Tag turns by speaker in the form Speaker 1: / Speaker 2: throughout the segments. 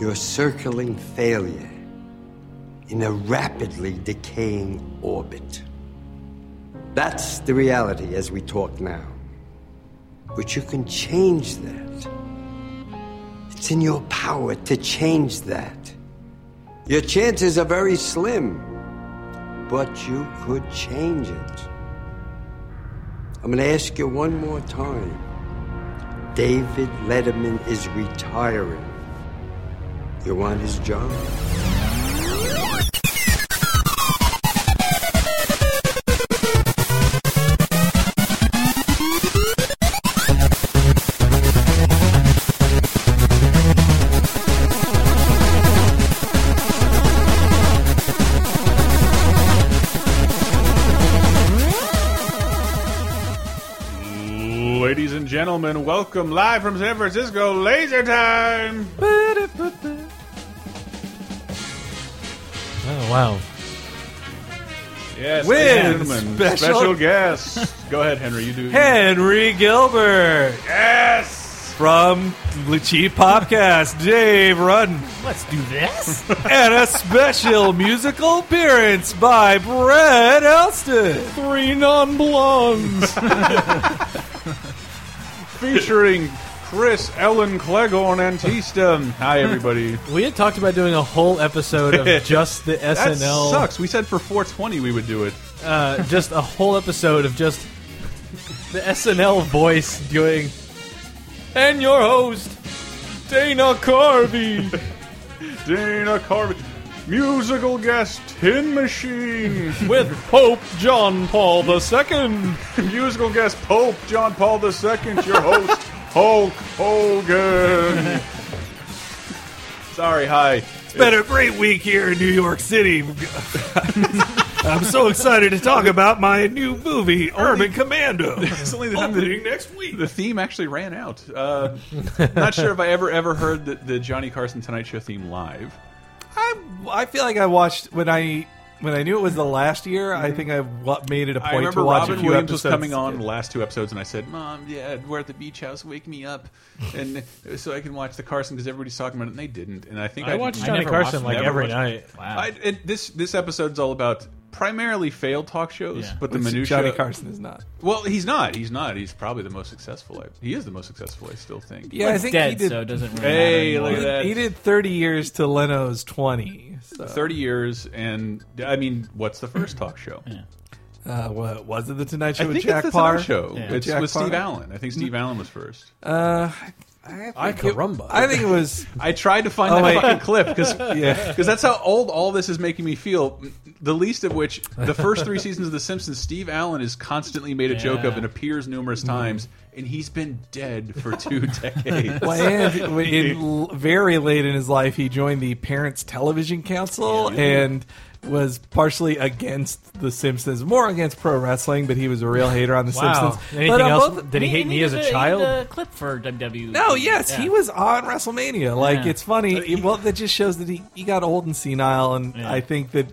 Speaker 1: your circling failure in a rapidly decaying orbit. That's the reality as we talk now. But you can change that. It's in your power to change that. Your chances are very slim, but you could change it. I'm going to ask you one more time. David Letterman is retiring. You're on his job.
Speaker 2: Ladies and gentlemen, welcome live from San Francisco, Laser Time!
Speaker 3: Oh wow!
Speaker 2: Yes,
Speaker 3: With
Speaker 2: ladies and gentlemen,
Speaker 3: special-
Speaker 2: special guest. Go ahead, Henry, you do.
Speaker 3: Henry Gilbert
Speaker 2: Yes!
Speaker 3: from Cheap Popcast, Dave Rudden,
Speaker 4: Let's do this.
Speaker 3: and a special musical appearance by Brett Elston.
Speaker 4: Three non blondes.
Speaker 2: Featuring Chris Ellen Clegg on Antista. Hi, everybody.
Speaker 4: we had talked about doing a whole episode of just the
Speaker 2: That
Speaker 4: SNL.
Speaker 2: sucks. We said for 420 we would do it.
Speaker 4: Uh, just a whole episode of just the SNL voice doing. And your host, Dana Carvey.
Speaker 2: Dana Carvey. Musical guest, Tin Machine.
Speaker 4: with Pope John Paul II.
Speaker 2: Musical guest, Pope John Paul II. Your host, Hulk Hogan. Sorry, hi.
Speaker 3: It's been a great week here in New York City. I'm so excited to talk about my new movie, Urban Commando.
Speaker 2: It's only the time that-
Speaker 3: Opening next week.
Speaker 2: the theme actually ran out. Uh, not sure if I ever ever heard the, the Johnny Carson Tonight Show theme live.
Speaker 3: I, I feel like I watched when I when I knew it was the last year. I think I wa- made it a
Speaker 2: Mm-hmm. I
Speaker 3: point
Speaker 2: remember
Speaker 3: to watch
Speaker 2: Robin
Speaker 3: a few
Speaker 2: Williams was
Speaker 3: episodes.
Speaker 2: coming on the last two episodes, and I said, "Mom, yeah, we're at the beach house. Wake me up, and so I can watch the Carson because everybody's talking about it." And they didn't. And I think I,
Speaker 4: watched Johnny Carson like
Speaker 2: Never
Speaker 4: every
Speaker 2: watched-
Speaker 4: night. Wow.
Speaker 2: I, it, this this episode's all about primarily failed talk shows,
Speaker 4: Yeah.
Speaker 2: but the
Speaker 3: Which
Speaker 2: minutia.
Speaker 3: Johnny Carson is not.
Speaker 2: Well, he's not. He's not. He's probably the most successful. I, he is the most successful. I still think.
Speaker 3: Yeah, I think
Speaker 4: dead,
Speaker 3: he did.
Speaker 4: so it doesn't really
Speaker 2: Hey,
Speaker 4: matter
Speaker 2: look
Speaker 4: anymore.
Speaker 2: at that.
Speaker 3: he did 30 years to Leno's 20. So,
Speaker 2: 30 Uh, years and i mean what's the first talk show
Speaker 3: uh, what was it? The Tonight Show
Speaker 2: i
Speaker 3: with
Speaker 2: think
Speaker 3: Jack
Speaker 2: it's the
Speaker 3: Parr.
Speaker 2: Tonight show
Speaker 4: Yeah. Mm.
Speaker 2: it's
Speaker 3: Jack
Speaker 2: with
Speaker 3: Parr.
Speaker 2: steve allen i think steve allen was first
Speaker 3: Uh, I,
Speaker 4: Ay,
Speaker 3: think it-
Speaker 4: caramba.
Speaker 3: I think it was.
Speaker 2: i tried to find
Speaker 3: Oh,
Speaker 2: that
Speaker 3: wait.
Speaker 2: fucking clip because
Speaker 3: Yeah.
Speaker 2: that's how old all this is making me feel the least of which the first three seasons of the simpsons steve allen is constantly made a joke of
Speaker 4: Yeah.
Speaker 2: and appears numerous times and he's been dead for two decades
Speaker 3: Well, and in, l- very late in his life, he joined the Parents Television Council and was partially against The Simpsons, more against pro wrestling, but he was a real hater on The
Speaker 4: Wow.
Speaker 3: Simpsons.
Speaker 4: Anything
Speaker 3: But on
Speaker 4: else?
Speaker 3: both-
Speaker 4: did he hate me as a child?
Speaker 5: clip for WWE.
Speaker 3: No, yes,
Speaker 5: Yeah.
Speaker 3: he was on WrestleMania. Like
Speaker 5: Yeah.
Speaker 3: it's funny. well, that just shows that he, he got old and senile, and
Speaker 5: Yeah.
Speaker 3: I think that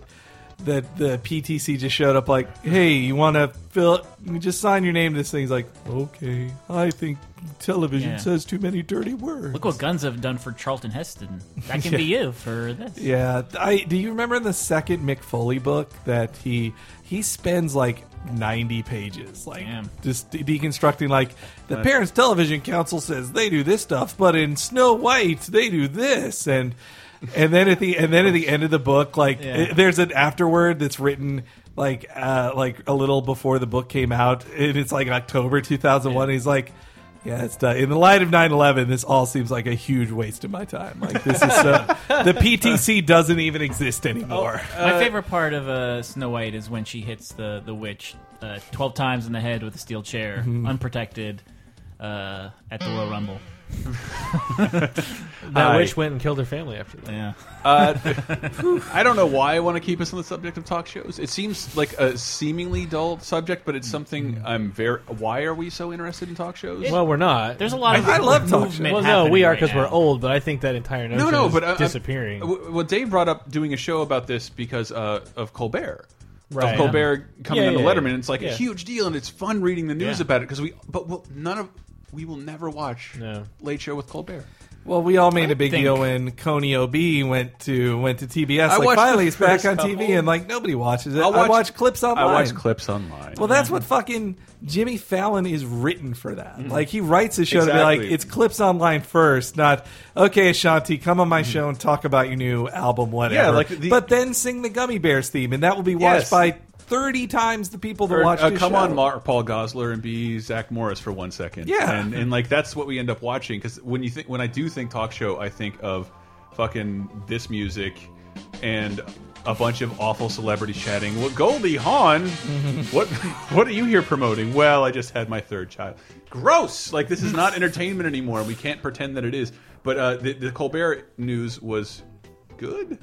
Speaker 3: that the PTC just showed up like, hey, you want to fill? You just sign your name to this thing. He's like, okay, I think television
Speaker 5: Yeah.
Speaker 3: says too many dirty words.
Speaker 5: Look what guns have done for Charlton Heston. That can be you for this.
Speaker 3: Yeah, I do. You remember in the second Mick Foley book that he he spends like ninety pages, like
Speaker 5: Damn.
Speaker 3: just de- deconstructing. Like the Parents Television Council says they do this stuff, but in Snow White they do this, and and then at the and then at the end of the book, like
Speaker 5: Yeah.
Speaker 3: it- there's an afterword that's written. Like, uh, like a little before the book came out, and it's like October 2001. He's like, yeah, it's done. In the light of 9/11, this all seems like a huge waste of my time. Like this is so, the PTC doesn't even exist anymore.
Speaker 5: My favorite part of uh, Snow White is when she hits the the witch uh, twelve times in the head with a steel chair,
Speaker 4: Mm-hmm.
Speaker 5: unprotected, uh, at the Royal Rumble.
Speaker 4: That
Speaker 2: I-
Speaker 4: witch went and killed her family after that.
Speaker 5: Yeah,
Speaker 2: Uh, I don't know why I want to keep us on the subject of talk shows. It seems like a seemingly dull subject, but it's something I'm very. Why are we so interested in talk shows?
Speaker 4: Well, we're not.
Speaker 5: there's a lot of
Speaker 3: I love talk
Speaker 5: movement.
Speaker 4: well, no, we are
Speaker 5: because
Speaker 4: because we're old, but I think that entire notion
Speaker 2: no, no,
Speaker 4: is
Speaker 2: but uh,
Speaker 4: disappearing.
Speaker 2: uh, w- Well, Dave brought up doing a show about this because uh, of Colbert.
Speaker 4: Right.
Speaker 2: Of Colbert coming
Speaker 4: Yeah,
Speaker 2: on the
Speaker 4: yeah,
Speaker 2: Letterman,
Speaker 4: yeah.
Speaker 2: and it's like a
Speaker 4: Yeah.
Speaker 2: huge deal, and it's fun reading the news
Speaker 4: Yeah.
Speaker 2: about it because we, but we'll, none of we will never watch
Speaker 4: No.
Speaker 2: Late Show with Colbert.
Speaker 3: Well, we all made a big
Speaker 5: think-
Speaker 3: deal when Coney OB went to went to TBS.
Speaker 2: I
Speaker 3: like
Speaker 2: watched
Speaker 3: finally,
Speaker 2: the
Speaker 3: it's back
Speaker 2: first
Speaker 3: on
Speaker 2: couple.
Speaker 3: TV, and like nobody watches it.
Speaker 2: I'll
Speaker 3: I watch clips online.
Speaker 2: I watch clips online.
Speaker 3: Well, that's what fucking Jimmy Fallon is written for that. Like he writes his show to be like
Speaker 2: Mm-hmm. Exactly.
Speaker 3: it's clips online first, not okay, Ashanti, come on my show and talk about your new album, whatever.
Speaker 2: Mm-hmm. Yeah, like the-
Speaker 3: but then sing the Gummy Bears theme, and that will be watched
Speaker 2: Yes.
Speaker 3: by thirty times the people that
Speaker 2: Or,
Speaker 3: watch.
Speaker 2: uh,
Speaker 3: his
Speaker 2: come
Speaker 3: show.
Speaker 2: on, Mar Paul Gosler, and be Zach Morris for one second.
Speaker 3: Yeah.
Speaker 2: and, and like that's what we end up watching because when you think when I do think talk show, I think of fucking this music and a bunch of awful celebrities chatting. Well, Goldie Hawn, what what are you here promoting? Well, I just had my third child. Gross! Like this is not entertainment anymore. We can't pretend that it is. But uh, the, the Colbert news was good.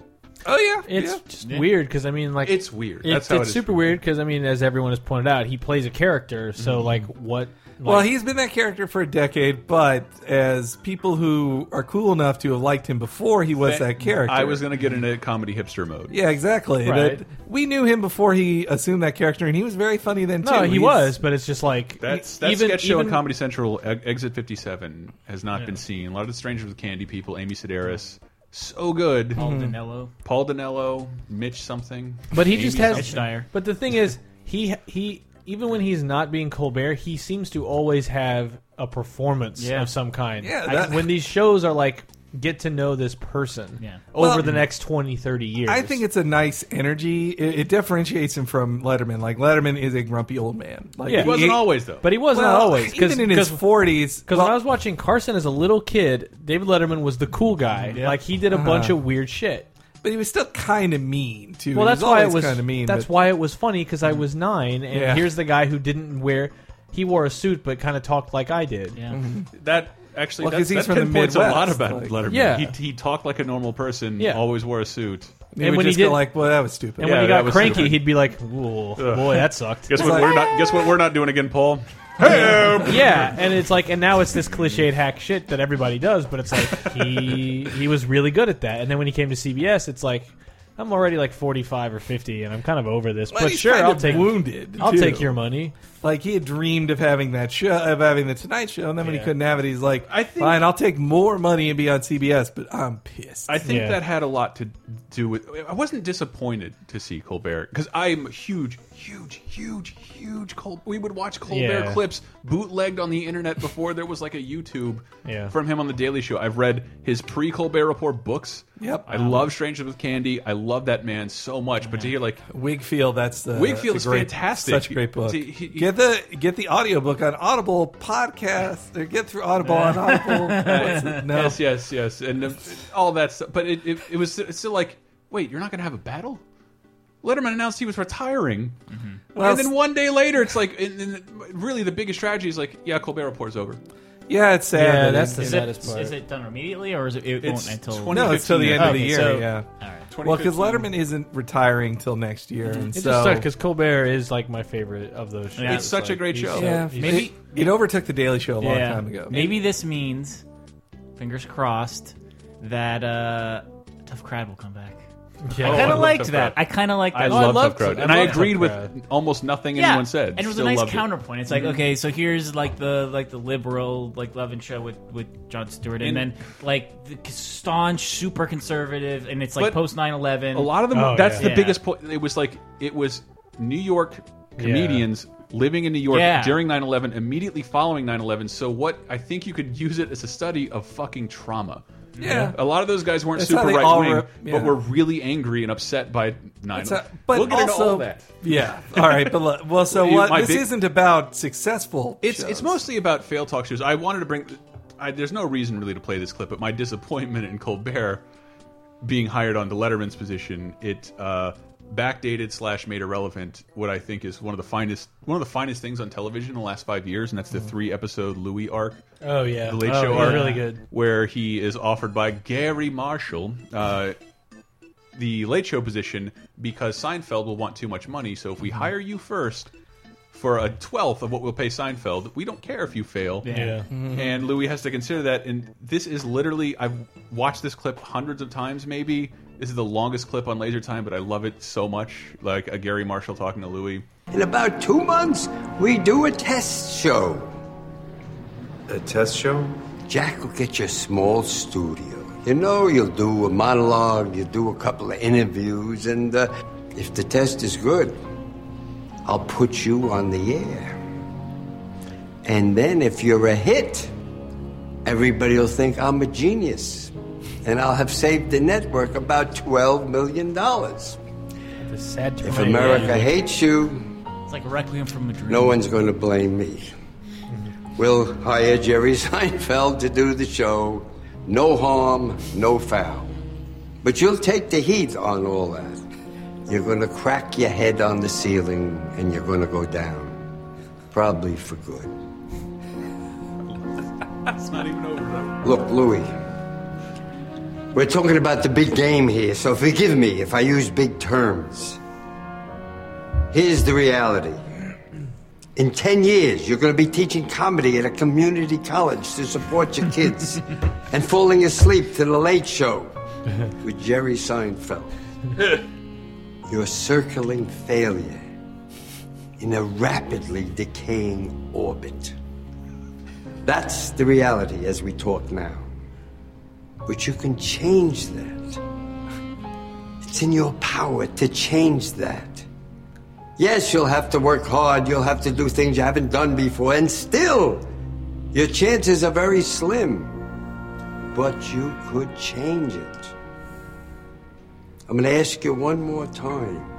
Speaker 3: Oh yeah,
Speaker 4: It's
Speaker 3: yeah.
Speaker 4: just weird because I mean, like,
Speaker 2: It's weird.
Speaker 4: it-
Speaker 2: That's how it
Speaker 4: it's
Speaker 2: is.
Speaker 4: super weird because I mean, as everyone has pointed out, he plays a character. So like, what?
Speaker 3: Well,
Speaker 4: like-
Speaker 3: he's been that character for a decade, but as people who are cool enough to have liked him before he was that character.
Speaker 2: I was going to get into comedy hipster mode.
Speaker 3: Yeah, exactly.
Speaker 4: Right.
Speaker 3: That- we knew him before he assumed that character, and he was very funny then, too.
Speaker 4: no, he
Speaker 3: He's-
Speaker 4: was, but it's just like
Speaker 2: That's
Speaker 4: e-
Speaker 2: that
Speaker 4: even,
Speaker 2: sketch show
Speaker 4: even,
Speaker 2: on Comedy Central, E- Exit 57, has not been seen. A lot of the Strangers with Candy people, Amy Sedaris, so good.
Speaker 3: Mm-hmm.
Speaker 5: Paul
Speaker 4: Mm-hmm.
Speaker 5: Danello.
Speaker 2: Paul Danello, Mitch something.
Speaker 4: But he just
Speaker 2: Amy
Speaker 4: has.
Speaker 2: something.
Speaker 5: Dyer.
Speaker 4: But the thing is, he he even when he's not being Colbert, he seems to always have a performance
Speaker 5: Yeah.
Speaker 4: of some kind.
Speaker 3: Yeah,
Speaker 4: I-
Speaker 3: that-
Speaker 4: when these shows are like get to know this person
Speaker 5: Yeah.
Speaker 4: over
Speaker 3: Well,
Speaker 4: the next 20, 30 years.
Speaker 3: I think it's a nice energy. It, it differentiates him from Letterman. Like, Letterman is a grumpy old man. Like,
Speaker 4: Yeah.
Speaker 2: It wasn't always, though.
Speaker 4: but he wasn't
Speaker 3: well,
Speaker 4: always because
Speaker 3: Even in his 40s.
Speaker 4: Because
Speaker 3: well,
Speaker 4: when I was watching Carson as a little kid, David Letterman was the cool guy. Like he did a bunch of weird shit.
Speaker 3: but he was still kind of mean, too.
Speaker 4: Well,
Speaker 3: Uh-huh. He
Speaker 4: that's why it
Speaker 3: always
Speaker 4: was.
Speaker 3: kind of mean.
Speaker 4: that's
Speaker 3: but- Mm.
Speaker 4: why it was funny because I was nine, and
Speaker 3: Yeah.
Speaker 4: here's the guy who didn't wear. He wore a suit, but kind of talked like I did.
Speaker 5: Yeah.
Speaker 3: Mm-hmm.
Speaker 2: That actually
Speaker 3: Well,
Speaker 2: that,
Speaker 3: 'cause he's
Speaker 2: that
Speaker 3: from the
Speaker 2: pinpoints a lot
Speaker 3: Midwest,
Speaker 2: about
Speaker 3: like-
Speaker 2: Letterman.
Speaker 4: Yeah.
Speaker 2: He, he talked like a normal person,
Speaker 4: Yeah.
Speaker 2: always wore a suit.
Speaker 3: He
Speaker 4: and
Speaker 3: would
Speaker 4: when he
Speaker 3: just go
Speaker 4: did-
Speaker 3: like, well, that was stupid.
Speaker 4: And
Speaker 2: Yeah,
Speaker 4: when he
Speaker 2: that
Speaker 4: got
Speaker 2: was
Speaker 4: cranky,
Speaker 2: stupid.
Speaker 4: he'd be like, "Whoa, boy, that sucked."
Speaker 2: Guess what
Speaker 3: like-
Speaker 2: we're not guess what we're not doing again, Paul?
Speaker 4: yeah, and it's like, and now it's this cliched hack shit that everybody does, but it's like he he was really good at that. And then when he came to CBS, it's like I'm already like 45 or 50, and I'm kind of over this.
Speaker 3: Well,
Speaker 4: but
Speaker 3: he's
Speaker 4: sure,
Speaker 3: kind
Speaker 4: I'll
Speaker 3: of
Speaker 4: take
Speaker 3: wounded,
Speaker 4: I'll
Speaker 3: too.
Speaker 4: take your money.
Speaker 3: Like he had dreamed of having that show, of having the Tonight Show, and then when he
Speaker 4: Yeah.
Speaker 3: couldn't have it, he's like,
Speaker 2: I think-
Speaker 3: "Fine, I'll take more money and be on CBS, but I'm pissed."
Speaker 2: I think
Speaker 4: Yeah.
Speaker 2: that had a lot to do with. I wasn't disappointed to see Colbert because I'm a huge, huge, huge, huge Colbert. We would watch Colbert
Speaker 4: Yeah.
Speaker 2: clips bootlegged on the internet before there was like a YouTube
Speaker 4: Yeah.
Speaker 2: from him on the Daily Show. I've read his pre-Colbert Report books.
Speaker 3: Yep.
Speaker 2: I love Strangers with Candy. I love that man so much. But to hear like
Speaker 3: Wigfield, that's the
Speaker 2: Wigfield
Speaker 3: the
Speaker 2: is
Speaker 3: great-
Speaker 2: fantastic.
Speaker 3: Such a great book.
Speaker 2: He- he- he-
Speaker 3: get the get the audiobook on Audible podcast or get through Audible on Audible. What's it? No,
Speaker 2: yes, yes, yes, and uh, all that stuff. But it, it, it was it's still like, wait, you're not going to have a battle? Letterman announced he was retiring,
Speaker 3: Well,
Speaker 2: and then one day later, it's like, and, and really, the biggest tragedy is like, yeah, Colbert report's over.
Speaker 3: yeah, it's sad.
Speaker 4: Yeah,
Speaker 3: that
Speaker 4: that's
Speaker 3: it-
Speaker 4: the
Speaker 3: it-
Speaker 5: Is
Speaker 4: sad-
Speaker 5: it,
Speaker 4: Saddest part.
Speaker 5: is it done immediately, or is it? It
Speaker 2: It's
Speaker 5: won't until
Speaker 2: 20
Speaker 3: No, it's till the end of the
Speaker 5: Okay,
Speaker 3: year.
Speaker 5: so-
Speaker 3: yeah,
Speaker 5: All right.
Speaker 3: well, because Letterman isn't retiring till next year, and
Speaker 4: It
Speaker 3: so
Speaker 4: just sucked because Colbert is like my favorite of those. shows.
Speaker 5: Yeah. It's
Speaker 2: such a
Speaker 4: Like,
Speaker 2: great
Speaker 4: he's
Speaker 2: show.
Speaker 4: so-
Speaker 3: yeah,
Speaker 4: he's-
Speaker 5: Maybe-
Speaker 3: it, it overtook the Daily Show a long
Speaker 5: Yeah.
Speaker 3: time ago.
Speaker 5: Maybe this means, fingers crossed, that uh, Tough Crowd will come back.
Speaker 4: yeah.
Speaker 2: Oh,
Speaker 5: I kind
Speaker 2: I
Speaker 5: of
Speaker 2: love
Speaker 5: liked
Speaker 2: Tough
Speaker 5: that.
Speaker 2: Crowd.
Speaker 5: I kind of liked that.
Speaker 2: I
Speaker 4: I
Speaker 2: love Tough
Speaker 4: loved-
Speaker 2: Crowd,
Speaker 4: I
Speaker 2: and I
Speaker 4: loved
Speaker 2: agreed
Speaker 4: Tough
Speaker 2: with
Speaker 4: Crowd.
Speaker 2: almost nothing
Speaker 5: yeah,
Speaker 2: anyone said.
Speaker 5: and it was
Speaker 2: Still
Speaker 5: a nice
Speaker 2: loved it. Mm-hmm.
Speaker 5: counterpoint. It's like okay, so here's like the like the liberal like love and show with with John Stewart, and,
Speaker 2: And-
Speaker 5: then like the staunch super conservative, and it's like
Speaker 2: But
Speaker 5: post 9-11.
Speaker 2: A lot of them.
Speaker 4: Oh,
Speaker 2: that's
Speaker 4: yeah.
Speaker 2: the
Speaker 5: Yeah.
Speaker 2: biggest point. It was like it was New York comedians living in New York
Speaker 5: Yeah.
Speaker 2: during 9/11, immediately following 9/11. So what? I think you could use it as a study of fucking trauma.
Speaker 3: Yeah.
Speaker 2: a lot of those guys weren't
Speaker 3: That's how
Speaker 2: super
Speaker 3: they
Speaker 2: right
Speaker 3: all
Speaker 2: wing,
Speaker 3: rep- yeah.
Speaker 2: but were really angry and upset by 9.
Speaker 3: So- but
Speaker 2: we'll get
Speaker 3: also,
Speaker 2: into all that.
Speaker 3: yeah. All right, but look- well, so
Speaker 2: You-
Speaker 3: what?
Speaker 2: my
Speaker 3: This
Speaker 2: big-
Speaker 3: isn't about successful.
Speaker 2: It's
Speaker 3: shows.
Speaker 2: it's mostly about failed talk shows. I wanted to bring. I, there's no reason really to play this clip, but my disappointment in Colbert being hired onto Letterman's position it uh, backdated slash made irrelevant what I think is one of the finest one of the finest things on television in the last five years, and that's the three episode Louis arc.
Speaker 4: Mm-hmm. Oh yeah,
Speaker 2: The Late
Speaker 4: oh,
Speaker 2: Show
Speaker 4: he's
Speaker 2: arc,
Speaker 4: really good.
Speaker 2: where he is offered by Gary Marshall uh, the Late Show position because Seinfeld will want too much money. So if
Speaker 4: Mm-hmm.
Speaker 2: we hire you first for a twelfth of what we'll pay Seinfeld, we don't care if you fail.
Speaker 4: Yeah,
Speaker 2: And Louis has to consider that. And this is literally, I've watched this clip hundreds of times, maybe. This is the longest clip on Laser Time, but I love it so much. Like a Gary Marshall talking to Louis.
Speaker 1: In about two months, we do a test show.
Speaker 6: A test show?
Speaker 1: Jack will get you a small studio. You know, you'll do a monologue, you'll do a couple of interviews, and uh, if the test is good, I'll put you on the air. And then if you're a hit, everybody will think I'm a genius. And I'll have saved the network about $12 million.
Speaker 4: It's a sad
Speaker 1: If
Speaker 4: turn.
Speaker 1: America hates you,
Speaker 5: It's like Requiem from Madrid.
Speaker 1: no one's going to blame me. We'll hire Jerry Seinfeld to do the show. No harm, no foul. But you'll take the heat on all that. You're going to crack your head on the ceiling and you're going to go down. Probably for good.
Speaker 2: It's not even over. though.
Speaker 1: Look, Louis, we're talking about the big game here, so forgive me if I use big terms. Here's the reality. In 10 years, you're going to be teaching comedy at a community college to support your kids and falling asleep to the late show with Jerry Seinfeld. You're circling failure in a rapidly decaying orbit. That's the reality as we talk now. But you can change that. It's in your power to change that. Yes, you'll have to work hard, you'll have to do things you haven't done before, and still, your chances are very slim. But you could change it. I'm going to ask you one more time.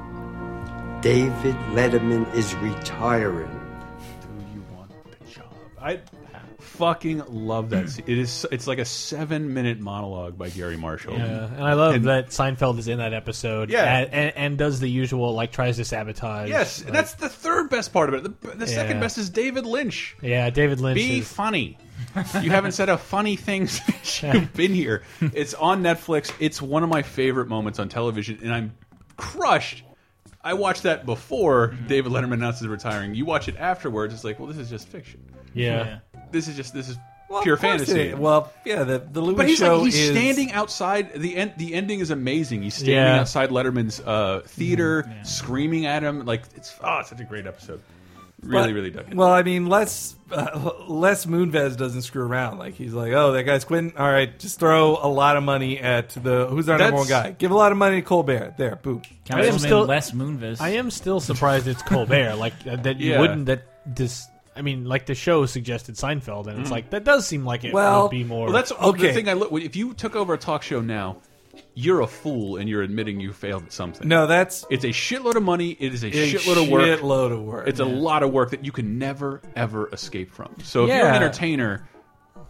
Speaker 1: David Letterman is retiring.
Speaker 2: Do you want the job? I fucking love that. scene. It is. It's like a seven-minute monologue by Gary Marshall.
Speaker 4: Yeah, and I love that Seinfeld is in that episode.
Speaker 2: Yeah.
Speaker 4: and, and, and does the usual like tries to sabotage.
Speaker 2: Yes,
Speaker 4: like-
Speaker 2: that's the third best part of it. The, the second
Speaker 4: Yeah.
Speaker 2: best is David Lynch.
Speaker 4: yeah. David Lynch.
Speaker 2: Be
Speaker 4: is-
Speaker 2: funny. you haven't said a funny thing since you've been here. It's on Netflix. It's one of my favorite moments on television, and I'm crushed. I watched that before David Letterman announces retiring. You watch it afterwards. It's like, well, this is just fiction.
Speaker 4: yeah.
Speaker 5: Yeah.
Speaker 2: This is just this is
Speaker 3: Well, of
Speaker 2: pure
Speaker 3: course
Speaker 2: fantasy.
Speaker 3: it is. Well, yeah, the the Louis
Speaker 2: But he's
Speaker 3: show
Speaker 2: like he's
Speaker 3: is
Speaker 2: standing outside the end. The ending is amazing. He's standing
Speaker 4: Yeah.
Speaker 2: outside Letterman's uh, theater,
Speaker 3: Mm-hmm.
Speaker 2: screaming at him. Like it's oh, it's such a great episode. Really,
Speaker 3: But-
Speaker 2: really dug it.
Speaker 3: Well, I mean, Les uh, Les Moonves doesn't screw around. Like he's like, oh, that guy's quitting. All right, just throw a lot of money at the who's our number
Speaker 2: That's-
Speaker 3: one guy. Give a lot of money to Colbert. There, boom.
Speaker 5: Councilman
Speaker 4: I am still-
Speaker 5: Les Moonves.
Speaker 4: I am still surprised it's Colbert. like uh, that you
Speaker 2: Yeah.
Speaker 4: wouldn't that this. I mean, like the show suggested Seinfeld, and it's like that does seem like it
Speaker 3: Well-
Speaker 4: would be more.
Speaker 2: Mm. Well, that's
Speaker 3: Okay.
Speaker 2: the thing. I look. If you took over a talk show now, you're a fool, and you're admitting you failed at something.
Speaker 3: No, that's
Speaker 2: it's a shitload of money. It is a,
Speaker 3: a
Speaker 2: shitload of work.
Speaker 3: Shitload of work.
Speaker 2: It's a lot of work that you can never ever escape from. So if you're
Speaker 3: Yeah.
Speaker 2: an entertainer,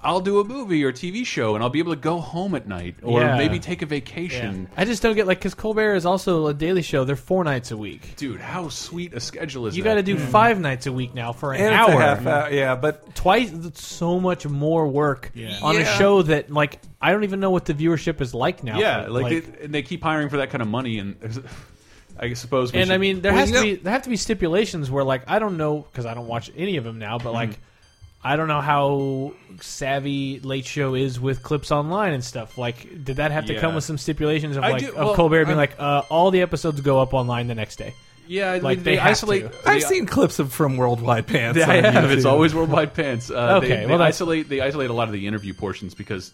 Speaker 2: I'll do a movie or TV show, and I'll be able to go home at night, or
Speaker 4: Yeah.
Speaker 2: maybe take a vacation.
Speaker 4: I just don't get like because Colbert is also a Daily Show. They're four nights a week.
Speaker 2: Dude, how sweet a schedule is
Speaker 4: You
Speaker 2: that?
Speaker 4: got to do five nights a week now for an
Speaker 3: and it's
Speaker 4: hour.
Speaker 3: a half hour. Yeah, but
Speaker 4: Twice that's so much more work
Speaker 5: Yeah.
Speaker 4: on
Speaker 2: Yeah.
Speaker 4: a show that like I don't even know what the viewership is like now.
Speaker 2: Yeah, like, they, and they keep hiring for that kind of money, and I suppose. We
Speaker 4: and
Speaker 2: should-
Speaker 4: I mean, there
Speaker 3: Well,
Speaker 4: has
Speaker 3: you
Speaker 4: to
Speaker 3: know-
Speaker 4: be there have to be stipulations where like I don't know because I don't watch any of them now, but like
Speaker 2: Mm-hmm.
Speaker 4: I don't know how savvy Late Show is with clips online and stuff. Like, did that have to come
Speaker 2: Yeah.
Speaker 4: with some stipulations of
Speaker 2: I
Speaker 4: like
Speaker 2: do-
Speaker 4: of
Speaker 2: well,
Speaker 4: Colbert
Speaker 2: I'm-
Speaker 4: being like uh, all the episodes go up online the next day?
Speaker 2: yeah, I
Speaker 4: like,
Speaker 2: mean,
Speaker 4: they
Speaker 2: they,
Speaker 4: have
Speaker 2: isolate.
Speaker 4: to.
Speaker 2: they-
Speaker 3: I've seen clips of from Worldwide Pants.
Speaker 2: Yeah, I
Speaker 3: on
Speaker 2: have. It's
Speaker 3: YouTube.
Speaker 2: always worldwide pants. Uh, they,
Speaker 4: Okay,
Speaker 2: they
Speaker 4: well, that's-
Speaker 2: isolate. They isolate a lot of the interview portions because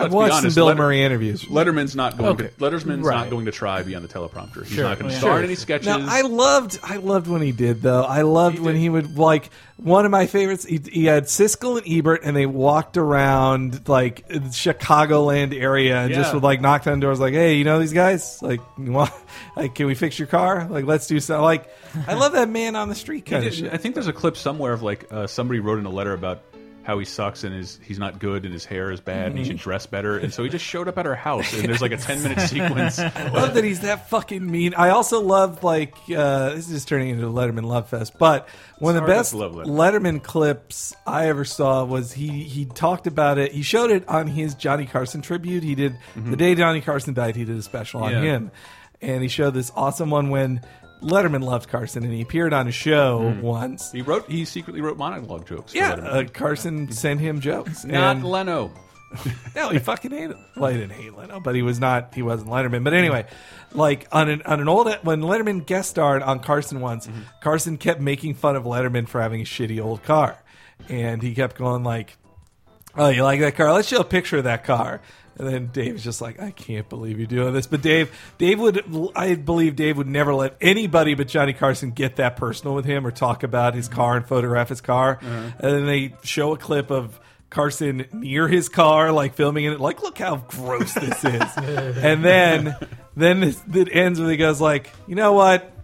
Speaker 3: I've
Speaker 2: let's
Speaker 3: watched
Speaker 2: be
Speaker 3: some
Speaker 2: honest,
Speaker 3: Bill
Speaker 2: Letter-
Speaker 3: Murray interviews.
Speaker 2: Letterman's not going.
Speaker 4: Okay.
Speaker 2: To, Letterman's
Speaker 4: Right.
Speaker 2: not going to try beyond the teleprompter. He's not going to
Speaker 5: Yeah.
Speaker 2: start
Speaker 4: Sure.
Speaker 2: any sketches.
Speaker 3: Now I loved, I loved when he did though. I loved when
Speaker 2: did.
Speaker 3: he would like one of my favorites. He, he had Siskel and Ebert, and they walked around like the Chicagoland area and just
Speaker 2: Yeah.
Speaker 3: would like knock on doors, like, "Hey, you know these guys? Like, you want, like, can we fix your car? Like, let's do something." Like, I love that man on the street kind of
Speaker 2: Did- I
Speaker 3: shit.
Speaker 2: think there's a clip somewhere of like uh, somebody wrote in a letter about how he sucks and his he's not good and his hair is bad and he
Speaker 4: Mm-hmm.
Speaker 2: should dress better and so he just showed up at her house and there's like a 10 minute sequence
Speaker 3: I love that he's that fucking mean. I also love like uh, this is just turning into a Letterman love fest. But one of the
Speaker 2: hard not
Speaker 3: best
Speaker 2: to love Letterman.
Speaker 3: Letterman clips I ever saw was he he talked about it. He showed it on his Johnny Carson tribute. He did the day Johnny Carson died. He did a special on
Speaker 2: Mm-hmm. Yeah.
Speaker 3: him, and he showed this awesome one when Letterman loved Carson and he appeared on a show once.
Speaker 2: Mm. he wrote he secretly wrote monologue jokes for
Speaker 3: Yeah,
Speaker 2: Letterman. Mm-hmm.
Speaker 3: uh, Carson sent him jokes.
Speaker 2: not
Speaker 3: and-
Speaker 2: Leno
Speaker 3: no, he fucking hated. Well, he didn't hate Leno, but he was not. He wasn't Letterman. But anyway, like on an on an old when Letterman guest starred on Carson once, Carson kept making fun of Letterman for having a shitty old car, and he kept going like, oh, you like that car? Let's show a picture of that car. And then Dave's just like, I can't believe you're doing this. But Dave, Dave would, I believe Dave would never let anybody but Johnny Carson get that personal with him or talk about his car and photograph his car. And then they show a clip of Carson near his car, like filming it, like, look how gross this is. and then, then this, it ends with he goes like, you know what?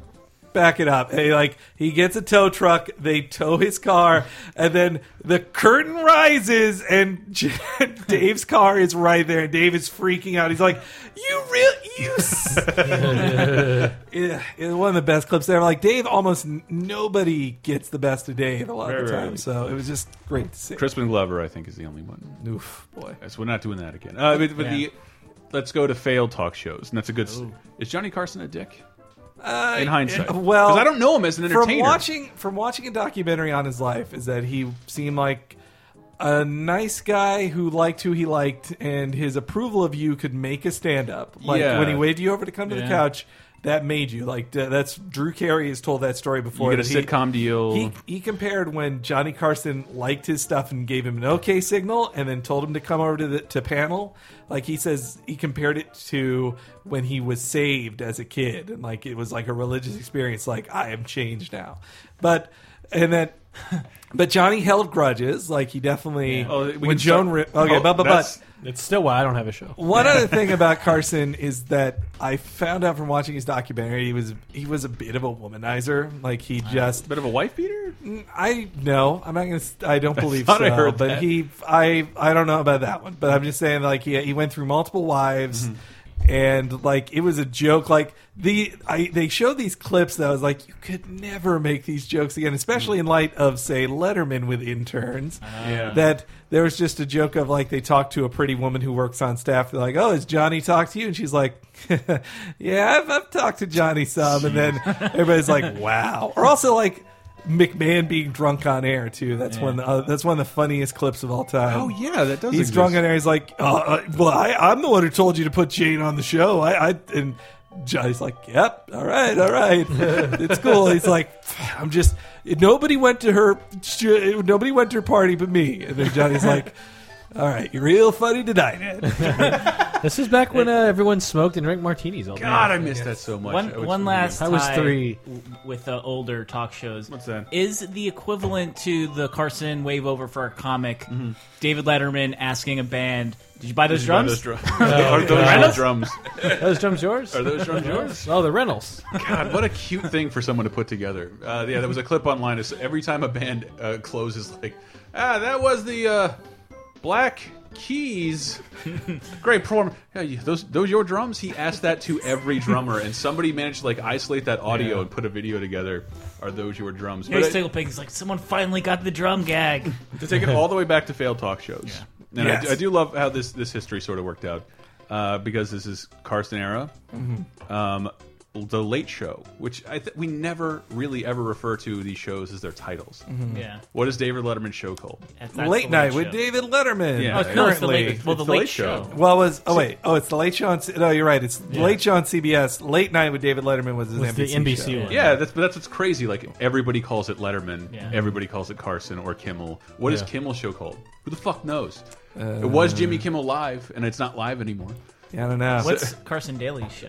Speaker 3: back it up. Hey, like he gets a tow truck, they tow his car, and then the curtain rises, and Dave's car is right there, and Dave is freaking out. He's like, "You real you." s-" yeah, it's one of the best clips ever. Like Dave, almost n- nobody gets the best of Dave a lot of the
Speaker 2: Right, right.
Speaker 3: time, so it was just great to see.
Speaker 2: Crispin Glover, I think, is the only one.
Speaker 3: Oof, boy.
Speaker 2: So we're not doing that again. Uh, but, but
Speaker 5: Yeah.
Speaker 2: the let's go to failed talk shows, and that's a good. s Is Johnny Carson a dick?
Speaker 3: Uh,
Speaker 2: In hindsight,
Speaker 3: it- well,
Speaker 2: 'Cause I don't know him as an
Speaker 3: from
Speaker 2: entertainer.
Speaker 3: watching from watching a documentary on his life is that he seemed like a nice guy who liked who he liked and his approval of you could make a stand up like
Speaker 2: Yeah.
Speaker 3: when he waved you over to come to the
Speaker 5: Yeah.
Speaker 3: couch that made you like d- that's Drew Carey has told that story before.
Speaker 2: You get a
Speaker 3: that he-
Speaker 2: sitcom deal.
Speaker 3: He he compared when Johnny Carson liked his stuff and gave him an okay signal, and then told him to come over to the to panel. Like he says, he compared it to when he was saved as a kid, and like it was like a religious experience. Like I am changed now, but and then. But Johnny held grudges, like he definitely.
Speaker 2: Oh, we
Speaker 3: when
Speaker 2: can
Speaker 3: Joan,
Speaker 2: start-
Speaker 3: Ri- okay,
Speaker 2: Oh,
Speaker 3: but but
Speaker 2: that's-
Speaker 3: but
Speaker 4: It's still why I don't have a show.
Speaker 3: one other thing about Carson is that I found out from watching his documentary, he was he was a bit of a womanizer. Like he just
Speaker 2: bit of a wife beater.
Speaker 3: I no, I'm not gonna. st- I don't believe
Speaker 2: thought
Speaker 3: so.
Speaker 2: I heard
Speaker 3: but
Speaker 2: that.
Speaker 3: he, I, I don't know about that one. But I'm just saying, like he, he went through multiple wives,
Speaker 2: Mm-hmm.
Speaker 3: and like it was a joke. Like the, I they showed these clips that I was like, you could never make these jokes again, especially in light of say Letterman with interns.
Speaker 2: Yeah.
Speaker 3: That there was just a joke of like they talked to a pretty woman who works on staff. They're like, oh, has Johnny talked to you? And she's like, yeah, I've, I've talked to Johnny some. And then everybody's like, wow. Or also like. McMahon being drunk on air too. That's one. Uh, that's one of the funniest clips of all time.
Speaker 2: Oh yeah, that does.
Speaker 3: he's
Speaker 2: exist.
Speaker 3: drunk on air. He's like, uh, uh, "Well, I, I'm the one who told you to put Jane on the show." I, I and Johnny's like, "Yep, all right, all right, it's cool." He's like, "I'm just nobody went to her. Nobody went to her party but me." And then Johnny's like. All right, you're real funny tonight. Ed."
Speaker 4: This is back when uh, everyone smoked and drank martinis all day.
Speaker 2: God, I missed that so much. I
Speaker 5: One,
Speaker 2: would-
Speaker 5: one last
Speaker 4: I was
Speaker 5: tie
Speaker 4: three.
Speaker 5: w- with the older talk shows.
Speaker 2: What's that?
Speaker 5: Is the equivalent to the Carson wave over for a comic?
Speaker 2: Mm-hmm.
Speaker 5: David Letterman asking a band, "Did you buy those
Speaker 2: Are
Speaker 5: drums?"
Speaker 2: those drum- Are those your drums?
Speaker 4: Those drums yours?
Speaker 2: Are those drums yours?
Speaker 4: Oh, the Reynolds.
Speaker 2: God, what a cute thing for someone to put together. Uh, yeah, there was a clip online. It's every time a band uh, closes, like, ah, that was the uh, Black Keys. Great performance. Yeah, you- those those your drums? He asked that to every drummer, and somebody managed to like isolate that audio and put a video together. Are those your drums?
Speaker 5: Here's
Speaker 2: But I-
Speaker 5: Tickle Pig. He's like, "Someone finally got the drum gag."
Speaker 2: to take it all the way back to failed talk shows. And I,
Speaker 3: Yes.
Speaker 2: I do love how this this history sort of worked out uh, because this is Carson era, um, the Late Show, which I th we never really ever refer to these shows as their titles.
Speaker 5: yeah,
Speaker 2: What is David Letterman's show called?
Speaker 5: That's- that's
Speaker 3: late
Speaker 5: the
Speaker 3: night
Speaker 5: show.
Speaker 3: with David Letterman.
Speaker 2: Yeah.
Speaker 5: Oh, it's- no, it's the
Speaker 3: currently.
Speaker 5: late, well, the,
Speaker 2: It's the
Speaker 5: late,
Speaker 2: Late Show.
Speaker 5: show.
Speaker 3: Well, was oh wait, oh it's the late show on. C- No, you're right. It's late show on CBS. Late night with David Letterman was his
Speaker 4: Was the
Speaker 3: NBC show.
Speaker 4: NBC one.
Speaker 2: Yeah, that's but that's what's crazy. Like everybody calls it Letterman,
Speaker 5: Yeah.
Speaker 2: everybody calls it Carson or Kimmel. What is
Speaker 4: Yeah.
Speaker 2: Kimmel's show called? Who the fuck knows? it was Jimmy Kimmel live, and it's not live anymore.
Speaker 3: Yeah, I don't know.
Speaker 5: What's Carson Daly's show?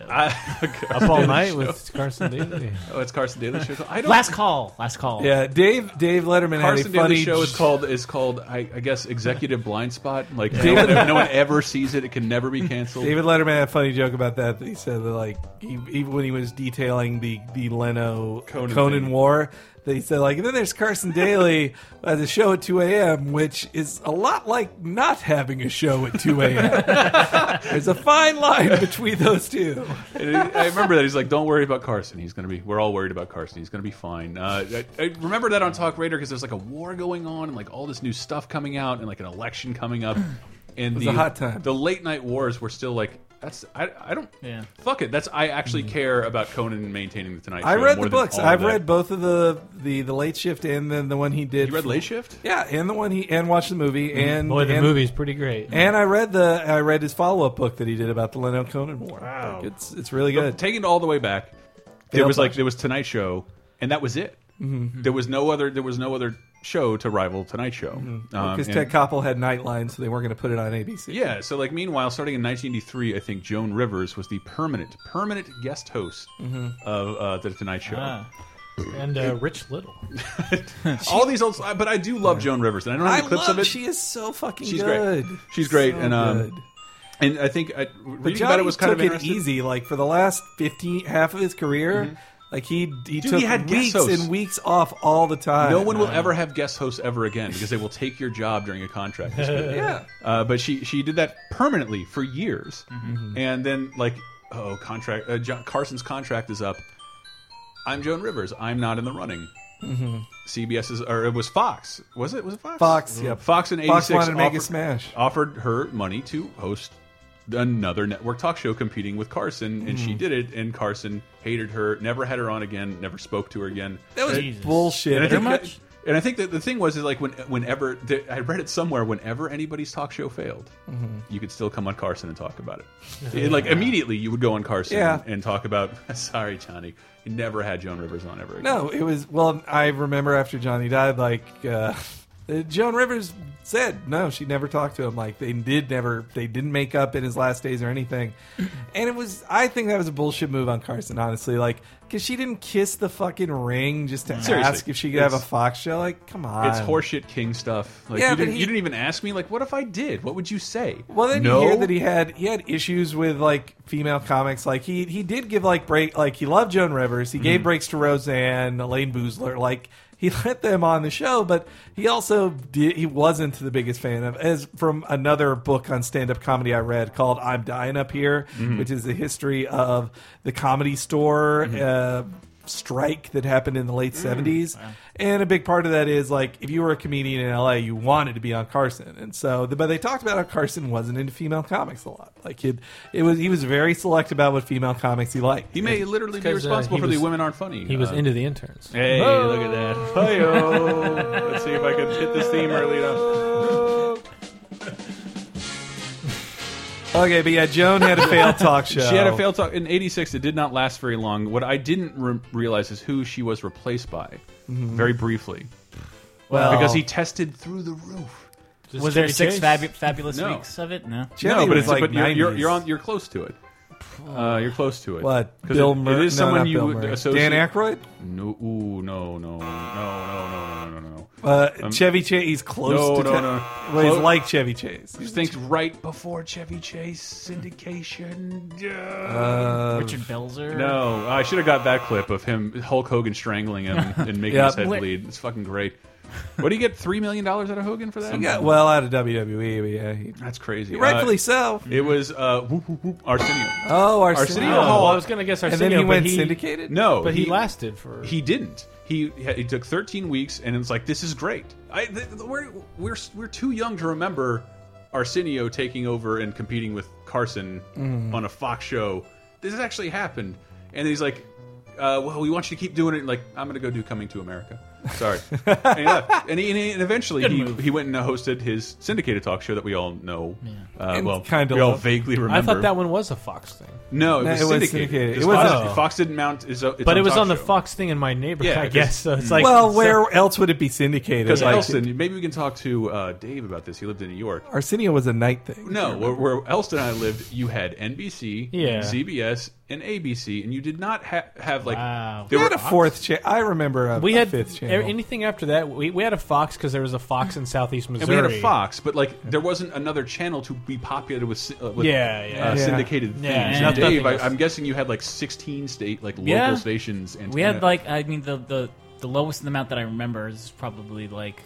Speaker 4: Up all night with Carson Daly.
Speaker 2: Oh, it's Carson Daly's show. I don't
Speaker 5: last call. Last call.
Speaker 3: Yeah, Dave Dave Letterman
Speaker 2: Carson
Speaker 3: had a funny
Speaker 2: Daly's show is called is called I, I guess executive blind spot. Like no one, no one ever sees it. It can never be canceled.
Speaker 3: David Letterman had a funny joke about that. That he said that like he, even when he was detailing the the Leno
Speaker 2: Conan
Speaker 3: Conan,
Speaker 2: thing.
Speaker 3: War, that he said like and then there's Carson Daly as a show at 2 a.m., which is a lot like not having a show at 2 a.m. there's a fine line between those two.
Speaker 2: And he- I remember that he's like, "Don't worry about Carson. He's gonna be. We're all worried about Carson. He's gonna be fine." Uh, I, I remember that on Talk Raider because there's like a war going on and like all this new stuff coming out and like an election coming up. And
Speaker 3: was
Speaker 2: the
Speaker 3: a hot time.
Speaker 2: The late night wars were still like. That's I, I don't
Speaker 5: Yeah.
Speaker 2: fuck it. That's I actually care about Conan maintaining the Tonight Show.
Speaker 3: Mm-hmm. I read
Speaker 2: more
Speaker 3: the
Speaker 2: than
Speaker 3: books.
Speaker 2: all of
Speaker 3: I've
Speaker 2: that.
Speaker 3: read both of the the the late shift and then the one he did.
Speaker 2: You read
Speaker 3: for-
Speaker 2: Late Shift?
Speaker 3: Yeah, and the one he and watched the movie
Speaker 2: Mm-hmm.
Speaker 3: and
Speaker 4: Boy, the
Speaker 3: and,
Speaker 4: movie's pretty great.
Speaker 3: And I read the I read his follow up book that he did about the Leno Conan War.
Speaker 2: Wow.
Speaker 3: Like, it's it's really
Speaker 2: But
Speaker 3: good.
Speaker 2: Taking it all the way back, there
Speaker 3: Failed
Speaker 2: was like
Speaker 3: Project.
Speaker 2: there was Tonight Show, and that was it. There was no other. There was no other show to rival Tonight Show. Um,
Speaker 3: Because
Speaker 2: and-
Speaker 3: Ted Koppel had Nightline, so they weren't going to put it on ABC.
Speaker 2: yeah, so like meanwhile, starting in 1983, I think Joan Rivers was the permanent permanent guest host of uh, the Tonight Show.
Speaker 5: Ah.
Speaker 4: and uh, Rich Little.
Speaker 2: All these old, I- but I do love Joan Rivers, and I don't have
Speaker 3: I
Speaker 2: any clips
Speaker 3: love.
Speaker 2: of it.
Speaker 3: She is so fucking
Speaker 2: She's great.
Speaker 3: good.
Speaker 2: She's great,
Speaker 3: So
Speaker 2: and um,
Speaker 3: good.
Speaker 2: and I think I,
Speaker 3: But
Speaker 2: reading
Speaker 3: Johnny
Speaker 2: about it was kind
Speaker 3: took
Speaker 2: of
Speaker 3: it
Speaker 2: interesting. Mm-hmm.
Speaker 3: easy. Like for the last fifteen half of his career, like he he took
Speaker 2: he had guest
Speaker 3: weeks
Speaker 2: hosts.
Speaker 3: and weeks off all the time.
Speaker 2: No one will ever have guest hosts ever again because they will take your job during a contract. dispute.
Speaker 3: Yeah.
Speaker 2: Uh, but she she did that permanently for years, and then like oh contract uh, John, Carson's contract is up. I'm Joan Rivers. I'm not in the running. CBS is or it was Fox. Was it was it Fox?
Speaker 3: Fox, yep.
Speaker 2: Fox in '86
Speaker 3: Fox wanted to make
Speaker 2: offered-
Speaker 3: a smash.
Speaker 2: offered her money to host another network talk show competing with Carson, and she did it. And Carson hated her, never had her on again, never spoke to her again.
Speaker 3: That was
Speaker 5: Jesus.
Speaker 2: And
Speaker 3: bullshit.
Speaker 2: I
Speaker 3: Every-
Speaker 2: think that- and I think that the thing was is like when, whenever th- I read it somewhere, whenever anybody's talk show failed,
Speaker 3: Mm-hmm.
Speaker 2: you could still come on Carson and talk about it. It- like immediately, you would go on Carson
Speaker 3: Yeah.
Speaker 2: and talk about. Sorry, Johnny, you never had Joan Rivers on ever again.
Speaker 3: No, it was. Well, I remember after Johnny died, like uh, Joan Rivers said, no, she never talked to him. Like they did never, they didn't make up in his last days or anything. And it was, I think that was a bullshit move on Carson, honestly. Like because she didn't kiss the fucking ring just to
Speaker 2: Seriously.
Speaker 3: ask if she could have a
Speaker 2: It's-
Speaker 3: Fox show. Like, come on,
Speaker 2: It's horseshit king stuff. Like
Speaker 3: Yeah,
Speaker 2: you
Speaker 3: but
Speaker 2: didn't,
Speaker 3: he-
Speaker 2: you didn't even ask me. Like, what if I did? What would you say?
Speaker 3: Well, then
Speaker 2: no.
Speaker 3: you hear that he had he had issues with like female comics. Like he he did give like break like he loved Joan Rivers. He gave breaks to Roseanne, Elaine Boozler. Like he let them on the show, but he also did, he wasn't the biggest fan of as from another book on stand up comedy I read called "I'm Dying Up Here," which is the history of the Comedy Store. Uh, strike that happened in the
Speaker 2: Mm,
Speaker 3: late 70s and a big part of that is like if you were a comedian in la you wanted to be on carson and so but they talked about how carson wasn't into female comics a lot like it, it was he was very select about what female comics he liked
Speaker 2: He may literally be
Speaker 4: because, uh,
Speaker 2: responsible
Speaker 4: he
Speaker 2: for the
Speaker 4: was-
Speaker 2: women aren't funny.
Speaker 4: He was
Speaker 2: Uh,
Speaker 4: into the interns.
Speaker 2: Hey, look at that. Hi-yo. Let's see if I can hit this theme early enough.
Speaker 3: okay but yeah joan had a failed talk show
Speaker 2: She had a failed talk in '86. It did not last very long. What I didn't re realize is who she was replaced by,
Speaker 3: Mm-hmm.
Speaker 2: very briefly,
Speaker 3: well
Speaker 2: because he tested through the roof.
Speaker 5: Was there six fabu- fabulous
Speaker 2: No.
Speaker 5: weeks of it? No.
Speaker 3: Jenny
Speaker 2: no, but
Speaker 3: was,
Speaker 2: it's
Speaker 3: like
Speaker 2: but you're, you're
Speaker 3: 90s.
Speaker 2: you're on you're close to it. Uh, you're close to it.
Speaker 3: what
Speaker 2: 'Cause
Speaker 3: bill
Speaker 2: it-
Speaker 3: murray
Speaker 2: It is someone you
Speaker 3: bill
Speaker 2: would
Speaker 3: Murray.
Speaker 2: associate.
Speaker 3: dan Aykroyd?
Speaker 2: No, ooh, no, no, no, no, no, no, no, no.
Speaker 3: Uh, chevy chase he's close
Speaker 2: Um, no,
Speaker 3: to
Speaker 2: no,
Speaker 3: Ted-
Speaker 2: no.
Speaker 3: well, he's
Speaker 2: Close-
Speaker 3: like chevy chase
Speaker 2: Just think right before Chevy Chase syndication.
Speaker 3: uh,
Speaker 5: Richard Belzer.
Speaker 2: No, I should have got that clip of him Hulk Hogan strangling him and making
Speaker 3: Yeah.
Speaker 2: his head
Speaker 5: Wait.
Speaker 2: bleed. It's fucking great. What do you get? Three million dollars out of Hogan for that?
Speaker 3: yeah, well out of wwe but yeah he,
Speaker 2: that's crazy.
Speaker 3: rightfully
Speaker 2: Uh,
Speaker 3: so
Speaker 2: it was uh, whoop, whoop, whoop, Arsenio.
Speaker 3: Oh,
Speaker 2: Arsenio
Speaker 3: Arsenio
Speaker 4: Oh,
Speaker 2: Hall.
Speaker 3: Hall.
Speaker 4: I was gonna guess
Speaker 3: And
Speaker 4: Arsenio,
Speaker 3: then he
Speaker 4: but
Speaker 3: went
Speaker 4: he,
Speaker 3: syndicated?
Speaker 2: no,
Speaker 4: but he, lasted for.
Speaker 2: He didn't. He he took 13 weeks, and it's like this is great. I th th- we're we're we're too young to remember Arsenio taking over and competing with Carson
Speaker 3: Mm-hmm.
Speaker 2: on a Fox show. This has actually happened, and he's like, uh, "Well, we want you to keep doing it." And like, I'm gonna go do Coming to America. Sorry, and he left. And, he, and, he- and eventually he, he went and hosted his syndicated talk show that we all know. Uh,
Speaker 3: And
Speaker 2: well,
Speaker 3: kinda
Speaker 2: we all
Speaker 3: love-
Speaker 2: vaguely remember.
Speaker 4: I thought that one was a Fox thing,
Speaker 2: no, it
Speaker 3: No,
Speaker 2: was
Speaker 3: it was
Speaker 2: syndicated.
Speaker 3: syndicated.
Speaker 2: Because
Speaker 3: It was-
Speaker 2: Fox,
Speaker 4: Oh.
Speaker 2: Fox didn't mount. Its, own- its
Speaker 4: but
Speaker 2: own
Speaker 4: it was
Speaker 2: talk
Speaker 4: on the
Speaker 2: show.
Speaker 4: Fox thing in my neighborhood,
Speaker 2: Yeah, Mm.
Speaker 4: I
Speaker 2: 'cause-
Speaker 4: guess. So it's like
Speaker 3: well,
Speaker 4: so-
Speaker 3: where else would it be syndicated?
Speaker 2: Because
Speaker 3: Like,
Speaker 2: Elston, maybe we can talk to uh, Dave about this. He lived in New York.
Speaker 3: Arsenio was a night thing.
Speaker 2: No, where, where Elston and I lived, you had NBC,
Speaker 4: Yeah.
Speaker 2: CBS, and ABC, and you did not ha have like
Speaker 4: Wow.
Speaker 2: there
Speaker 3: we
Speaker 2: were
Speaker 3: had a fourth. Cha- I remember a,
Speaker 4: we
Speaker 3: a
Speaker 4: had
Speaker 3: fifth
Speaker 4: a-
Speaker 3: channel.
Speaker 4: anything after that. We, we had a Fox because there was a Fox in Southeast
Speaker 2: and
Speaker 4: Missouri.
Speaker 2: we had a Fox, but like there wasn't another channel to be popular with, sy- uh, with
Speaker 4: Yeah, yeah.
Speaker 2: uh,
Speaker 3: Yeah.
Speaker 2: syndicated things.
Speaker 5: Yeah,
Speaker 2: And
Speaker 5: nothing
Speaker 2: Dave, I,
Speaker 5: else.
Speaker 2: I'm guessing you had like 16 state like local
Speaker 5: Yeah.
Speaker 2: stations. And
Speaker 5: We had like I mean the the the lowest amount that I remember is probably like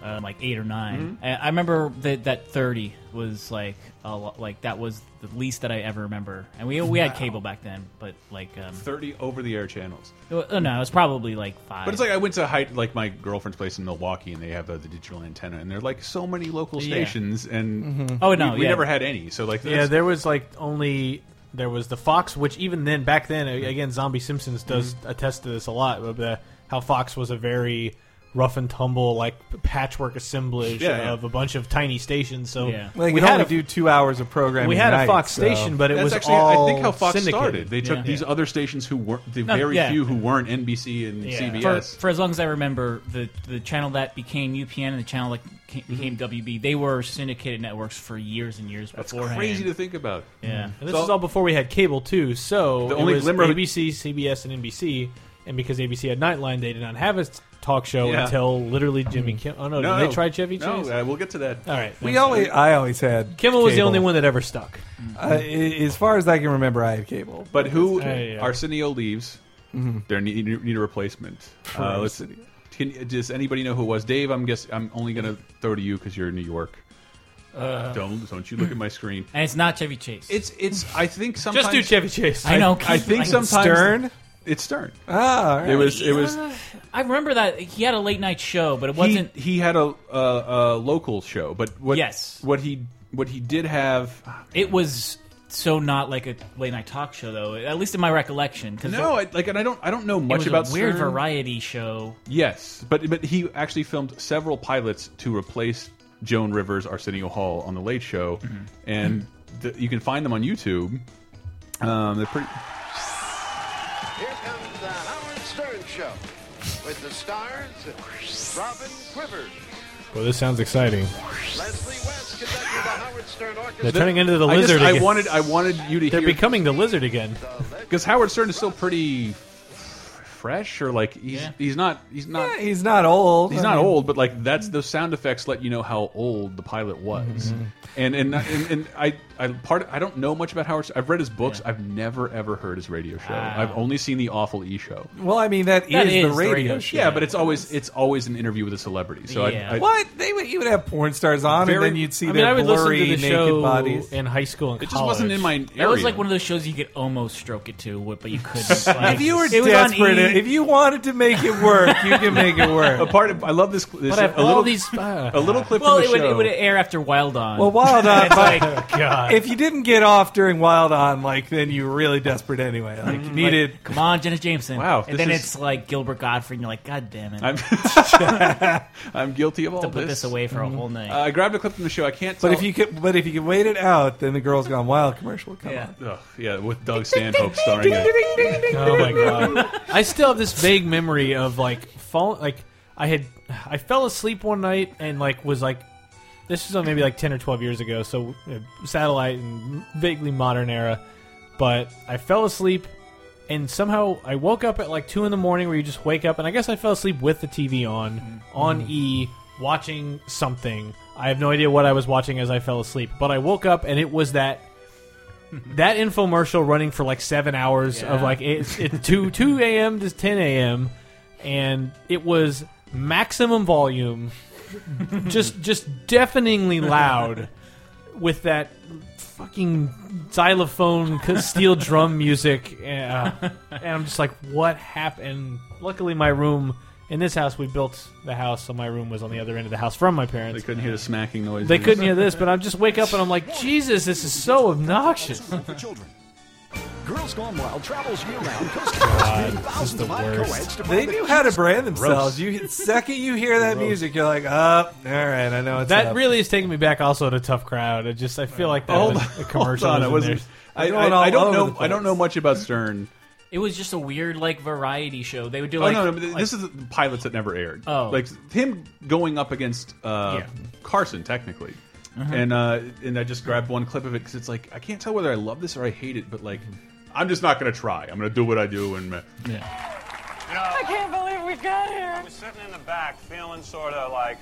Speaker 5: um, like eight or 9
Speaker 2: Mm-hmm.
Speaker 5: I, I remember that that thirty was like a lo- like that was the least that I ever remember. And we we had cable back then, but like um,
Speaker 2: 30 over-the-air channels.
Speaker 5: it wa- oh no, it was probably like five.
Speaker 2: But it's like I went to hide, like my girlfriend's place in Milwaukee, and they have uh, the digital antenna, and there are like so many local
Speaker 5: Yeah.
Speaker 2: stations, and
Speaker 5: Oh, no,
Speaker 2: we, we
Speaker 5: yeah.
Speaker 2: never had any. So like,
Speaker 4: Yeah,
Speaker 2: that's-
Speaker 4: there was like only there was the Fox, which even then
Speaker 2: Mm-hmm.
Speaker 4: back then a- again, Zombie Simpsons does attest to this a lot. But uh, how Fox was a very rough and tumble like patchwork assemblage
Speaker 2: Yeah, yeah.
Speaker 4: of a bunch of tiny stations. So
Speaker 5: Yeah.
Speaker 3: Like,
Speaker 4: we
Speaker 3: we
Speaker 4: had
Speaker 3: only
Speaker 4: a,
Speaker 3: do two hours of programming.
Speaker 4: we had
Speaker 3: a night,
Speaker 4: a Fox
Speaker 3: so-
Speaker 4: station, but it
Speaker 2: That's
Speaker 4: was
Speaker 2: actually,
Speaker 4: all
Speaker 2: I think, how Fox
Speaker 4: syndicated.
Speaker 2: started. They took
Speaker 5: Yeah.
Speaker 2: these other stations who weren't the
Speaker 5: No,
Speaker 2: very
Speaker 5: yeah.
Speaker 2: few who weren't NBC and
Speaker 4: Yeah.
Speaker 2: CBS.
Speaker 5: for, for as long as I remember, the the channel that became UPN and the channel that ca-
Speaker 2: Mm-hmm.
Speaker 5: became WB, they were syndicated networks for years and years
Speaker 2: That's
Speaker 5: beforehand.
Speaker 2: crazy to think about.
Speaker 5: Yeah.
Speaker 4: And this
Speaker 2: Mm. So-
Speaker 4: is all before we had cable too. So
Speaker 2: The
Speaker 4: the
Speaker 2: only
Speaker 4: only was
Speaker 2: glimmer of-
Speaker 4: ABC, CBS, and NBC. And because ABC had Nightline, they did not have a s- talk show
Speaker 2: Yeah.
Speaker 4: until literally Jimmy
Speaker 3: Mm.
Speaker 4: Kimmel. Oh no,
Speaker 2: No,
Speaker 4: did
Speaker 2: no.
Speaker 4: they try Chevy
Speaker 2: No,
Speaker 4: Chase?
Speaker 2: uh, we'll get to that.
Speaker 4: all right.
Speaker 3: We
Speaker 4: thanks.
Speaker 3: only, I always had
Speaker 4: Kimmel was the
Speaker 3: cable.
Speaker 4: only one that ever stuck.
Speaker 3: Uh, i- as far as I can remember, I had cable.
Speaker 2: But who?
Speaker 4: Yeah, yeah.
Speaker 2: Arsenio leaves.
Speaker 3: Mm-hmm.
Speaker 2: There need, need a replacement. Uh, let's, can, does anybody know who it was? Dave, I'm guess I'm only gonna throw to you because you're in New York.
Speaker 4: Uh,
Speaker 2: don't don't you look at my screen.
Speaker 5: And it's not Chevy Chase.
Speaker 2: It's it's. I think sometimes
Speaker 4: Just do Chevy Chase.
Speaker 5: I know.
Speaker 2: I think sometimes
Speaker 3: Stern?
Speaker 2: It's Stern.
Speaker 3: Ah, all right.
Speaker 2: It was it was.
Speaker 5: I remember that he had a late night show, but it
Speaker 2: He,
Speaker 5: wasn't.
Speaker 2: he had a, a a local show, but what?
Speaker 5: Yes. Ah,
Speaker 2: What he what he did have.
Speaker 5: it was so not like a late night talk show, though. At least in my recollection, because
Speaker 2: No, I, like, and I don't I don't know
Speaker 5: it
Speaker 2: much
Speaker 5: was
Speaker 2: about
Speaker 5: a weird
Speaker 2: Stern.
Speaker 5: variety show.
Speaker 2: Yes, but but he actually filmed several pilots to replace Joan Rivers, Arsenio Hall on the Late Show, and the, you can find them on YouTube. Um, they're pretty.
Speaker 6: Here comes the Howard Stern Show with the stars Robin Quivers,
Speaker 4: Well, this sounds exciting.
Speaker 6: Leslie West conducting the Howard Stern
Speaker 4: They're
Speaker 6: Orchestra.
Speaker 4: turning into the
Speaker 2: I just-
Speaker 4: lizard
Speaker 2: I,
Speaker 4: again.
Speaker 2: wanted I wanted you to
Speaker 4: They're
Speaker 2: hear
Speaker 4: becoming the lizard again.
Speaker 2: because Howard Stern is still pretty fresh, or like he's
Speaker 5: Yeah.
Speaker 2: he's not he's not.
Speaker 3: Yeah, ah, he's not old.
Speaker 2: He's
Speaker 3: I
Speaker 2: not
Speaker 3: mean,
Speaker 2: old, but like that's those sound effects let you know how old the pilot was. And and and, and I, I part I don't know much about Howard. Stern. I've read his books. I've never ever heard his radio show. I've only seen the awful E show.
Speaker 3: Well, I mean,
Speaker 5: That
Speaker 3: is, the
Speaker 5: is
Speaker 3: radio, show.
Speaker 2: Yeah, but it's always it's always an interview with a celebrity. So
Speaker 5: Yeah.
Speaker 2: I, I,
Speaker 3: What they would you would have porn stars on,
Speaker 2: Very-
Speaker 3: and then you'd see
Speaker 4: I mean,
Speaker 3: their
Speaker 4: I would listen
Speaker 3: blurry
Speaker 4: to the
Speaker 3: naked
Speaker 4: show
Speaker 3: bodies.
Speaker 4: in high school and
Speaker 2: It just wasn't in my area.
Speaker 5: It was like one of those shows you could almost stroke it to, but you couldn't. Like,
Speaker 3: If you were
Speaker 5: it was on
Speaker 3: desperate,
Speaker 5: E!
Speaker 3: if you wanted to make it work, you can make it
Speaker 2: a
Speaker 3: work.
Speaker 2: part of, I love this. this
Speaker 4: But I have
Speaker 2: a
Speaker 4: all
Speaker 2: little
Speaker 4: these. Uh,
Speaker 2: a little clip
Speaker 5: well,
Speaker 2: from the
Speaker 5: it would,
Speaker 2: show.
Speaker 5: it would air after Wild On.
Speaker 3: Well, Wild On, but
Speaker 4: Oh, God.
Speaker 3: if you didn't get off during Wild On, like then you were really desperate anyway. Like
Speaker 2: Mm-hmm.
Speaker 3: you
Speaker 5: Like,
Speaker 3: needed.
Speaker 5: come on, Jenna Jameson.
Speaker 2: Wow,
Speaker 5: And
Speaker 2: this
Speaker 5: then
Speaker 2: is-
Speaker 5: it's like Gilbert Godfrey, and you're like, God damn it.
Speaker 2: I'm, I'm guilty of all
Speaker 5: to put
Speaker 2: this.
Speaker 5: this away for a whole night.
Speaker 2: Uh, I grabbed a clip from the show. I can't.
Speaker 3: But
Speaker 2: tell-
Speaker 3: if you could, but if you could wait it out, then the Girls Gone Wild commercial would come
Speaker 5: Yeah.
Speaker 3: on.
Speaker 2: Ugh, yeah, with Doug Stanhope starring it.
Speaker 4: Oh my god! I still have this vague memory of like falling. Like I had, I fell asleep one night and like was like, this was maybe like ten or twelve years ago. So uh, satellite and vaguely modern era, but I fell asleep and somehow I woke up at like two in the morning. Where you just wake up and I guess I fell asleep with the TV on on E watching something. I have no idea what I was watching as I fell asleep, but I woke up and it was that that infomercial running for like seven hours of
Speaker 5: Yeah.
Speaker 4: like it's it's two two a.m. to ten a.m. and it was maximum volume, just just deafeningly loud, with that fucking xylophone c- steel drum music, uh, and I'm just like, what happened? Luckily, my room. In this house, we built the house, so my room was on the other end of the house from my
Speaker 2: They
Speaker 4: parents.
Speaker 2: couldn't hear the smacking noise.
Speaker 4: They couldn't hear this, but I just wake up and I'm like, Jesus, this is so obnoxious.
Speaker 7: for children. Girls Gone Wild travels year-round, coast to coast, through thousands of live co-eds to
Speaker 3: They
Speaker 7: find
Speaker 3: knew
Speaker 7: the
Speaker 3: how to brand themselves.
Speaker 2: Gross.
Speaker 3: You the second you hear that music, you're like, "Up, all right, I know it's
Speaker 4: That
Speaker 3: up.
Speaker 4: really is taking me back. Also, to tough crowd. I just I feel like that
Speaker 2: Oh, Hold
Speaker 4: was
Speaker 2: on,
Speaker 4: a
Speaker 2: hold
Speaker 4: commercial
Speaker 2: on. I
Speaker 4: was in
Speaker 2: wasn't. I,
Speaker 3: They're going
Speaker 2: I, I
Speaker 3: all
Speaker 2: don't know.
Speaker 3: over the
Speaker 2: I don't know much about Stern.
Speaker 5: it was just a weird like variety show. They would do
Speaker 2: Oh
Speaker 5: like,
Speaker 2: no, no! but
Speaker 5: like-
Speaker 2: This is the pilots that never aired.
Speaker 5: Oh.
Speaker 2: like him going up against uh,
Speaker 5: Yeah.
Speaker 2: Carson technically,
Speaker 3: Uh-huh.
Speaker 2: and uh, and I just grabbed one clip of it because it's like I can't tell whether I love this or I hate it, but like I'm just not gonna try. I'm gonna do what I do and uh,
Speaker 8: I can't believe we got here.
Speaker 9: was sitting in the back feeling sort of like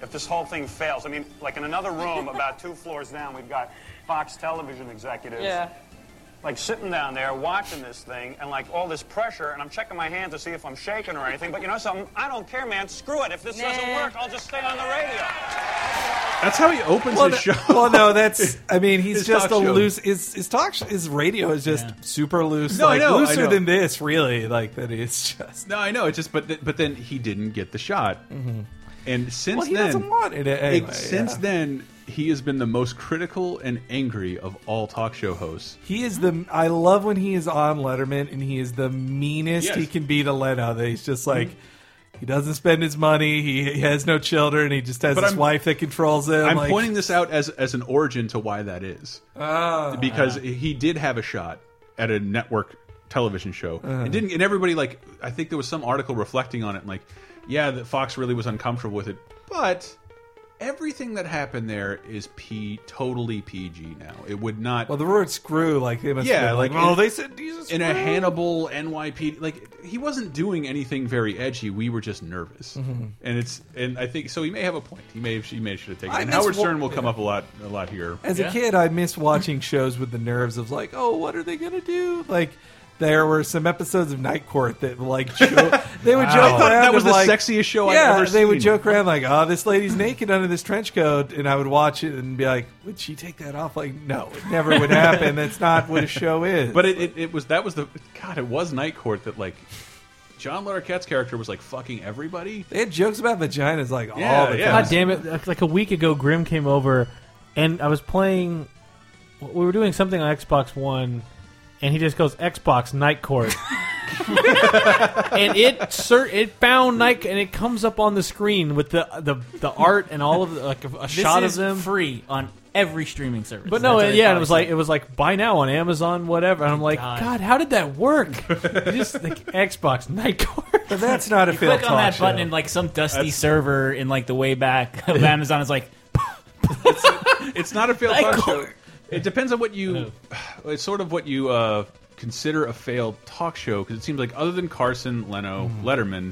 Speaker 9: if this whole thing fails. I mean, like in another room about two floors down, we've got Fox television executives.
Speaker 8: Yeah.
Speaker 9: Like sitting down there watching this thing and like all this pressure, and I'm checking my hand to see if I'm shaking or anything. But you know something? I don't care, man. Screw it. If this doesn't
Speaker 8: Nah.
Speaker 9: work, I'll just stay on the radio.
Speaker 2: that's how he opens
Speaker 3: Well,
Speaker 2: his
Speaker 3: no-
Speaker 2: show.
Speaker 3: well, no, that's. I mean, he's
Speaker 2: His
Speaker 3: just a
Speaker 2: talk show.
Speaker 3: loose. His, his talk, sh- his radio is just super loose.
Speaker 2: No, I
Speaker 3: like,
Speaker 2: know, I
Speaker 3: looser
Speaker 2: know.
Speaker 3: than this, really. Like that, it's just.
Speaker 2: no, I know. It's just but th but then he didn't get the shot, and since
Speaker 3: Mm-hmm. Well, he
Speaker 2: then
Speaker 3: doesn't want it anyway.
Speaker 2: it- since
Speaker 3: yeah.
Speaker 2: then he has been the most critical and angry of all talk show hosts.
Speaker 3: he is the. I love when he is on Letterman, and he is the meanest
Speaker 2: Yes. Mm-hmm.
Speaker 3: he can be to Leno. That he's just like. He doesn't spend his money. He, he has no children. He just has
Speaker 2: But
Speaker 3: his
Speaker 2: I'm-
Speaker 3: wife that controls him.
Speaker 2: I'm
Speaker 3: like,
Speaker 2: pointing this out as as an origin to why that is.
Speaker 3: Ah,
Speaker 2: because he did have a shot at a network television show.
Speaker 3: Uh-huh.
Speaker 2: and didn't and everybody like I think there was some article reflecting on it and like yeah, that Fox really was uncomfortable with it. But everything that happened there is P totally PG now. It would not
Speaker 3: Well, the word "screw" like they must
Speaker 2: Yeah,
Speaker 3: have been like,
Speaker 2: like,
Speaker 3: oh,
Speaker 2: in-
Speaker 3: they said Jesus.
Speaker 2: in a Hannibal NYPD like he wasn't doing anything very edgy. We were just nervous,
Speaker 3: Mm-hmm.
Speaker 2: and it's and I think so. He may have a point. He may have, he may should have taken.
Speaker 3: I
Speaker 2: it. And
Speaker 3: miss
Speaker 2: Howard
Speaker 3: Wa-
Speaker 2: Stern will come up a lot a lot here.
Speaker 3: As
Speaker 5: Yeah.
Speaker 3: a kid, I miss watching shows with the nerves of like, oh, what are they gonna do? Like, there were some episodes of Night Court that like jo- they would joke
Speaker 2: I thought
Speaker 3: around
Speaker 2: that was
Speaker 3: of,
Speaker 2: the
Speaker 3: like-
Speaker 2: sexiest show I've
Speaker 3: yeah,
Speaker 2: ever
Speaker 3: they would
Speaker 2: seen.
Speaker 3: joke around like, oh, this lady's naked under this trench coat, and I would watch it and be like, would she take that off? Like, no, it never would happen. That's not what a show is.
Speaker 2: But it, it, it was that was the God. It was Night Court that like John Le Carre's character was like fucking everybody.
Speaker 3: they had jokes about vaginas like all
Speaker 2: Yeah,
Speaker 3: the
Speaker 2: yeah.
Speaker 3: time.
Speaker 4: God damn it! Like a week ago, Grim came over, and I was playing. We were doing something on Xbox One, and he just goes Xbox Night Court, and it sir, it found Night, and it comes up on the screen with the the, the art and all of the, like a, a
Speaker 5: This
Speaker 4: shot
Speaker 5: is
Speaker 4: of them.
Speaker 5: free on every streaming service.
Speaker 4: But no,
Speaker 5: That's
Speaker 4: yeah, and
Speaker 5: Fox
Speaker 4: it was like
Speaker 5: said.
Speaker 4: it was like buy now on Amazon, whatever. And I'm like, God,
Speaker 5: God.
Speaker 4: how did that work? You just like Xbox Night Court.
Speaker 3: But that's not a failed
Speaker 5: click on that
Speaker 3: talk
Speaker 5: button
Speaker 3: show.
Speaker 5: and like some dusty server in like the way back of Amazon is like
Speaker 2: It's not a failed
Speaker 5: Night
Speaker 2: talk
Speaker 5: Court.
Speaker 2: show. It depends on what you. It's sort of what you uh, consider a failed talk show because it seems like other than Carson, Leno, Letterman,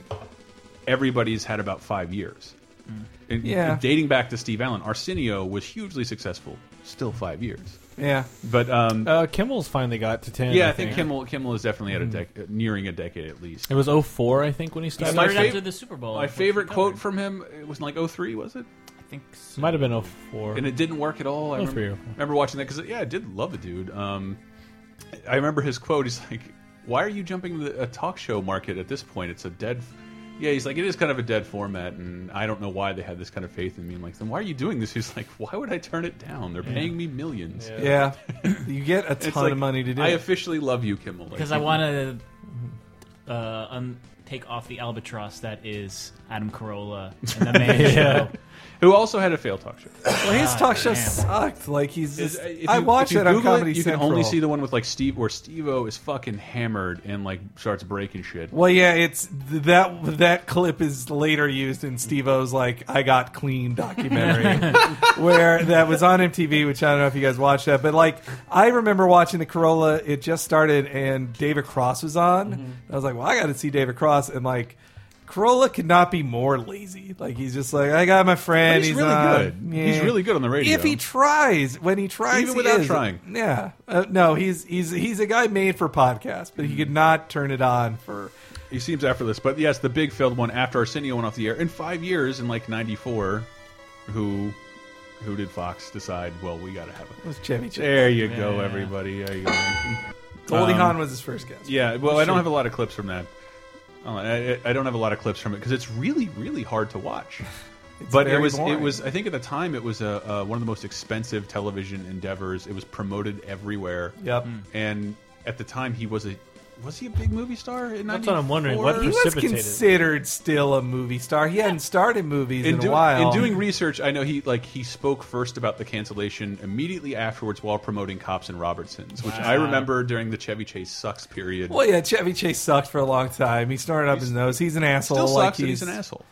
Speaker 2: everybody's had about five years. And
Speaker 3: Yeah.
Speaker 2: dating back to Steve Allen, Arsenio was hugely successful, still five years.
Speaker 3: yeah.
Speaker 2: But um,
Speaker 4: Uh, Kimmel's finally got to ten.
Speaker 2: yeah, I think Kimmel Kimmel is definitely at a dec nearing a decade at least.
Speaker 4: it was 04, I think, when he started.
Speaker 2: my
Speaker 5: started
Speaker 2: fav-
Speaker 5: after the Super Bowl.
Speaker 2: My
Speaker 5: which we
Speaker 2: favorite quote
Speaker 5: covered.
Speaker 2: from him it was in like 03, was it?
Speaker 5: I think so.
Speaker 4: Might have been 04.
Speaker 2: and it didn't work at all. I
Speaker 4: Good
Speaker 2: remember,
Speaker 4: for you.
Speaker 2: remember watching that because yeah, I did love the dude. Um, I remember his quote. He's like, "Why are you jumping the, a talk show market at this point? It's a dead." f- Yeah, he's like, "It is kind of a dead format, and I don't know why they have this kind of faith in me." I'm like, then why are you doing this? He's like, "Why would I turn it down? They're paying me millions.
Speaker 3: Yeah, you get a ton
Speaker 2: like,
Speaker 3: of money to do.
Speaker 2: I
Speaker 3: it.
Speaker 2: officially love you, Kimmel. Like,
Speaker 5: because I want to uh, un- take off the albatross that is Adam Carolla and the Man Show.
Speaker 2: who also had a failed talk show.
Speaker 3: Well, his talk show
Speaker 5: damn.
Speaker 3: sucked. Like he's
Speaker 2: Ah, Is- uh,
Speaker 3: just,
Speaker 2: if
Speaker 3: I
Speaker 2: you-
Speaker 3: watched
Speaker 2: if you
Speaker 3: it on
Speaker 2: Google
Speaker 3: Comedy
Speaker 2: You
Speaker 3: Central.
Speaker 2: can only see the one with like Steve, where Steve-O is fucking hammered and like starts breaking shit.
Speaker 3: well, yeah, it's th- that that clip is later used in Steve-O's like I got clean documentary, where that was on MTV. Which I don't know if you guys watched that, but like I remember watching the Corolla. It just started, and David Cross was on.
Speaker 2: Mm-hmm.
Speaker 3: I was like, well, I got to see David Cross, and like. Corolla could not be more lazy. Like he's just like I got my friend.
Speaker 2: But he's really
Speaker 3: on.
Speaker 2: good.
Speaker 3: Yeah.
Speaker 2: He's really good on the radio.
Speaker 3: If he tries, when he tries,
Speaker 2: Even
Speaker 3: he
Speaker 2: without
Speaker 3: is.
Speaker 2: trying.
Speaker 3: Yeah, uh, no, he's he's he's a guy made for podcasts, but he
Speaker 2: Mm-hmm.
Speaker 3: could not turn it on for.
Speaker 2: He seems effortless, but yes, the big failed one after Arsenio went off the air in five years in like '94. Who, who did Fox decide? Well, we gotta have it.
Speaker 3: It was Chevy Chase.
Speaker 2: There you go, everybody. There you go.
Speaker 3: Goldie
Speaker 2: Um,
Speaker 3: Hawn was his first guest.
Speaker 2: Yeah. Well, I don't have a lot of clips from that. Oh, I, I- I don't have a lot of clips from it because it's really, really hard to watch. but it
Speaker 3: very
Speaker 2: was
Speaker 3: boring.
Speaker 2: it was I think at the time it was a, uh, one of the most expensive television endeavors. It was promoted everywhere.
Speaker 3: Yep.
Speaker 2: And at the time, he was a was he a big movie star? In
Speaker 4: That's what I'm wondering. What
Speaker 2: 94?
Speaker 3: He was
Speaker 4: Precipitated.
Speaker 3: considered still a movie star. He hadn't starred in movies in,
Speaker 2: in, do-
Speaker 3: a while.
Speaker 2: in doing research, I know he like he spoke first about the cancellation immediately afterwards while promoting Cops and Robertsons, which I remember during the Chevy Chase sucks period.
Speaker 3: Uh-huh. well, yeah, Chevy Chase sucked for a long time. He snorted up his nose. He's an asshole.
Speaker 2: Still
Speaker 3: like
Speaker 2: sucks and he's
Speaker 3: he's,
Speaker 2: an asshole.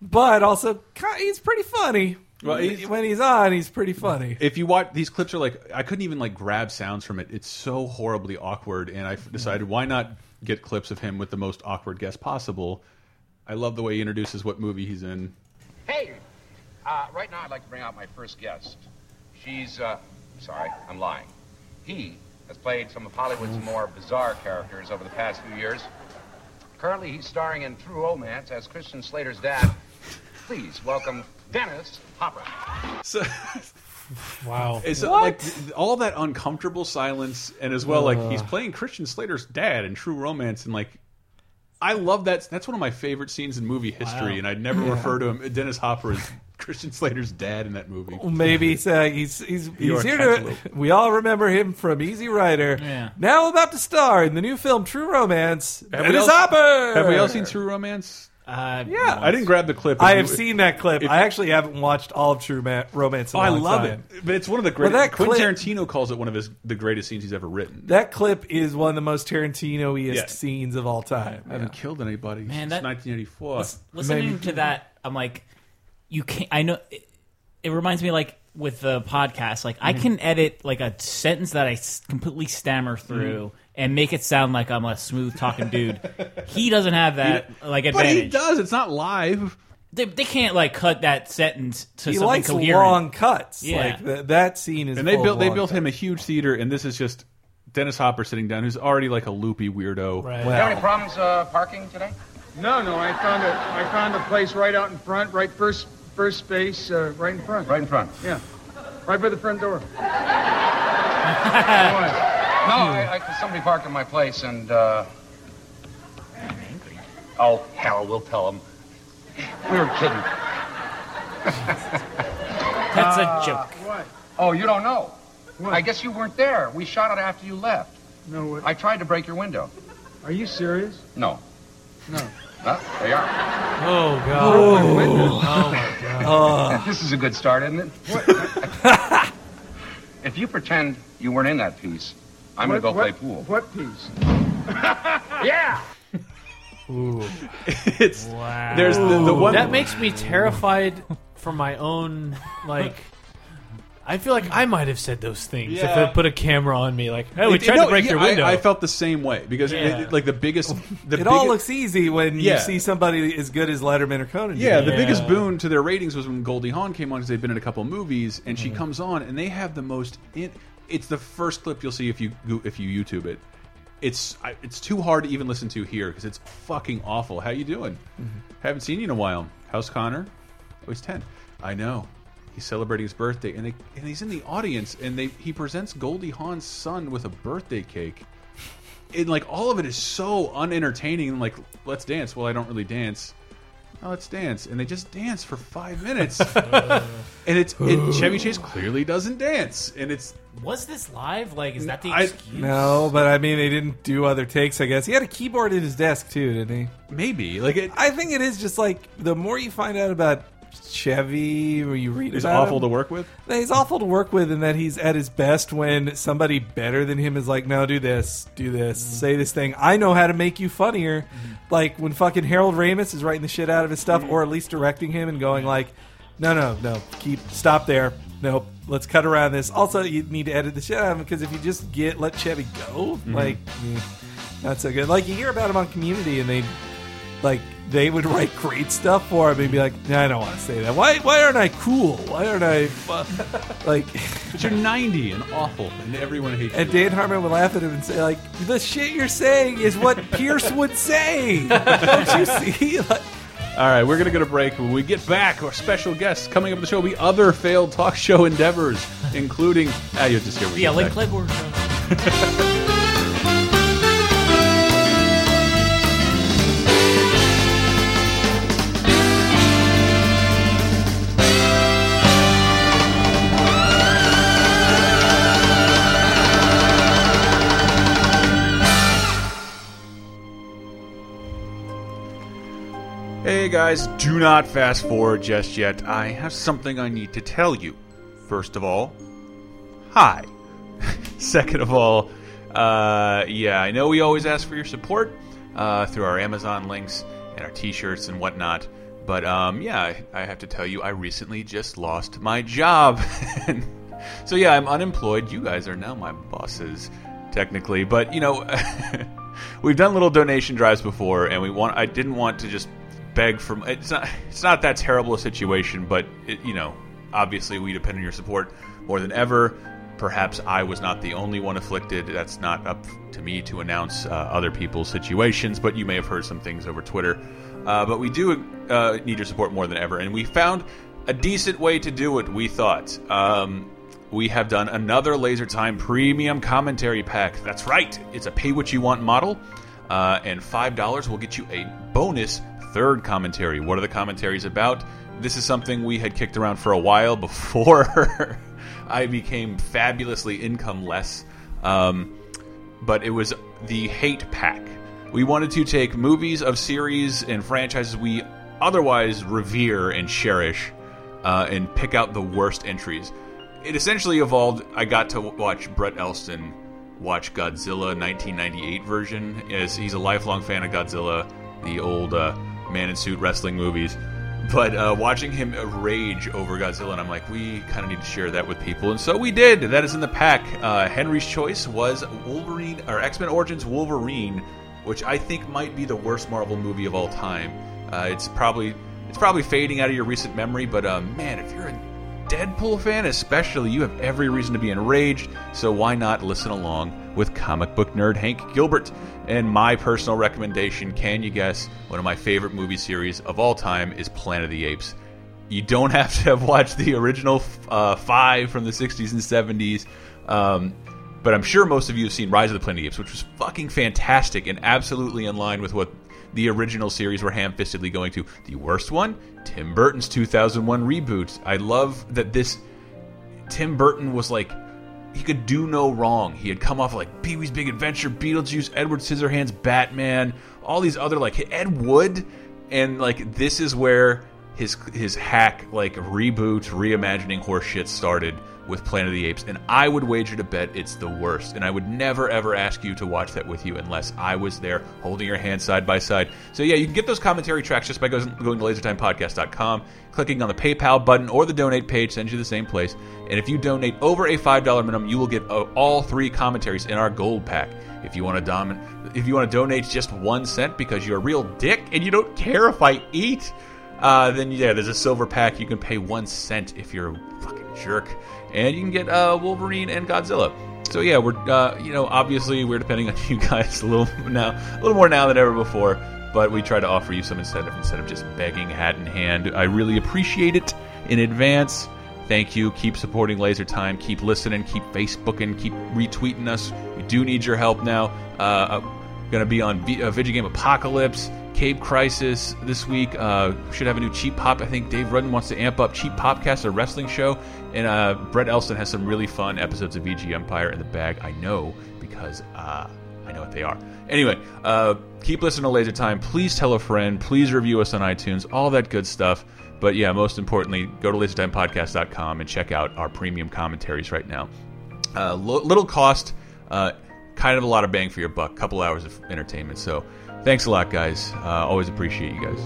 Speaker 3: But also, ki- he's pretty funny.
Speaker 2: Well, he's-
Speaker 3: when he's on, he's pretty funny.
Speaker 2: If you watch these clips, are like I couldn't even like grab sounds from it. It's so horribly awkward, and I f- decided why not get clips of him with the most awkward guest possible. I love the way he introduces what movie he's in.
Speaker 10: Hey, uh, right now I'd like to bring out my first guest. She's, uh, sorry, I'm lying. He has played some of Hollywood's more bizarre characters over the past few years. Currently, he's starring in True Romance as Christian Slater's dad. Please welcome Dennis Hopper.
Speaker 2: So,
Speaker 4: Wow.
Speaker 2: it's like th- all that uncomfortable silence, and as well, like he's playing Christian Slater's dad in True Romance, and like I love that. That's one of my favorite scenes in movie history, and I'd never refer to him Dennis Hopper as Christian Slater's dad in that movie.
Speaker 3: Well, Maybe he's, uh, he's he's
Speaker 2: You're
Speaker 3: he's
Speaker 2: a
Speaker 3: here
Speaker 2: cantaloupe.
Speaker 3: to. We all remember him from Easy Rider.
Speaker 5: Yeah.
Speaker 3: Now about to star in the new film True Romance.
Speaker 2: Have
Speaker 3: Dennis
Speaker 2: we all-
Speaker 3: Hopper.
Speaker 2: Have we all seen True Romance?
Speaker 5: Uh,
Speaker 2: Yeah, I didn't grab the clip.
Speaker 3: I
Speaker 2: If
Speaker 3: have
Speaker 2: you-
Speaker 3: seen that clip.
Speaker 2: if-
Speaker 3: I actually haven't watched all of True Ma- Romance. In
Speaker 2: Oh,
Speaker 3: a
Speaker 2: I
Speaker 3: long
Speaker 2: love
Speaker 3: time.
Speaker 2: it. But it's one of the
Speaker 3: Well,
Speaker 2: greatest.
Speaker 3: that
Speaker 2: Quentin
Speaker 3: clip-
Speaker 2: Tarantino calls it one of his the greatest scenes he's ever written.
Speaker 3: That clip is one of the most Tarantino-iest
Speaker 2: Yeah.
Speaker 3: scenes of all time.
Speaker 2: I haven't killed anybody
Speaker 5: Man,
Speaker 2: since
Speaker 5: that-
Speaker 2: 1984.
Speaker 5: Lis- listening
Speaker 3: Maybe-
Speaker 5: to that, I'm like, you can't. I know. It, it reminds me like with the podcast, like
Speaker 2: Mm-hmm.
Speaker 5: I can edit like a sentence that I s- completely stammer
Speaker 2: Mm-hmm.
Speaker 5: through and make it sound like I'm a smooth talking dude. he doesn't have that like
Speaker 2: But
Speaker 5: advantage.
Speaker 2: he does. It's not live.
Speaker 5: They, they can't like cut that sentence to
Speaker 3: He
Speaker 5: something
Speaker 3: likes
Speaker 5: coherent.
Speaker 3: long cuts.
Speaker 5: Yeah.
Speaker 3: Like th- that scene is.
Speaker 2: And they
Speaker 3: full of
Speaker 2: built they
Speaker 3: long
Speaker 2: built
Speaker 3: cuts.
Speaker 2: him a huge theater, and this is just Dennis Hopper sitting down, who's already like a loopy weirdo.
Speaker 4: Right.
Speaker 10: You have any problems uh, parking today?
Speaker 11: No, no, I found a, I found a place right out in front, right first, first space, uh, right in front.
Speaker 10: Right in front.
Speaker 11: Yeah, right by the front door.
Speaker 10: No, I, I, somebody parked in my place and, uh... Oh, hell, we'll tell them. We were kidding.
Speaker 5: That's a joke.
Speaker 11: What?
Speaker 10: Oh, you don't know.
Speaker 11: What?
Speaker 10: I guess you weren't there. We shot it after you left.
Speaker 11: No, what?
Speaker 10: I tried to break your window.
Speaker 11: Are you serious?
Speaker 10: No.
Speaker 11: No.
Speaker 10: Huh? There you are.
Speaker 4: Oh god. Oh.
Speaker 10: Oh, This is a good start, isn't it? if you pretend you weren't in that piece, I'm
Speaker 11: what,
Speaker 10: going to go
Speaker 11: what,
Speaker 10: play pool.
Speaker 11: What piece?
Speaker 2: It's there's the, the one
Speaker 4: That makes me terrified for my own like. I feel like I might have said those things if
Speaker 2: Yeah.
Speaker 4: they put a camera on me. Like, hey, we
Speaker 2: It-
Speaker 4: tried
Speaker 2: no,
Speaker 4: to break
Speaker 2: yeah,
Speaker 4: your
Speaker 2: I-
Speaker 4: window.
Speaker 2: I, felt the same way because it-
Speaker 4: Yeah.
Speaker 2: it- like the biggest, the
Speaker 3: It all
Speaker 2: biggest-
Speaker 3: looks easy when
Speaker 2: Yeah.
Speaker 3: you see somebody as good as Letterman or Conan. did.
Speaker 2: Yeah, the
Speaker 4: Yeah.
Speaker 2: biggest boon to their ratings was when Goldie Hawn came on because they've been in a couple movies, and she comes on and they have the most. In, it's the first clip you'll see if you go- if you YouTube it. It's I, it's too hard to even listen to here because it's fucking awful. How you doing? Haven't seen you in a while. How's Connor? Oh, he's ten. I know. He's celebrating his birthday, and they, and he's in the audience, and they he presents Goldie Hawn's son with a birthday cake and like all of it is so unentertaining and like let's dance well i don't really dance now Oh, let's dance and they just dance for five minutes and it's it, chevy chase clearly doesn't dance and it's
Speaker 5: Was this live? Like, is that the
Speaker 2: I-
Speaker 5: excuse?
Speaker 3: No, but I mean, they didn't do other takes. I guess he had a keyboard in his desk too, didn't he?
Speaker 2: maybe like it
Speaker 3: I think it is just like the more you find out about Chevy, or you read
Speaker 2: is
Speaker 3: about
Speaker 2: awful
Speaker 3: him,
Speaker 2: to work with
Speaker 3: that He's awful to work with, and that he's at his best when somebody better than him is like, "No, do this, do this, say this thing. I know how to make you funnier." Like when fucking Harold Ramis is writing the shit out of his stuff, or at least directing him and going like, "No, no, no, keep stop there. Nope, let's cut around this." Also, you need to edit the shit out of him because if you just get let Chevy go, like, mm, not so good. Like you hear about him on Community, and they like they would write great stuff for him and be like, "Nah, I don't want to say that. Why? Why aren't I cool? Why aren't I fu- like?"
Speaker 2: but you're 90 and awful and everyone hates
Speaker 3: And
Speaker 2: you
Speaker 3: Dan Harmon would laugh at him and say, "Like the shit you're saying is what Pierce would say. Don't you see?" Like,
Speaker 2: all right we're gonna go to break when we get back our special guests coming up on the show will be other failed talk show endeavors including ah you'll just hear what
Speaker 5: Yeah, like
Speaker 2: like
Speaker 5: Clegg
Speaker 2: Hey guys, do not fast forward just yet. I have something I need to tell you. First of all, hi. Second of all, uh, yeah, I know we always ask for your support uh, through our Amazon links and our t shirts and whatnot. But um, yeah, I, I have to tell you, I recently just lost my job. so yeah, I'm unemployed. You guys are now my bosses, technically. But you know, we've done little donation drives before, and we want. I didn't want to just beg from it's not it's not that terrible a situation but it, you know obviously we depend on your support more than ever perhaps i was not the only one afflicted that's not up to me to announce uh, other people's situations but you may have heard some things over twitter uh, but we do uh, need your support more than ever and we found a decent way to do it we thought um, we have done another laser time premium commentary pack that's right it's a pay what you want model uh, and five dollars will get you a bonus third commentary. What are the commentaries about? This is something we had kicked around for a while before I became fabulously income less, um, but it was the hate pack. We wanted to take movies of series and franchises we otherwise revere and cherish uh, and pick out the worst entries. It essentially evolved. I got to watch Brett Elston watch Godzilla 1998 version. As he's a lifelong fan of Godzilla, the old uh, man in suit wrestling movies. But uh, watching him rage over Godzilla, and I'm like, we kind of need to share that with people, and so we did. That is in the pack. Uh, Henry's choice was Wolverine or X Men Origins Wolverine, which I think might be the worst Marvel movie of all time. Uh, it's probably it's probably fading out of your recent memory, but uh, man, if you're a Deadpool fan especially, you have every reason to be enraged, so why not listen along with comic book nerd Hank Gilbert? And my personal recommendation, can you guess, one of my favorite movie series of all time is Planet of the Apes. You don't have to have watched the original uh, five from the 60s and 70s, um, but I'm sure most of you have seen Rise of the Planet of the Apes, which was fucking fantastic and absolutely in line with what the original series were ham fistedly going to. The worst one? Tim Burton's 2001 reboot. I love that this. Tim Burton was like. He could do no wrong. He had come off like Pee Wee's Big Adventure, Beetlejuice, Edward Scissorhands, Batman, all these other like Ed Wood, and like this is where his his hack like reboot, reimagining horseshit started with Planet of the Apes, and I would wager to bet it's the worst. And I would never ever ask you to watch that with you unless I was there holding your hand side by side. So yeah, you can get those commentary tracks just by goes- going to lasertimepodcast.com, clicking on the PayPal button or the donate page sends you to the same place. And if you donate over a $5 minimum, you will get uh, all three commentaries in our gold pack. If you want to domin- if you want to donate just 1 cent because you're a real dick and you don't care if I eat, uh, then yeah, there's a silver pack. You can pay one cent if you're a fucking jerk, and you can get uh, Wolverine and Godzilla. So yeah, we're uh, you know obviously we're depending on you guys a little now, a little more now than ever before. But we try to offer you some incentive instead of just begging hat in hand. I really appreciate it in advance. Thank you. Keep supporting Laser Time. Keep listening. Keep Facebooking. Keep retweeting us. We do need your help now. Uh, uh, going to be on v- uh, Video Game Apocalypse, Cave Crisis this week. Uh, should have a new Cheap Pop. I think Dave Rudden wants to amp up Cheap Popcast, a wrestling show. And uh, Brett Elston has some really fun episodes of VG Empire in the bag. I know because uh, I know what they are. Anyway, uh, keep listening to Laser Time. Please tell a friend. Please review us on iTunes. All that good stuff. But yeah, most importantly, go to lasertimepodcast.com and check out our premium commentaries right now. Uh, lo- little cost. Uh, kind of a lot of bang for your buck. Couple hours of entertainment. So, thanks a lot, guys. Uh, always appreciate you guys.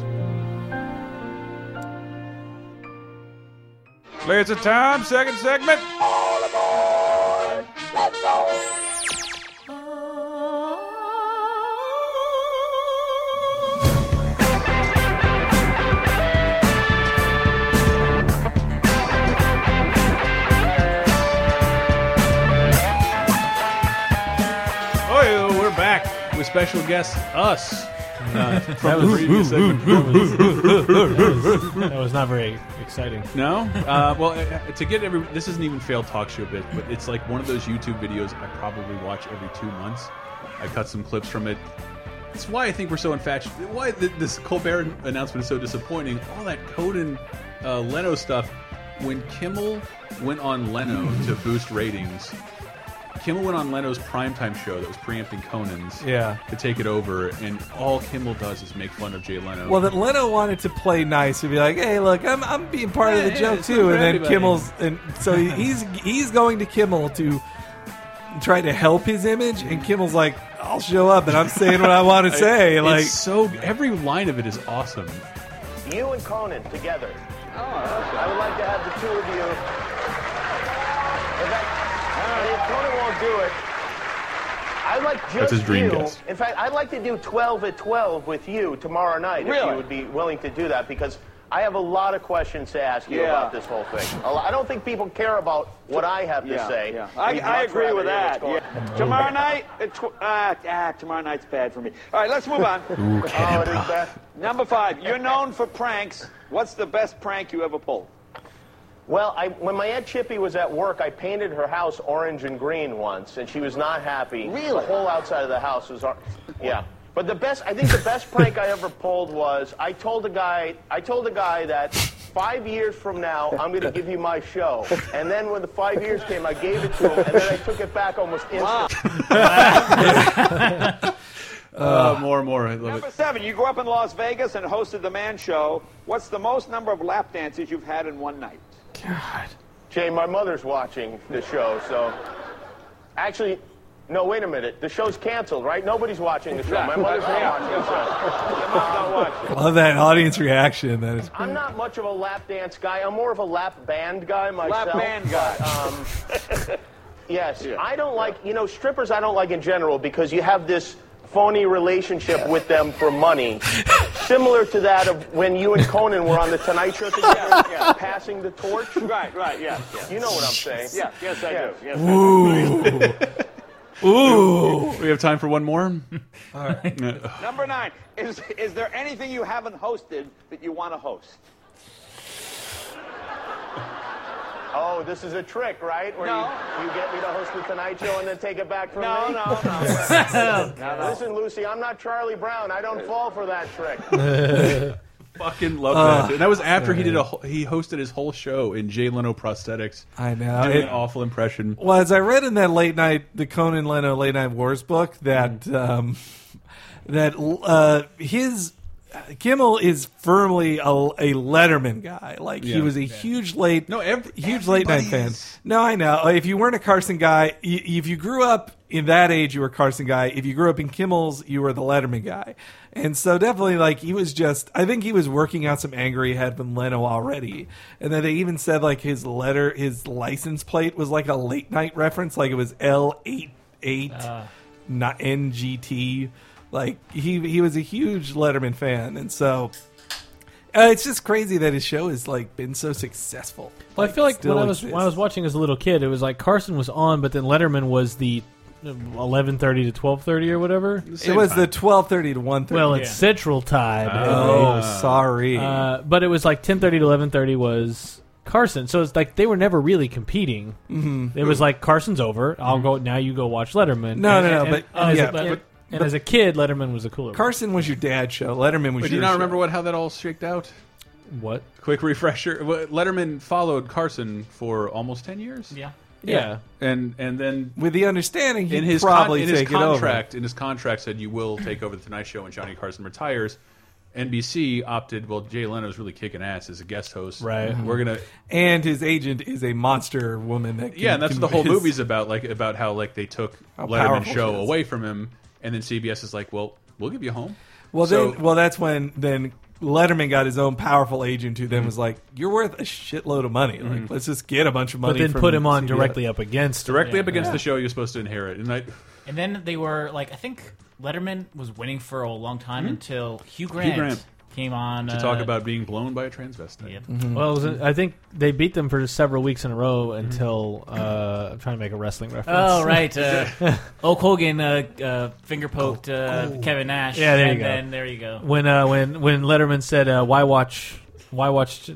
Speaker 2: Laser time, second segment. Oh, we're back with special guest us. Uh, from
Speaker 4: That was-
Speaker 2: the previous segment.
Speaker 4: That was not very exciting.
Speaker 2: No. Uh, well, uh, to get every this isn't even failed talk show bit, but it's like one of those YouTube videos I probably watch every two months. I cut some clips from it. It's why I think we're so infatuated. Why th this Colbert announcement is so disappointing. All that Conan uh, Leno stuff. When Kimmel went on Leno to boost ratings, Kimmel went on Leno's primetime show that was preempting Conan's
Speaker 3: Yeah.
Speaker 2: to take it over, and all Kimmel does is make fun of Jay Leno.
Speaker 3: Well, that Leno wanted to play nice and be like, "Hey, look, I'm, I'm being part of
Speaker 2: Yeah,
Speaker 3: the
Speaker 2: yeah,
Speaker 3: joke
Speaker 2: it's
Speaker 3: too."
Speaker 2: not
Speaker 3: And
Speaker 2: for
Speaker 3: then
Speaker 2: everybody.
Speaker 3: Kimmel's, and so he- he's he's going to Kimmel to try to help his image, and Kimmel's like, "I'll show up, and I'm saying what I want to say."
Speaker 2: It's
Speaker 3: Like,
Speaker 2: so every line of it is awesome.
Speaker 12: You and Conan together. Oh, I would like to have the two of you. In fact, and if Conan won't do it, I'd like just
Speaker 2: his dream
Speaker 12: you.
Speaker 2: guest.
Speaker 12: In fact, I'd like to do 12 at 12 with you tomorrow night if
Speaker 13: Really?
Speaker 12: you would be willing to do that because I have a lot of questions to ask you
Speaker 13: Yeah.
Speaker 12: about this whole thing. A lot- I don't think people care about what I have to
Speaker 13: Yeah,
Speaker 12: say.
Speaker 13: yeah. I,
Speaker 12: They'd
Speaker 13: I
Speaker 12: much
Speaker 13: agree
Speaker 12: rather
Speaker 13: with
Speaker 12: hear what's
Speaker 13: that.
Speaker 12: going
Speaker 13: yeah. Tomorrow night, uh, tw- ah, ah, tomorrow night's bad for me. All right, let's move on.
Speaker 12: Ooh, get Oh, it, it is bro. bad.
Speaker 13: Number five, you're known for pranks. What's the best prank you ever pulled?
Speaker 12: Well, I, when my Aunt Chippy was at work, I painted her house orange and green once, and she was not happy. Really? The whole outside of the house was orange. Yeah. But the best, I think the best prank I ever pulled was I told a guy, I told a guy that five years from now I'm going to give you my show, and then when the five years came, I gave it to him, and then I took it back almost instantly.
Speaker 2: Uh, more and more. I love
Speaker 13: Number
Speaker 2: it.
Speaker 13: seven, you grew up in Las Vegas and hosted the Man Show. What's the most number of lap dances you've had in one night?
Speaker 12: Jay, my mother's watching the show, so actually, no, wait a minute. The show's canceled, right? Nobody's watching the show. My mother's not watching the show. My mom's not watching.
Speaker 3: Love that audience reaction. That is.
Speaker 12: I'm not much of a lap dance guy. I'm more of a lap band guy myself.
Speaker 13: band guy.
Speaker 12: But, um, yes, I don't like you know strippers. I don't like in general because you have this phony relationship with them for money, similar to that of when you and Conan were on the Tonight Show together,
Speaker 13: yeah.
Speaker 12: passing the torch. Right, right, yeah, You know what I'm saying?
Speaker 13: Yeah, yes, I do. Yes,
Speaker 2: Ooh. Ooh. We have time for one more. All right.
Speaker 13: Number nine, is, is there anything you haven't hosted that you want to host?
Speaker 12: Oh, this is a trick, right? Where you, you get me to host the Tonight Show and then take it back from
Speaker 13: No,
Speaker 12: me?
Speaker 13: no, no. No, no.
Speaker 12: Listen, Lucy, I'm not Charlie Brown. I don't fall for that trick.
Speaker 2: Fucking love
Speaker 3: Ah.
Speaker 2: that. And that was after he did a whole- he hosted his whole show in Jay Leno prosthetics.
Speaker 3: I know.
Speaker 2: Doing
Speaker 3: It-
Speaker 2: an awful impression.
Speaker 3: Well, as I read in that late night, the Conan Leno late night wars book, that
Speaker 2: Mm.
Speaker 3: um, that uh, his Kimmel is firmly a, a Letterman guy. Like
Speaker 2: Yeah.
Speaker 3: he was a huge late no huge late night fan.
Speaker 2: everybody
Speaker 3: No, I know. If you weren't a Carson guy, y- if you grew up in that age, you were a Carson guy. If you grew up in Kimmel's, you were the Letterman guy. And so definitely, like he was just. I think he was working out some anger he had from Leno already. And then they even said like his letter, his license plate was like a late night reference, like it was L eight eight,
Speaker 4: Ah.
Speaker 3: not NGT. Like he he was a huge Letterman fan, and so. Uh, it's just crazy that his show has like been so successful.
Speaker 4: Well, I feel like
Speaker 3: still
Speaker 4: when I was
Speaker 3: exists.
Speaker 4: when I was watching as a little kid, it was like Carson was on, but then Letterman was the uh, eleven thirty to twelve thirty or whatever.
Speaker 3: it was the twelve thirty to one thirty.
Speaker 4: well, it's Central Time.
Speaker 3: Oh,
Speaker 4: eh?
Speaker 3: sorry.
Speaker 4: Uh, but it was like ten thirty to eleven thirty was Carson. So it's like they were never really competing.
Speaker 3: Mhm.
Speaker 4: It was like Carson's over. I'll go now. You go watch Letterman.
Speaker 3: No,
Speaker 4: And-
Speaker 3: no, no,
Speaker 4: and-
Speaker 3: but-
Speaker 4: and as a-
Speaker 3: yeah, but-
Speaker 4: and- and
Speaker 3: but-
Speaker 4: as a kid, Letterman was the cooler. one.
Speaker 3: Carson was your dad's show. Letterman was
Speaker 2: But do
Speaker 3: your.
Speaker 2: you not
Speaker 3: show.
Speaker 2: remember what how that all shaked out?
Speaker 4: What?
Speaker 2: Quick refresher. What- Letterman followed Carson for almost ten years.
Speaker 5: Yeah.
Speaker 4: Yeah.
Speaker 2: and and then
Speaker 3: with the understanding he'd
Speaker 2: in his
Speaker 3: probably
Speaker 2: in
Speaker 3: take it
Speaker 2: his
Speaker 3: over.
Speaker 2: contract in his contract said you will take over the Tonight Show when Johnny Carson retires. NBC opted. Well, Jay Leno's really kicking ass as a guest host.
Speaker 3: Right.
Speaker 2: We're gonna
Speaker 3: And his agent is a monster woman. That can
Speaker 2: yeah, and that's what the whole
Speaker 3: convince-
Speaker 2: movie's about. Like about how like they took
Speaker 3: How
Speaker 2: Letterman
Speaker 3: powerful
Speaker 2: show
Speaker 3: she is.
Speaker 2: away from him, and then CBS is like, well, we'll give you a home.
Speaker 3: Well,
Speaker 2: So-
Speaker 3: then, well, that's when then Letterman got his own powerful agent who
Speaker 2: Mm-hmm.
Speaker 3: then was like, "You're worth a shitload of money. Like,
Speaker 2: Mhm.
Speaker 3: let's just get a bunch of money."
Speaker 4: but then
Speaker 3: from
Speaker 4: put him on
Speaker 3: CBS."
Speaker 4: directly up against
Speaker 2: directly
Speaker 4: Yeah.
Speaker 2: up against the show you're supposed to inherit, and I.
Speaker 5: And then they were like, I think Letterman was winning for a long time until Hugh Grant,
Speaker 2: Mm-hmm. Grant.
Speaker 5: came on
Speaker 2: to
Speaker 5: uh,
Speaker 2: talk about being blown by a transvestite.
Speaker 3: Mm-hmm.
Speaker 4: Well, it was, I think they beat them for several weeks in a row until uh, I'm trying to make a wrestling reference.
Speaker 5: Oh right, uh, Hulk Hogan uh, uh, finger poked uh, Kevin Nash.
Speaker 4: Oh. yeah, there you
Speaker 5: and
Speaker 4: go.
Speaker 5: Then there you go.
Speaker 4: When uh, when when Letterman said, uh, "Why watch? Why watch?"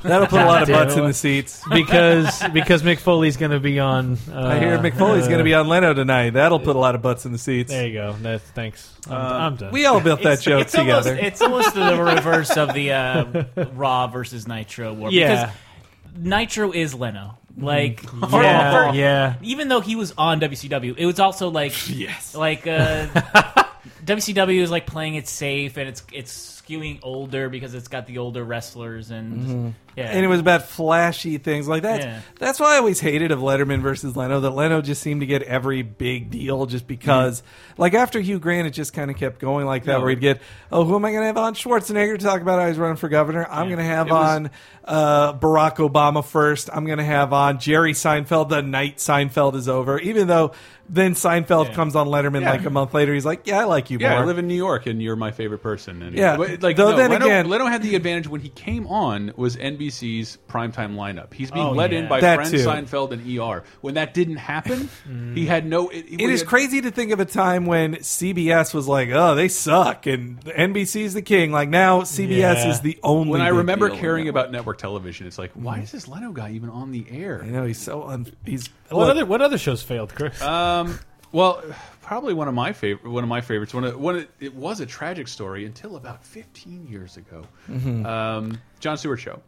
Speaker 3: That'll put a lot of
Speaker 4: Damn
Speaker 3: butts
Speaker 4: it.
Speaker 3: in the seats.
Speaker 4: because because Mick Foley's going to be on. Uh,
Speaker 3: I hear McFoley's
Speaker 4: uh,
Speaker 3: going to be on Leno tonight. That'll put a lot of butts in the seats.
Speaker 4: There you go. That's, thanks. I'm,
Speaker 3: Um,
Speaker 4: I'm done.
Speaker 3: we all built that
Speaker 5: It's-
Speaker 3: joke
Speaker 5: it's almost-
Speaker 3: together.
Speaker 5: it's almost the reverse of the uh, Raw versus Nitro war.
Speaker 4: Yeah. Mm-hmm.
Speaker 5: Because Nitro is Leno. Like
Speaker 4: Yeah, yeah.
Speaker 5: Even though he was on WCW, it was also like
Speaker 4: Yes.
Speaker 5: like uh, WCW is like playing it safe and it's it's skewing older because it's got the older wrestlers and
Speaker 4: Mm-hmm.
Speaker 5: yeah.
Speaker 3: And it was about flashy things like that.
Speaker 5: Yeah.
Speaker 3: That's why I always hated of Letterman versus Leno that Leno just seemed to get every big deal just
Speaker 2: Mm.
Speaker 3: because, like after Hugh Grant, it just kind of kept going like that.
Speaker 2: No.
Speaker 3: Where he'd get, oh, who am I going to have on Schwarzenegger to talk about how he's running for governor? I'm going to have
Speaker 2: It was-
Speaker 3: on uh, Barack Obama first. I'm going to have on Jerry Seinfeld the night Seinfeld is over. Even though then Seinfeld comes on Letterman
Speaker 2: Yeah.
Speaker 3: like a month later, he's like, yeah, I like you
Speaker 2: Yeah,
Speaker 3: more.
Speaker 2: I live in New York, and you're my favorite person. And
Speaker 3: Yeah.
Speaker 2: but, like
Speaker 3: Though
Speaker 2: no,
Speaker 3: then
Speaker 2: Leno,
Speaker 3: again-
Speaker 2: Leno had the advantage when he came on was NBC's primetime lineup. He's being
Speaker 3: Oh,
Speaker 2: led
Speaker 3: yeah.
Speaker 2: in by
Speaker 3: That
Speaker 2: Friends,
Speaker 3: too.
Speaker 2: Seinfeld, and ER. When that didn't happen,
Speaker 3: Mm.
Speaker 2: he had no. It,
Speaker 3: It is crazy to think of a time when CBS was like, "Oh, they suck," and NBC's the king. Like now, CBS
Speaker 2: Yeah.
Speaker 3: is the only.
Speaker 2: When I
Speaker 3: big
Speaker 2: remember
Speaker 3: deal in
Speaker 2: caring
Speaker 3: that.
Speaker 2: about network television, it's like, why is this Leno guy even on the air? I
Speaker 3: know he's so un. He's
Speaker 4: What
Speaker 3: look,
Speaker 4: other what other shows failed, Chris?
Speaker 2: Um, well, probably one of my favorite one of my favorites. One of, one of- it was a tragic story until about 15 years ago.
Speaker 3: Mhm.
Speaker 2: Um, John Stewart show.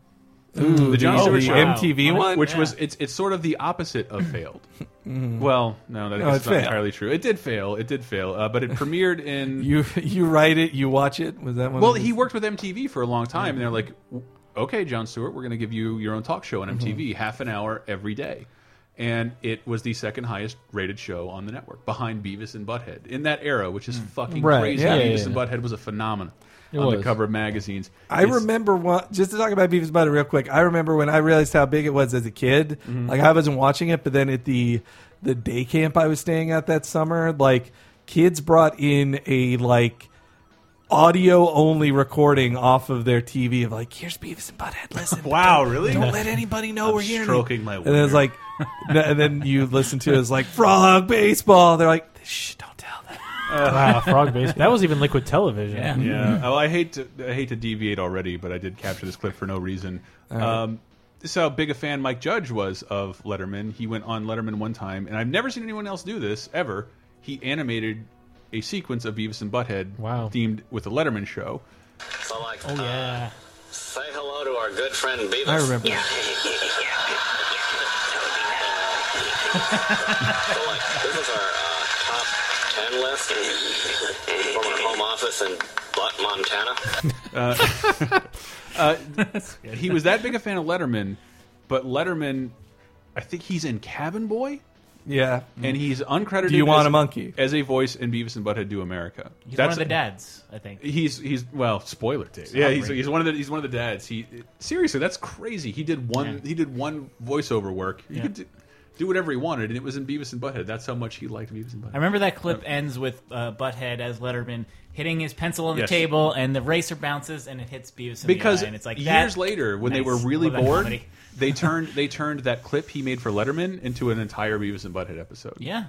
Speaker 3: Ooh,
Speaker 2: the John
Speaker 3: the-
Speaker 2: Stewart
Speaker 3: the
Speaker 2: show,
Speaker 3: MTV one?
Speaker 2: which
Speaker 3: Yeah.
Speaker 2: was it's it's sort of the opposite of failed.
Speaker 3: Mhm.
Speaker 2: Well, no, that's
Speaker 3: No,
Speaker 2: not
Speaker 3: it failed.
Speaker 2: entirely true. It did fail. It did fail, uh, but it premiered in.
Speaker 3: You you write it, you watch it. Was that one?
Speaker 2: well,
Speaker 3: of
Speaker 2: he worked with MTV for a long time,
Speaker 3: Mm-hmm.
Speaker 2: and they're like, "Okay, John Stewart, we're going to give you your own talk show on MTV,
Speaker 3: Mm-hmm.
Speaker 2: half an hour every day." And it was the second highest rated show on the network, behind Beavis and Butthead in that era, which is fucking
Speaker 3: Mm. Right,
Speaker 2: crazy.
Speaker 3: yeah, yeah,
Speaker 2: Beavis
Speaker 3: yeah.
Speaker 2: and Butthead was a phenomenon
Speaker 3: It
Speaker 2: on the
Speaker 3: was.
Speaker 2: cover of magazines.
Speaker 3: I
Speaker 2: It's-
Speaker 3: remember one, just to talk about Beavis and Butthead real quick. I remember when I realized how big it was as a kid.
Speaker 2: Mhm.
Speaker 3: Like I wasn't watching it, but then at the the day camp I was staying at that summer, like kids brought in a like audio only recording off of their TV of like here's Beavis and Butthead. Listen,
Speaker 2: wow,
Speaker 3: don't-
Speaker 2: really?
Speaker 3: Don't let anybody know
Speaker 2: I'm
Speaker 3: we're here.
Speaker 2: Stroking my.
Speaker 3: And then it's like, and then you listen to it, it's like frog baseball. They're like, shh, don't tell them.
Speaker 4: wow, frog base. That was even liquid television.
Speaker 2: Yeah. Oh, I hate to I hate to deviate already, but I did capture this clip for no reason.
Speaker 4: All right.
Speaker 2: Um, this is how big a fan Mike Judge was of Letterman. He went on Letterman one time, and I've never seen anyone else do this ever. He animated a sequence of Beavis and Butthead themed with the Letterman show.
Speaker 14: So like, oh yeah. say hello to our good friend Beavis.
Speaker 2: I remember. Yeah.
Speaker 14: so like, this is our uh, top ten list from our home office in Butt, Montana.
Speaker 2: Uh, uh, he was that big a fan of Letterman, but Letterman, I think he's in Cabin Boy.
Speaker 3: Yeah,
Speaker 2: and he's uncredited.
Speaker 3: Do you want
Speaker 2: as-
Speaker 3: a monkey?
Speaker 2: as a voice in Beavis and Butthead Do America?
Speaker 5: He's one of the dads, I think.
Speaker 2: He's he's well, spoiler tape.
Speaker 5: It's
Speaker 2: Yeah, he's,
Speaker 5: outrageous.
Speaker 2: he's one of the he's one of the dads. He seriously, that's crazy. He did one he did one voiceover work. He
Speaker 5: Yeah.
Speaker 2: could do, do whatever he wanted, and it was in Beavis and Butthead. That's how much he liked Beavis and Butthead.
Speaker 5: I remember that clip ends with uh, Butthead as Letterman hitting his pencil on the
Speaker 2: Yes.
Speaker 5: table, and the racer bounces, and it hits Beavis in
Speaker 2: because
Speaker 5: the eye, and it's like that-
Speaker 2: years later when they
Speaker 5: Nice.
Speaker 2: were really
Speaker 5: Love that
Speaker 2: bored
Speaker 5: comedy.
Speaker 2: they turned they turned that clip he made for letterman into an entire beavis and butthead episode
Speaker 5: Yeah.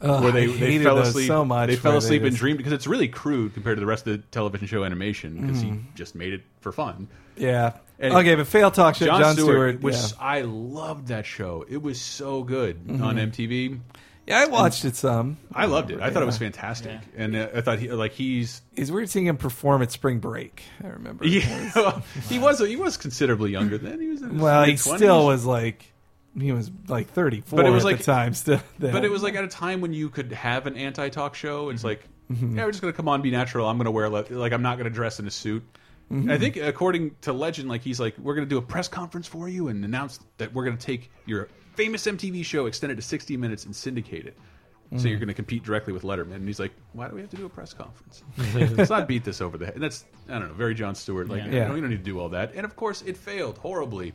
Speaker 3: Ugh,
Speaker 2: where they,
Speaker 3: I
Speaker 2: they
Speaker 3: hated
Speaker 2: fell
Speaker 3: those
Speaker 2: asleep
Speaker 3: so much
Speaker 2: they fell
Speaker 3: where they
Speaker 2: asleep and
Speaker 3: just-
Speaker 2: dreamed because it's really crude compared to the rest of the television show animation because he
Speaker 3: Mhm.
Speaker 5: Mm-hmm.
Speaker 2: just made it for fun
Speaker 3: Yeah. Okay, but Fail Talk Show, Jon Stewart,
Speaker 2: which
Speaker 3: yeah.
Speaker 2: I loved that show it was so good on
Speaker 3: Mhm.
Speaker 2: MTV
Speaker 3: Yeah, I watched it some.
Speaker 2: I loved it I thought it was
Speaker 3: Yeah.
Speaker 2: fantastic and uh, I thought he like he's
Speaker 3: It's weird seeing him perform at spring break. I remember.
Speaker 2: yeah, he was he was considerably younger then he was in his
Speaker 3: Well, he
Speaker 2: mid-twenties.
Speaker 3: still was like he was like thirty four at the time. Still, then.
Speaker 2: But it was like at a time when you could have an anti-talk show. It's like,
Speaker 3: Mhm.
Speaker 2: yeah, we're just gonna come on, be natural. I'm gonna wear le- like I'm not gonna dress in a suit.
Speaker 3: Mhm.
Speaker 2: I think according to legend, like he's like, we're gonna do a press conference for you and announce that we're gonna take your famous MTV show, extend it to 60 minutes, and syndicate it. So
Speaker 3: Mm.
Speaker 2: you're going to compete directly with Letterman, and he's like, "Why do we have to do a press conference? Let's not beat this over the head." And that's I don't know, very John Stewart. Like,
Speaker 5: Yeah.
Speaker 2: you
Speaker 5: Yeah.
Speaker 2: know, we don't need to do all that. And of course, it failed horribly.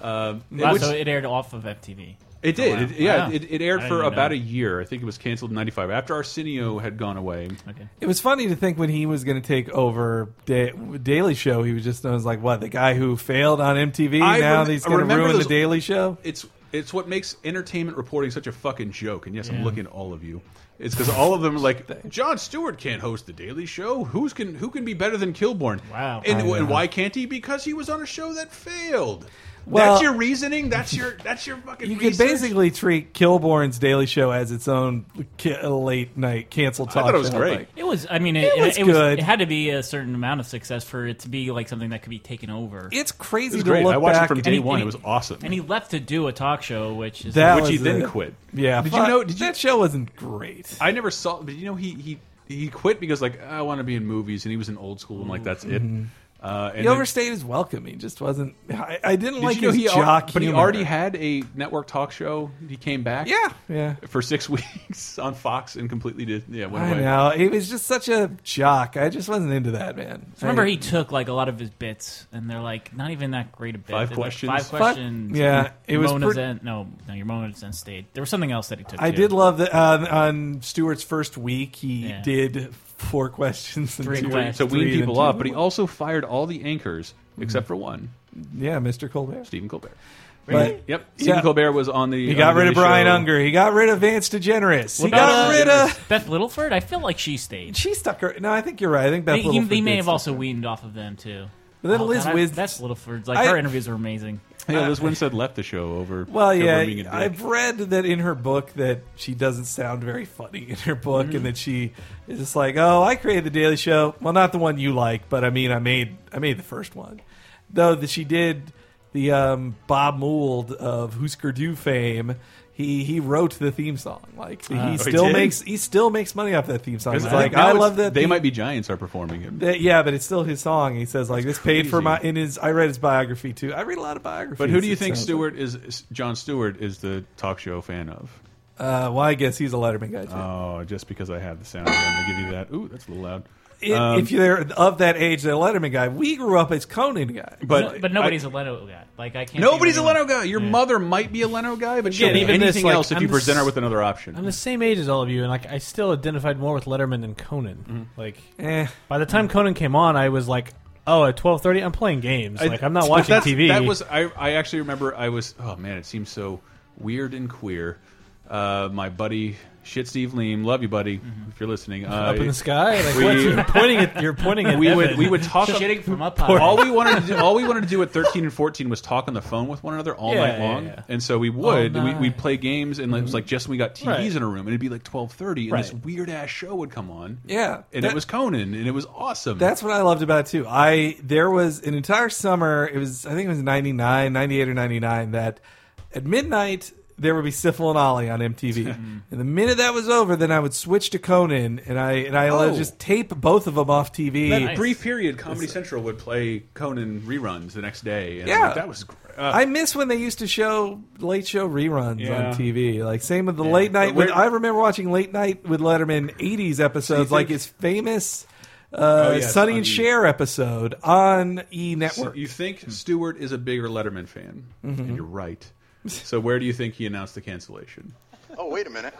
Speaker 2: Um,
Speaker 5: Wow,
Speaker 2: which-
Speaker 5: so it aired off of MTV.
Speaker 2: it
Speaker 5: for a
Speaker 2: did.
Speaker 5: while.
Speaker 2: It, yeah,
Speaker 5: Oh, Wow.
Speaker 2: it, it
Speaker 5: I
Speaker 2: aired
Speaker 5: didn't
Speaker 2: for
Speaker 5: even
Speaker 2: about
Speaker 5: know. Hmm.
Speaker 2: a year. I think it was canceled in 95 after Arsenio had gone away. Okay.
Speaker 3: It was funny to think when he was going to take over da- Daily Show, he was just known as like what the guy who failed on MTV. now he's going to ruin the Daily Show.
Speaker 2: It's it's what makes entertainment reporting such a fucking joke. And yes, I'm looking at all of you. It's because all of them are like John Stewart can't host the Daily Show. Who's can who can be better than Kilborn? Wow. And,
Speaker 3: I know.
Speaker 2: and why can't he? Because he was on a show that failed.
Speaker 3: Well-
Speaker 2: that's your reasoning. That's your that's your fucking.
Speaker 3: You could
Speaker 2: research?
Speaker 3: basically treat Kilborn's Daily Show as its own ca- late night canceled talk. show. Like,
Speaker 5: It was. I mean, it,
Speaker 3: It
Speaker 5: it,
Speaker 3: was
Speaker 5: it was-
Speaker 3: good.
Speaker 5: it had to be a certain amount of success for it to be like something that could be taken over.
Speaker 3: It's
Speaker 2: It
Speaker 3: crazy
Speaker 2: was to great. look I watched it back- from day one. It was awesome.
Speaker 5: And he left to do a talk show, which is
Speaker 2: That Which he was then it. quit.
Speaker 3: Yeah.
Speaker 2: Did
Speaker 3: fuck,
Speaker 2: you know? Did you,
Speaker 3: that show wasn't great?
Speaker 2: I never saw. But you know, he he he quit because like I want to be in movies, and he was in old school, and like that's it.
Speaker 3: Mhm.
Speaker 2: Uh, and
Speaker 3: He
Speaker 2: then-
Speaker 3: overstayed his welcome. He just wasn't. I, I didn't
Speaker 2: Did
Speaker 3: like
Speaker 2: you know
Speaker 3: his
Speaker 2: he al-
Speaker 3: jock
Speaker 2: but he
Speaker 3: humor.
Speaker 2: already had a network talk show. He came back.
Speaker 3: Yeah, yeah.
Speaker 2: For six weeks on Fox and completely did. Yeah, went
Speaker 3: I
Speaker 2: away.
Speaker 3: know he was just such a jock. I just wasn't into that man.
Speaker 5: Just remember,
Speaker 3: I-
Speaker 5: he took like a lot of his bits, and they're like not even that great a bit.
Speaker 2: Five
Speaker 5: They're, like,
Speaker 2: questions?
Speaker 5: Five
Speaker 2: Fuck.
Speaker 5: questions.
Speaker 3: Yeah, it was
Speaker 5: Mona's
Speaker 3: pretty-
Speaker 5: End- No, no, your Mona's End stayed. There was something else that he took.
Speaker 3: I
Speaker 5: too.
Speaker 3: did love that uh, on Stewart's first week. He
Speaker 5: Yeah.
Speaker 3: did four questions, and
Speaker 5: Three
Speaker 3: two,
Speaker 5: questions.
Speaker 2: to wean
Speaker 3: three and
Speaker 2: people
Speaker 3: two.
Speaker 2: off, but he also fired all the anchors
Speaker 3: Mm-hmm.
Speaker 2: except for one,
Speaker 3: yeah, Mr. Colbert,
Speaker 2: Stephen Colbert.
Speaker 3: But-
Speaker 2: yep, Stephen
Speaker 3: Yeah.
Speaker 2: Colbert was on the.
Speaker 3: He
Speaker 2: on
Speaker 3: got
Speaker 2: the
Speaker 3: rid of
Speaker 2: Daily
Speaker 3: Brian
Speaker 2: Show.
Speaker 3: Unger. He got rid of Vance DeGeneres.
Speaker 5: What
Speaker 3: he
Speaker 5: about,
Speaker 3: got
Speaker 5: uh,
Speaker 3: rid of.
Speaker 5: Beth Littleford. I feel like she stayed.
Speaker 3: She stuck her. No, I think you're right. I think Beth
Speaker 5: They, he-
Speaker 3: Littleford
Speaker 5: they may
Speaker 3: did
Speaker 5: have
Speaker 3: stuff.
Speaker 5: also weaned off of them too.
Speaker 3: But then
Speaker 5: Oh,
Speaker 3: Liz
Speaker 5: God, I-
Speaker 3: Wiz-
Speaker 5: Beth Littleford's like
Speaker 3: I-
Speaker 5: her interviews were amazing.
Speaker 2: Yeah, Liz Winstead left the show over.
Speaker 3: Well,
Speaker 2: over
Speaker 3: yeah,
Speaker 2: being a dick.
Speaker 3: I've read that in her book that she doesn't sound very funny in her book,
Speaker 2: Mm.
Speaker 3: and that she is just like, "Oh, I created the Daily Show. Well, not the one you like, but I mean, I made I made the first one." Though that she did the um, Bob Mould of Husker Du fame. He he wrote the theme song. Like he
Speaker 2: Oh, he
Speaker 3: still
Speaker 2: did?
Speaker 3: makes he still makes money off that theme song.
Speaker 2: Because
Speaker 3: It's
Speaker 2: I
Speaker 3: like
Speaker 2: think now
Speaker 3: I
Speaker 2: it's
Speaker 3: love that.
Speaker 2: They
Speaker 3: theme-
Speaker 2: might be giants are performing him.
Speaker 3: that- yeah, but it's still his song. He says like this paid for
Speaker 2: crazy.
Speaker 3: my in his. I read his biography too. I read a lot of biographies.
Speaker 2: But who do you
Speaker 3: It
Speaker 2: think
Speaker 3: sounds-
Speaker 2: Stewart is, is? John Stewart is the talk show fan of?
Speaker 3: Uh, well, I guess he's a Letterman guy too.
Speaker 2: Oh, just because I have the sound, I'm gonna give you that. Ooh, that's a little loud.
Speaker 3: If-
Speaker 2: Um,
Speaker 3: if you're of that age, that Letterman guy, we grew up as Conan guy.
Speaker 2: But-
Speaker 5: But nobody's a Leto guy. Like I can't.
Speaker 2: Nobody's
Speaker 5: think
Speaker 2: a
Speaker 5: of anyone-
Speaker 2: Leno guy. Your mother might be a Leno guy, but she'll be
Speaker 4: even this,
Speaker 2: anything
Speaker 4: like,
Speaker 2: else if
Speaker 4: I'm
Speaker 2: you
Speaker 4: the
Speaker 2: present her
Speaker 4: s-
Speaker 2: with another option.
Speaker 4: I'm the same age as all of you, and like I still identified more with Letterman than Conan. Like, by the time Conan came on, I was like, oh, at 12:30, I'm playing games.
Speaker 2: I-
Speaker 4: like, I'm not
Speaker 2: but
Speaker 4: watching
Speaker 2: that's-
Speaker 4: TV.
Speaker 2: That was I. I actually remember I was. Oh man, it seems so weird and queer. Uh, my buddy shit Steve Leem, love you, buddy. If you're listening, uh,
Speaker 4: Mm-hmm. Up in the sky? Like, what? You're pointing at- you're pointing at
Speaker 2: We would
Speaker 4: heaven.
Speaker 2: we would talk
Speaker 4: Shitting from up high.
Speaker 2: All we wanted to do, all we wanted to do at 13 and 14 was talk on the phone with one another all
Speaker 4: Yeah,
Speaker 2: night
Speaker 4: yeah,
Speaker 2: long,
Speaker 4: yeah. Mm-hmm.
Speaker 2: and so we would we, we'd play games, and it was like just when we got TVs
Speaker 4: Right.
Speaker 2: in a room, and it'd be like 12:30, and this
Speaker 3: Right.
Speaker 2: weird ass show would come on,
Speaker 3: Yeah.
Speaker 2: and it
Speaker 3: That-
Speaker 2: was Conan, and it was awesome.
Speaker 3: That's what I loved about it too. I there was an entire summer. It was I think it was 99, 98 or ninety nine that at midnight there would be Syphil and Ollie on MTV. and the minute that was over, then I would switch to Conan and I and I would
Speaker 2: Oh.
Speaker 3: just tape both of them off TV.
Speaker 2: That brief period, Comedy Central would play Conan reruns the next day. And
Speaker 3: Yeah.
Speaker 2: that was uh, great.
Speaker 4: uh,
Speaker 3: I miss when they used to show late show reruns
Speaker 2: Yeah.
Speaker 3: on TV. Like same with the late night.
Speaker 2: But
Speaker 3: With,
Speaker 2: where-
Speaker 3: I remember watching late night with Letterman '80s episodes, like
Speaker 2: think-
Speaker 3: his famous uh,
Speaker 2: Oh, yes,
Speaker 3: Sonny
Speaker 2: on
Speaker 3: and
Speaker 2: E!
Speaker 3: Cher episode on E Network.
Speaker 2: you think Stewart is a bigger Letterman fan,
Speaker 3: Mhm.
Speaker 2: and you're right. So where do you think he announced the cancellation?
Speaker 6: Oh, wait a minute.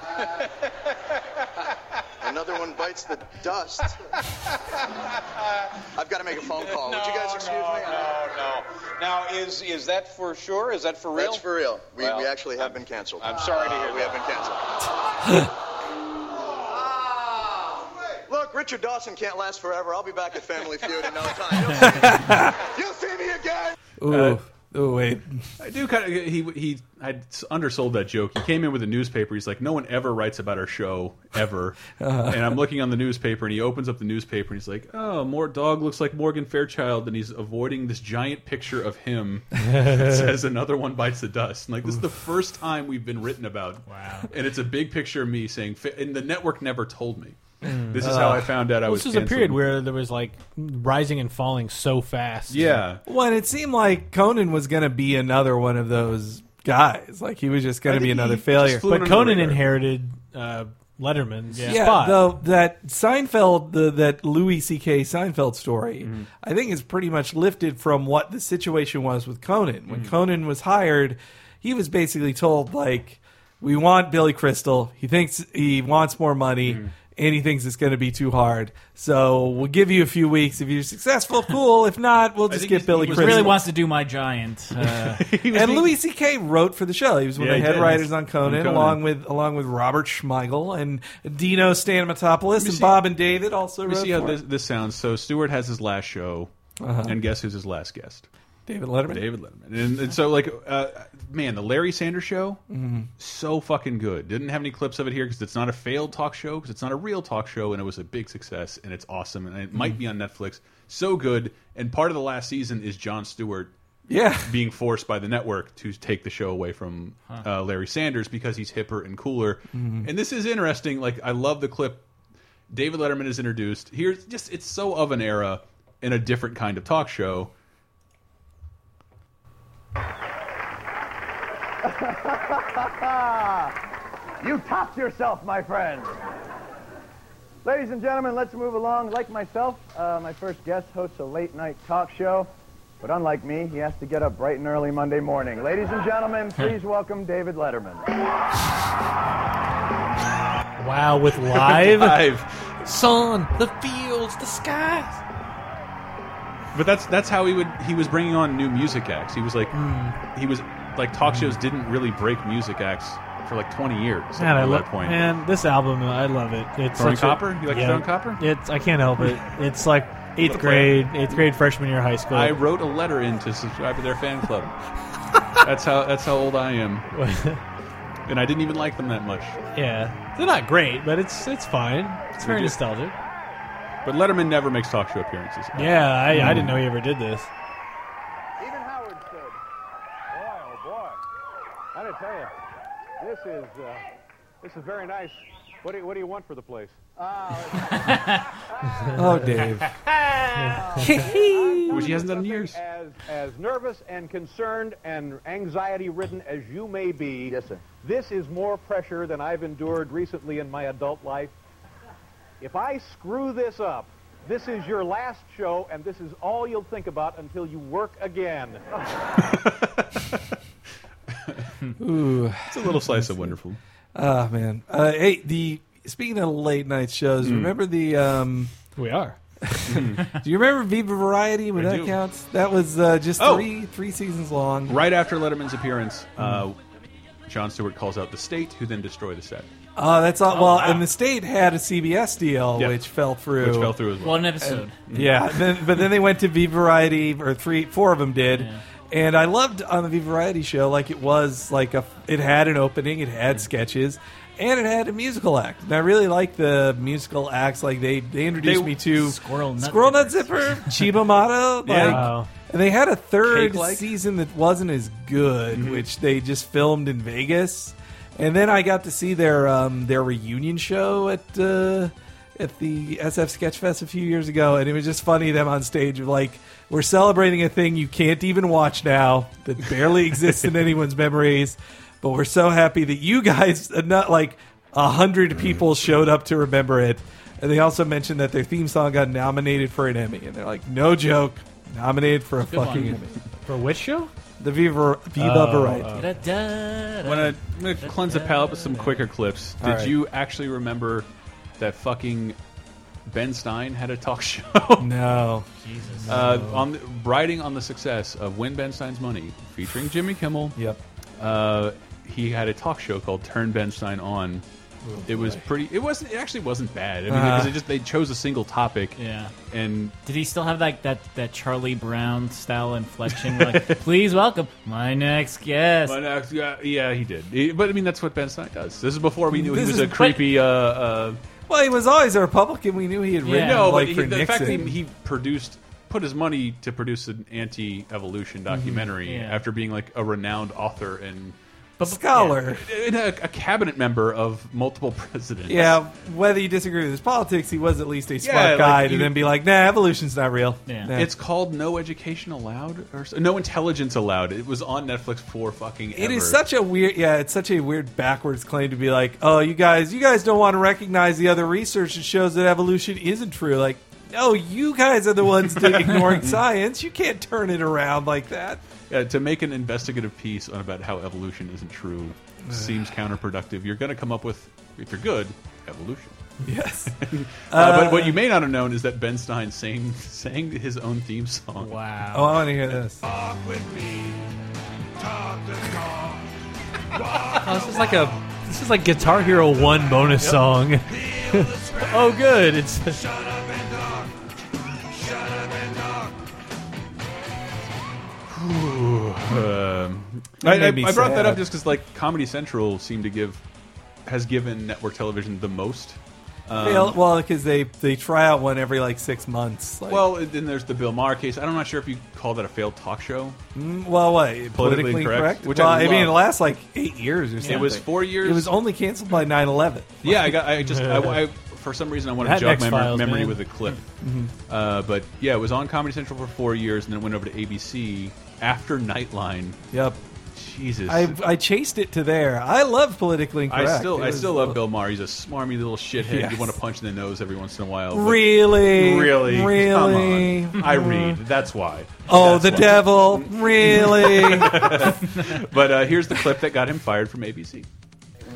Speaker 6: Another one bites the dust. I've got to make a phone call. Would you guys excuse me?
Speaker 15: No, no. Now, is is that for sure? Is that for real?
Speaker 6: That's for real. We,
Speaker 15: Well,
Speaker 6: we actually have been canceled.
Speaker 15: I'm sorry to hear
Speaker 6: We
Speaker 15: that.
Speaker 6: have been canceled. Look, Richard Dawson can't last forever. I'll be back at Family Feud in no time. You'll see me again.
Speaker 3: Ooh,
Speaker 4: uh,
Speaker 3: ooh, wait.
Speaker 2: I do kind of he he I undersold that joke. He came in with a newspaper. He's like, no one ever writes about our show ever.
Speaker 3: Uh-huh.
Speaker 2: And I'm looking on the newspaper, and he opens up the newspaper, and he's like, oh, more dog looks like Morgan Fairchild, and he's avoiding this giant picture of him that says another one bites the dust. And like this is the first time we've been written about. Wow. And it's a big picture of me saying, fa- and the network never told me. This is how I found out I
Speaker 4: Mm. Well,
Speaker 2: was.
Speaker 4: This was a period
Speaker 2: canceled.
Speaker 4: where there was like rising and falling so fast.
Speaker 2: Yeah.
Speaker 3: Well, and it seemed like Conan was going to be another one of those guys. Like he was just going
Speaker 4: I
Speaker 3: to
Speaker 4: think
Speaker 3: be
Speaker 4: he
Speaker 3: another
Speaker 4: just
Speaker 3: failure.
Speaker 4: flew But under the Conan radar. inherited uh, Letterman's
Speaker 3: yeah.
Speaker 4: spot.
Speaker 3: Though that Seinfeld, the, that Louis C.K. Seinfeld story,
Speaker 5: Mm-hmm.
Speaker 3: I think is pretty much lifted from what the situation was with Conan.
Speaker 5: Mm.
Speaker 3: When
Speaker 4: Mhm.
Speaker 3: Conan was hired, he was basically told like, "We want Billy Crystal. He thinks he wants more money."
Speaker 5: Mm-hmm.
Speaker 3: And he thinks it's going to be too hard, so we'll give you a few weeks. If you're successful, cool. If not, we'll
Speaker 5: I
Speaker 3: just
Speaker 5: think
Speaker 3: get
Speaker 5: he-
Speaker 3: Billy
Speaker 5: he was-
Speaker 3: Crystal.
Speaker 5: really wants to do my giant. Uh,
Speaker 3: and Louis C.K. wrote for the show. He was one
Speaker 5: Yeah,
Speaker 3: of
Speaker 5: he
Speaker 3: the head
Speaker 5: did.
Speaker 3: writers on
Speaker 5: On
Speaker 3: Conan,
Speaker 5: Conan.
Speaker 3: along with along with Robert Schmeigel and Dino Stamatopoulos and Bob and David also
Speaker 2: Let me
Speaker 3: wrote.
Speaker 2: see how
Speaker 3: for
Speaker 2: this,
Speaker 3: it.
Speaker 2: this sounds. So Stewart has his last show,
Speaker 3: Uh-huh.
Speaker 2: and guess who's his last guest?
Speaker 3: David Letterman.
Speaker 2: David Letterman. And, and so, like, uh, man, the Larry Sanders Show,
Speaker 3: Mhm.
Speaker 2: so fucking good. Didn't have any clips of it here because it's not a failed talk show, because it's not a real talk show, and it was a big success, and it's awesome, and it might
Speaker 3: Mhm.
Speaker 2: be on Netflix. So good. And part of the last season is John Stewart.
Speaker 3: Yeah.
Speaker 2: Being forced by the network to take the show away from
Speaker 3: Huh.
Speaker 2: uh, Larry Sanders because he's hipper and cooler.
Speaker 3: Mhm.
Speaker 4: Mm-hmm.
Speaker 2: And this is interesting. Like, I love the clip David Letterman is introduced. Here's just it's so of an era in a different kind of talk show.
Speaker 16: you topped yourself, my friend. Ladies and gentlemen, let's move along. Like myself, uh, my first guest hosts a late night talk show, but unlike me, he has to get up bright and early Monday morning. Ladies and gentlemen, please welcome David Letterman.
Speaker 4: Wow, with live,
Speaker 2: Live.
Speaker 4: sun, the fields, the skies.
Speaker 2: But that's that's how he would he was bringing on new music acts. He was like
Speaker 4: Mm.
Speaker 2: he was like talk shows didn't really break music acts for like 20 years at
Speaker 4: Man, I
Speaker 2: that
Speaker 4: love
Speaker 2: point.
Speaker 4: man. This album, I love it. It's
Speaker 2: Throwing
Speaker 4: such
Speaker 2: Copper?
Speaker 4: A,
Speaker 2: You like
Speaker 4: yeah,
Speaker 2: Throwing Copper?
Speaker 4: It's I can't help it. It's like eighth
Speaker 2: Little player.
Speaker 4: grade, eighth grade freshman year of high school.
Speaker 2: I wrote a letter in to subscribe to their fan club. that's how that's how old I am. and I didn't even like them that much.
Speaker 4: yeah, they're not great, but it's it's fine. It's very
Speaker 2: We do.
Speaker 4: nostalgic.
Speaker 2: But Letterman never makes talk show appearances.
Speaker 4: Yeah, I, I didn't know he ever did this.
Speaker 17: Oh, this is uh, this is very nice. What do you, what do you want for the place?
Speaker 3: Oh, Dave.
Speaker 17: Which
Speaker 2: he hasn't done in years.
Speaker 17: As, as nervous and concerned and anxiety ridden as you may be, yes, sir. this is more pressure than I've endured recently in my adult life. If I screw this up, this is your last show, and this is all you'll think about until you work again.
Speaker 3: Ooh.
Speaker 2: It's a little slice of wonderful.
Speaker 3: Oh man. Uh, hey, the speaking of late night shows,
Speaker 2: Mm.
Speaker 3: remember the um
Speaker 4: We are.
Speaker 3: do you remember Viva Variety when
Speaker 2: I
Speaker 3: that
Speaker 2: do.
Speaker 3: counts? That was uh, just
Speaker 2: Oh.
Speaker 3: three three seasons long.
Speaker 2: Right after Letterman's appearance,
Speaker 3: Hmm.
Speaker 2: uh, John Stewart calls out the state, who then destroy the set.
Speaker 3: Oh, that's all. well, and the state had a CBS deal,
Speaker 2: Yep.
Speaker 3: which fell through.
Speaker 2: Which fell through as well. One episode.
Speaker 3: And- yeah, then, but then they went to V Variety, or three, four of them did. And I loved on the V Variety show, like it was like a, it had an opening, it had sketches, and it had a musical act. And I really liked the musical acts. Like they they introduced
Speaker 5: They-
Speaker 3: me to
Speaker 5: Squirrel Nut
Speaker 3: Squirrel Nut Zipper, Chiba Motto, like.
Speaker 5: Yeah. Wow.
Speaker 3: And they had a third
Speaker 5: Cake-like?
Speaker 3: season that wasn't as good, which they just filmed in Vegas. And then I got to see their um, their reunion show at uh, at the SF Sketchfest a few years ago, and it was just funny them on stage of like we're celebrating a thing you can't even watch now that barely exists in anyone's memories, but we're so happy that you guys uh, not like a hundred people showed up to remember it. And they also mentioned that their theme song got nominated for an Emmy, and they're like, no joke, nominated for a
Speaker 4: Good one.
Speaker 3: fucking Emmy.
Speaker 4: For which show?
Speaker 3: The Viva Viva
Speaker 4: Oh,
Speaker 3: Variety.
Speaker 4: oh.
Speaker 2: When I, I'm going to cleanse the palate with some quicker clips. Did
Speaker 3: All right.
Speaker 2: you actually remember that fucking Ben Stein had a talk show?
Speaker 3: No.
Speaker 2: Jesus. Uh, on the, riding on the success of Win Ben Stein's Money, featuring Jimmy Kimmel.
Speaker 3: Yep.
Speaker 2: Uh, he had a talk show called Turn Ben Stein On.
Speaker 3: Oh,
Speaker 2: it was
Speaker 3: boy.
Speaker 2: pretty. It wasn't. It actually wasn't bad. I mean,
Speaker 5: Uh-huh.
Speaker 2: because they just they chose a single topic.
Speaker 5: Yeah.
Speaker 2: And
Speaker 5: Did he still have like that that Charlie Brown style inflection? We're like, please welcome my next guest.
Speaker 2: But, uh, yeah, yeah, he did. He- but I mean, that's what Ben Stein does. This is before we knew
Speaker 3: This
Speaker 2: he was
Speaker 3: is-
Speaker 2: a creepy. uh, uh,
Speaker 3: Well, he was always a Republican. We knew he had written
Speaker 2: No,
Speaker 3: like
Speaker 2: but
Speaker 3: for
Speaker 2: he, the
Speaker 3: Nixon.
Speaker 2: fact that he produced put his money to produce an anti-evolution documentary
Speaker 3: Mm-hmm. Yeah.
Speaker 2: after being like a renowned author and
Speaker 3: Scholar.
Speaker 2: and a, a cabinet member of multiple presidents.
Speaker 3: yeah, whether you disagree with his politics, he was at least a smart
Speaker 2: Yeah, like,
Speaker 3: guy to
Speaker 2: you-
Speaker 3: then be like, "Nah, evolution's not real." Nah.
Speaker 2: It's called No Education Allowed or so, No Intelligence Allowed. It was on Netflix for fucking
Speaker 3: It
Speaker 2: ever.
Speaker 3: is such a weird, yeah. It's such a weird backwards claim to be like, "Oh, you guys, you guys don't want to recognize the other research that shows that evolution isn't true." Like, no, you guys are the ones that ignoring science. You can't turn it around like that.
Speaker 2: Yeah, Uh, to make an investigative piece on about how evolution isn't true seems counterproductive. You're going to come up with, if you're good, evolution.
Speaker 3: Yes.
Speaker 2: uh, but what you may not have known is that Ben Stein sang, sang his own theme song.
Speaker 5: Wow.
Speaker 3: Oh, I want to hear this.
Speaker 4: Oh, this is like a this is like Guitar Hero One bonus song. oh, good. It's
Speaker 2: um,
Speaker 3: That
Speaker 2: I, I,
Speaker 3: made me
Speaker 2: I brought that
Speaker 3: sad.
Speaker 2: up just because like Comedy Central seemed to give has given network television the most. Um,
Speaker 3: They all- well, because they they try out one every like six months. Like,
Speaker 2: well, and then there's the Bill Maher case. I'm not sure if you call that a failed talk show.
Speaker 3: mm, well, what politically, correct?
Speaker 2: Which
Speaker 3: well,
Speaker 2: I,
Speaker 3: I, mean, it
Speaker 2: love.
Speaker 3: lasts like eight years or something.
Speaker 2: It was four years.
Speaker 3: It was only canceled by 9-11.
Speaker 2: Yeah, I got. I just. I, I- for some reason, I want to
Speaker 3: That
Speaker 2: jog my mem-
Speaker 3: X-Files,
Speaker 2: memory
Speaker 3: man.
Speaker 2: with a clip.
Speaker 3: Mhm.
Speaker 2: Uh, but yeah, it was on Comedy Central for four years, and then it went over to ABC after Nightline.
Speaker 3: Yep.
Speaker 2: Jesus.
Speaker 3: I, I chased it to there. I love politically
Speaker 2: I
Speaker 3: incorrect.
Speaker 2: still,
Speaker 3: It
Speaker 2: I
Speaker 3: was-
Speaker 2: still love Bill Maher. He's a smarmy little shithead. You
Speaker 3: Yes.
Speaker 2: want to punch in the nose every once in a while. but-
Speaker 3: Really?
Speaker 2: really,
Speaker 3: Really?
Speaker 2: Come on. I read. That's why.
Speaker 3: Oh, the
Speaker 2: That's why.
Speaker 3: devil! Really?
Speaker 2: but uh, here's the clip that got him fired from ABC.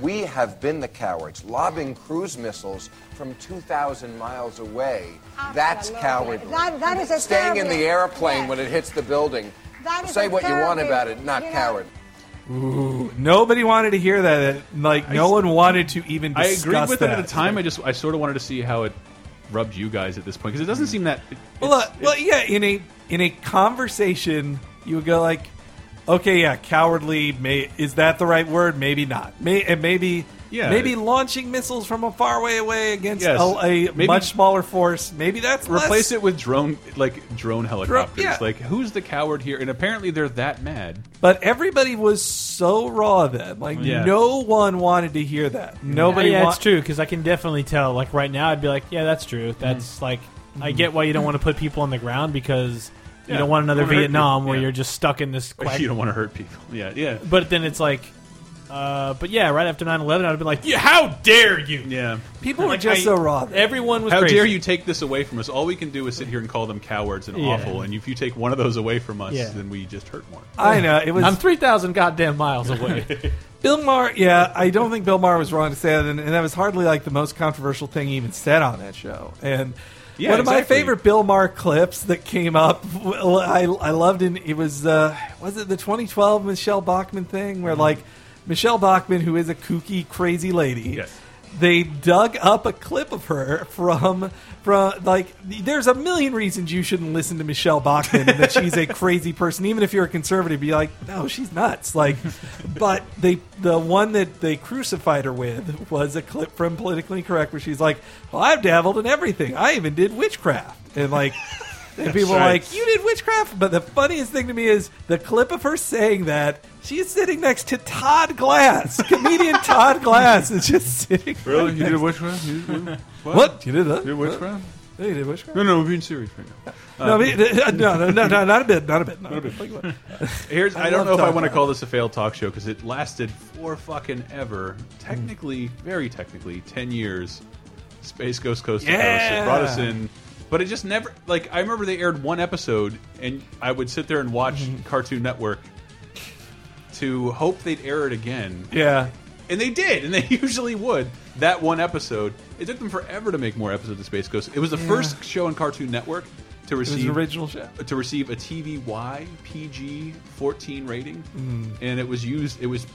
Speaker 18: We have been the cowards, lobbing cruise missiles from 2,000 miles away. That's cowardly.
Speaker 19: That- that is a
Speaker 18: Staying in the
Speaker 19: terrible-
Speaker 18: airplane
Speaker 19: yes.
Speaker 18: when it hits the building.
Speaker 19: That is
Speaker 18: Say
Speaker 19: a
Speaker 18: what you want
Speaker 19: terrible-
Speaker 18: about it, not
Speaker 19: you know-
Speaker 18: coward.
Speaker 3: Ooh, nobody wanted to hear that. Like no one wanted to even.
Speaker 2: I
Speaker 3: Discuss
Speaker 2: agreed with
Speaker 3: that.
Speaker 2: it at the time. I just, I sort of wanted to see how it rubbed you guys at this point because it
Speaker 4: Hmm.
Speaker 2: doesn't seem that.
Speaker 3: Well, uh, well, yeah. In a in a conversation, you would go like, "Okay, yeah, cowardly. May is that the right word? Maybe not. May and maybe
Speaker 2: Yeah.
Speaker 3: Maybe launching missiles from a far way away against
Speaker 2: Yes.
Speaker 3: a, a
Speaker 2: Maybe-
Speaker 3: much smaller force. Maybe that's
Speaker 2: replace
Speaker 3: less-
Speaker 2: it with drone like drone helicopters.
Speaker 3: yeah.
Speaker 2: Like who's the coward here? And apparently they're that mad.
Speaker 3: But everybody was so raw then. Like
Speaker 2: Yeah.
Speaker 3: no one wanted to hear that. Nobody.
Speaker 4: Yeah,
Speaker 3: wa-
Speaker 4: it's true because I can definitely tell. Like right now, I'd be like, yeah, that's true.
Speaker 2: Mm.
Speaker 4: That's like, I get why you don't want to put people on the ground because
Speaker 2: Yeah,
Speaker 4: you don't want
Speaker 2: you
Speaker 4: another
Speaker 2: wanna hurt
Speaker 4: Vietnam
Speaker 2: people,
Speaker 4: where
Speaker 2: yeah.
Speaker 4: you're just stuck in this. Quack-
Speaker 2: You don't want to hurt people. Yeah, yeah.
Speaker 4: But then it's like, uh, but yeah, right after 9-11, I'd have been like, yeah, how dare you?
Speaker 2: Yeah,
Speaker 3: People were
Speaker 4: Like,
Speaker 3: just
Speaker 4: I-
Speaker 3: so raw. then.
Speaker 4: Everyone was.
Speaker 2: How
Speaker 4: crazy.
Speaker 2: dare you take this away from us? All we can do is sit here and call them cowards and
Speaker 4: Yeah.
Speaker 2: awful. And if you take one of those away from us,
Speaker 4: Yeah.
Speaker 2: then we just hurt more.
Speaker 3: I know it was.
Speaker 4: I'm three thousand goddamn miles away.
Speaker 3: Bill Maher, yeah, I don't think Bill Maher was wrong to say that, and, and that was hardly like the most controversial thing he even said on that show. And
Speaker 2: Yeah,
Speaker 3: one of my
Speaker 2: exactly.
Speaker 3: favorite Bill Maher clips that came up, well, I, I loved it. It was uh, was it the 2012 Michelle Bachman thing
Speaker 2: Mm-hmm.
Speaker 3: where like Michelle Bachman, who is a kooky, crazy lady, they dug up a clip of her from from like there's a million reasons you shouldn't listen to Michelle Bachman and that she's a crazy person even if you're a conservative be like no she's nuts like but they the one that they crucified her with was a clip from politically correct where she's like well I've dabbled in everything I even did witchcraft and like and
Speaker 2: That's
Speaker 3: people are
Speaker 2: right.
Speaker 3: like you did witchcraft but the funniest thing to me is the clip of her saying that she's sitting next to Todd Glass comedian Todd Glass is just sitting
Speaker 2: Really?
Speaker 3: right
Speaker 2: You did
Speaker 3: next-
Speaker 2: witchcraft? You did-
Speaker 3: what?
Speaker 2: what?
Speaker 3: You did that?
Speaker 2: You did witchcraft?
Speaker 3: Yeah, you did witchcraft.
Speaker 2: No, no, we're being serious right now.
Speaker 3: No,
Speaker 2: Um,
Speaker 3: I mean, no, no, no, no, not a bit, not a bit, not a bit.
Speaker 2: Here's I, don't
Speaker 3: love
Speaker 2: know if I
Speaker 3: Todd
Speaker 2: want to
Speaker 3: Glass.
Speaker 2: call this a failed talk show because it lasted for fucking ever. Technically, very technically, ten years. Space Ghost Coast to Coast. It
Speaker 3: Yeah.
Speaker 2: brought us in, but it just never like I remember they aired one episode, and I would sit there and watch Cartoon Network to hope they'd air it again.
Speaker 3: Yeah.
Speaker 2: And they did, and they usually would. That one episode, it took them forever to make more episodes of Space Ghost. It was the
Speaker 3: Yeah.
Speaker 2: first show on Cartoon Network to
Speaker 3: was
Speaker 2: receive
Speaker 3: an original show.
Speaker 2: to receive a TVY PG fourteen rating,
Speaker 3: Mm.
Speaker 2: and it was used. It was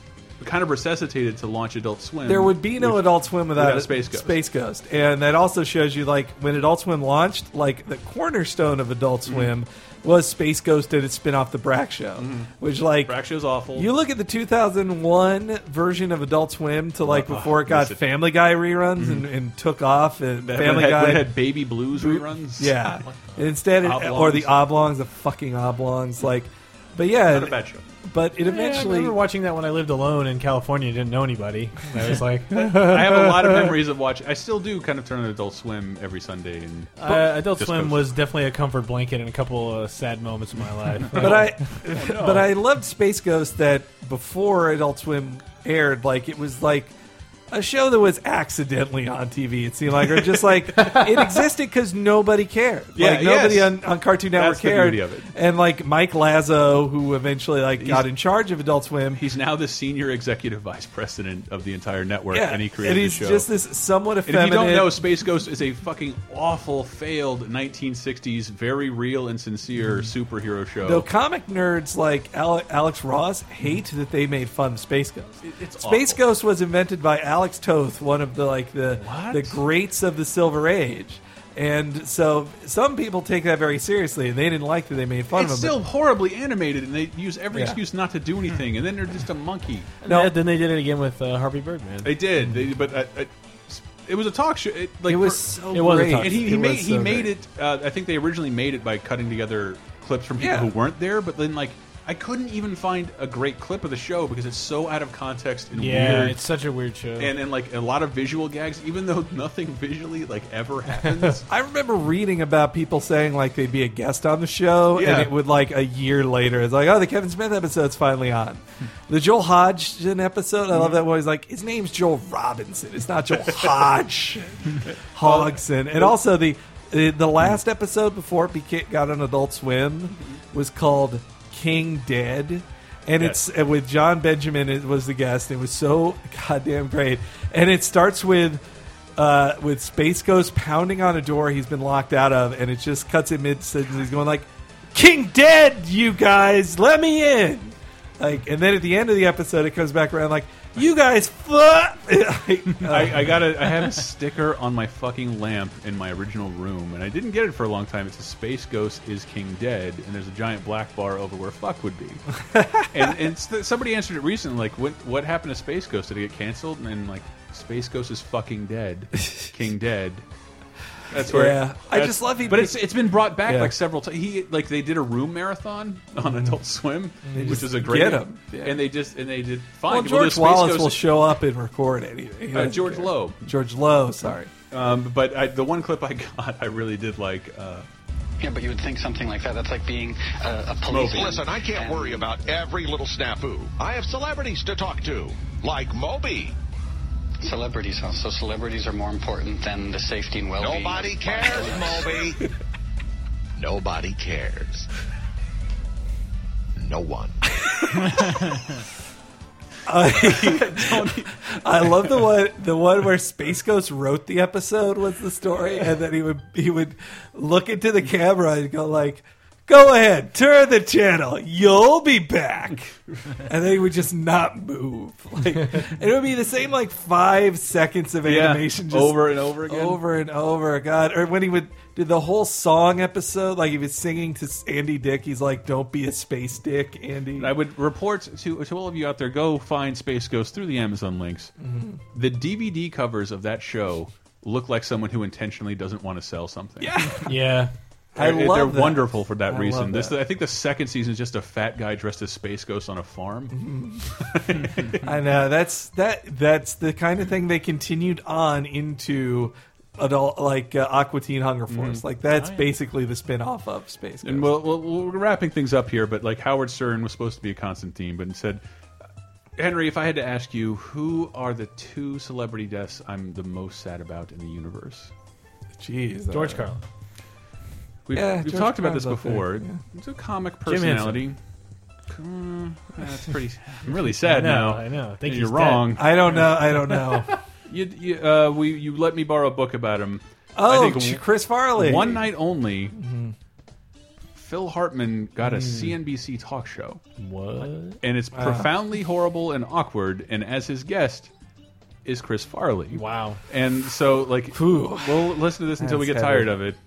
Speaker 2: kind of resuscitated to launch Adult Swim.
Speaker 3: There would be no
Speaker 2: which-
Speaker 3: Adult Swim without,
Speaker 2: without
Speaker 3: it-
Speaker 2: Space Ghost.
Speaker 3: Space Ghost, and that also shows you like when Adult Swim launched, like the cornerstone of Adult
Speaker 2: Mm-hmm.
Speaker 3: Swim was Space Ghost and its spin-off, The Brack Show, which like
Speaker 2: Mm-hmm. Brack Show's awful.
Speaker 3: You look at the 2001 version of Adult Swim to like
Speaker 2: Oh,
Speaker 3: before it got
Speaker 2: listen.
Speaker 3: Family Guy reruns and, and took off, and
Speaker 2: When it Mm-hmm.
Speaker 3: Family
Speaker 2: had,
Speaker 3: Guy Mm-hmm.
Speaker 2: when it had Baby Blues reruns.
Speaker 3: Yeah. Instead, it,
Speaker 2: Oblongs.
Speaker 3: or the oblongs, the fucking oblongs, like, but yeah,
Speaker 2: Not a bad show.
Speaker 3: But it
Speaker 4: I
Speaker 3: eventually,
Speaker 4: remember watching that when I lived alone in California, didn't know anybody. And I was like, uh,
Speaker 2: I have a lot of memories of watching. I still do kind of turn on Adult Swim every Sunday. And
Speaker 4: Uh, Adult
Speaker 2: Just
Speaker 4: Swim
Speaker 2: Coast.
Speaker 4: was definitely a comfort blanket in a couple of sad moments of my life.
Speaker 3: but I,
Speaker 4: Oh, no.
Speaker 3: but I loved Space Ghost that before Adult Swim aired, like it was like a show that was accidentally on TV. It seemed like, or just like it existed because nobody cared.
Speaker 2: Yeah,
Speaker 3: like nobody
Speaker 2: yes.
Speaker 3: on, on Cartoon Network
Speaker 2: That's the
Speaker 3: cared.
Speaker 2: beauty of it.
Speaker 3: And like Mike Lazo, who eventually like got in charge of Adult Swim,
Speaker 2: He's now the senior executive vice president of the entire network,
Speaker 3: Yeah,
Speaker 2: and he created
Speaker 3: and he's
Speaker 2: the show.
Speaker 3: just this somewhat
Speaker 2: And if you don't
Speaker 3: effeminate-
Speaker 2: know, Space Ghost is a fucking awful, failed 1960s, very real and sincere
Speaker 3: Mm-hmm.
Speaker 2: superhero show.
Speaker 3: Though comic nerds like Ale- Alex Ross hate that they made fun of Space Ghost.
Speaker 2: it's
Speaker 3: Space Ghost was invented by Alex Toth, one of the like the the greats of the Silver Age. And so some people take that very seriously, and they didn't like that they made fun
Speaker 2: it's
Speaker 3: of him.
Speaker 2: still horribly animated, and they use every
Speaker 3: Yeah. Mm-hmm.
Speaker 2: excuse not to do anything, and then they're just a monkey.
Speaker 4: no. then they did it again with uh, Harvey Birdman.
Speaker 2: They did, they, but I, I, it was a talk show. It, like,
Speaker 3: It was
Speaker 2: for-
Speaker 3: so It was a great. talk
Speaker 2: And he,
Speaker 3: show.
Speaker 2: he
Speaker 3: It
Speaker 2: made
Speaker 3: was
Speaker 2: he
Speaker 3: so
Speaker 2: made
Speaker 3: great.
Speaker 2: it. Uh, I think they originally made it by cutting together clips from people
Speaker 3: Yeah.
Speaker 2: who weren't there, but then like I couldn't even find a great clip of the show because it's so out of context and
Speaker 4: Yeah,
Speaker 2: weird.
Speaker 4: it's such a weird show.
Speaker 2: and and like a lot of visual gags, even though nothing visually like ever happens.
Speaker 3: I remember reading about people saying like they'd be a guest on the show,
Speaker 2: Yeah.
Speaker 3: and it would like a year later, it's like, oh, the Kevin Smith episode's finally on. The Joel Hodgson episode,
Speaker 2: Mm-hmm.
Speaker 3: I love that one. He's like, his name's Joel Robinson. It's not Joel Hodge Hodgson. And also the the the last episode before it became, got on Adult Swim was called King Dead. And
Speaker 2: Yes.
Speaker 3: it's uh, with John Benjamin it was the guest. It was so goddamn great. And it starts with uh, with Space Ghost pounding on a door he's been locked out of, and it just cuts him mid sentence. He's going like, "King dead, you guys, let me in." Like, and then at the end of the episode, it comes back around like, "You guys, fuck."
Speaker 2: I, I got a. I have a sticker on my fucking lamp in my original room, and I didn't get it for a long time. It's a Space Ghost is King Dead, and there's a giant black bar over where fuck would be. and and s- somebody answered it recently, like, what what happened to Space Ghost? Did it get canceled? And then, like Space Ghost is fucking dead. King dead. That's where.
Speaker 3: Yeah. I
Speaker 2: that's-
Speaker 3: just love he-
Speaker 2: But it's it's been brought back
Speaker 3: Yeah. Mm-hmm.
Speaker 2: like several times. He like they did a room marathon on Adult Swim,
Speaker 3: They
Speaker 2: which
Speaker 3: just
Speaker 2: is a great.
Speaker 3: get 'em. Yeah.
Speaker 2: And they just and they did fine.
Speaker 3: Well,
Speaker 2: the
Speaker 3: George
Speaker 2: Space
Speaker 3: Wallace
Speaker 2: Ghost-
Speaker 3: will show up and record anything. He
Speaker 2: Uh,
Speaker 3: doesn't
Speaker 2: George
Speaker 3: care.
Speaker 2: Loeb.
Speaker 3: George Lowe, sorry.
Speaker 2: Um, but I, the one clip I got, I really did like. Uh,
Speaker 19: Yeah, but you would think something like that. That's like being a, a policeman.
Speaker 20: Listen, I can't
Speaker 19: and-
Speaker 20: worry about every little snafu. I have celebrities to talk to, like Moby.
Speaker 19: Celebrities, huh? So celebrities are more important than the safety and well-being.
Speaker 20: Nobody cares, Moby. Nobody cares. No one.
Speaker 3: I, Uh, I love the one the one where Space Ghost wrote the episode was the story, and then he would he would look into the camera and go like, "Go ahead, turn the channel, you'll be back," and then he would just not move. Like and it would be the same like five seconds of
Speaker 2: Yeah,
Speaker 3: animation, just
Speaker 2: over and over again.
Speaker 3: over and over. God, or when he would do the whole song episode, like he was singing to Andy Dick, he's like, "Don't be a space dick, Andy."
Speaker 2: I would report to to all of you out there: go find Space Ghost through the Amazon links.
Speaker 3: Mhm.
Speaker 2: The DVD covers of that show look like someone who intentionally doesn't want to sell something. Yeah,
Speaker 4: Yeah.
Speaker 3: I
Speaker 2: they're,
Speaker 3: love
Speaker 2: they're
Speaker 3: that.
Speaker 2: wonderful for that
Speaker 3: I
Speaker 2: reason.
Speaker 3: love
Speaker 2: This,
Speaker 3: that.
Speaker 2: I think, the second season is just a fat guy dressed as Space Ghost on a farm.
Speaker 3: I know that's that that's the kind of thing they continued on into adult like uh, Aqua Teen Hunger Force.
Speaker 2: Mhm.
Speaker 3: Like that's basically the spin-off of Space.
Speaker 2: and we'll, we'll, we're wrapping things up here, but like Howard Stern was supposed to be a Constantine, but instead, Henry, if I had to ask you, who are the two celebrity deaths I'm the most sad about in the universe?
Speaker 3: Jeez,
Speaker 4: George uh, Carlin.
Speaker 2: We've,
Speaker 4: Yeah,
Speaker 2: we've
Speaker 4: George
Speaker 2: talked about this
Speaker 4: Carlin's up there,
Speaker 2: before.
Speaker 4: yeah.
Speaker 2: It's a comic
Speaker 4: Jim Henson.
Speaker 2: personality. Mm, that's pretty. I'm really sad
Speaker 4: I know,
Speaker 2: now.
Speaker 4: I know. I think
Speaker 2: And you're
Speaker 4: he's
Speaker 2: wrong.
Speaker 4: dead. I
Speaker 3: don't know, I don't know.
Speaker 2: you, you, uh, we, you let me borrow a book about him.
Speaker 3: Oh,
Speaker 2: I
Speaker 3: Ch-
Speaker 2: think
Speaker 3: Chris Farley.
Speaker 2: One night only.
Speaker 4: Mm-hmm.
Speaker 3: Mhm.
Speaker 2: Phil Hartman got a
Speaker 3: Mm.
Speaker 2: CNBC talk show.
Speaker 4: What?
Speaker 2: And it's
Speaker 4: Wow.
Speaker 2: profoundly horrible and awkward. And as his guest is Chris Farley.
Speaker 4: Wow.
Speaker 2: And so, like, we'll listen to this until we get
Speaker 21: That's
Speaker 2: tired
Speaker 21: heavy.
Speaker 2: of it.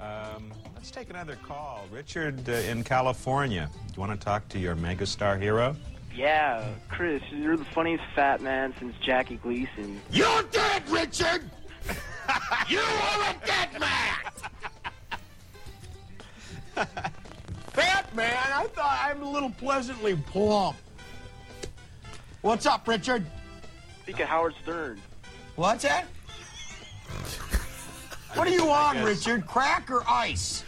Speaker 21: Um, let's take another call. Richard uh, in California. Do you want to talk to your megastar hero?
Speaker 22: Yeah, Chris, you're the funniest fat man since Jackie Gleason.
Speaker 20: You're dead, Richard! you are a dead man! Fat man, I thought I'm a little pleasantly plump. What's up, Richard?
Speaker 22: Speak of Howard Stern.
Speaker 20: What's that? What are you
Speaker 21: I
Speaker 20: on,
Speaker 21: guess.
Speaker 20: Richard? Crack or ice?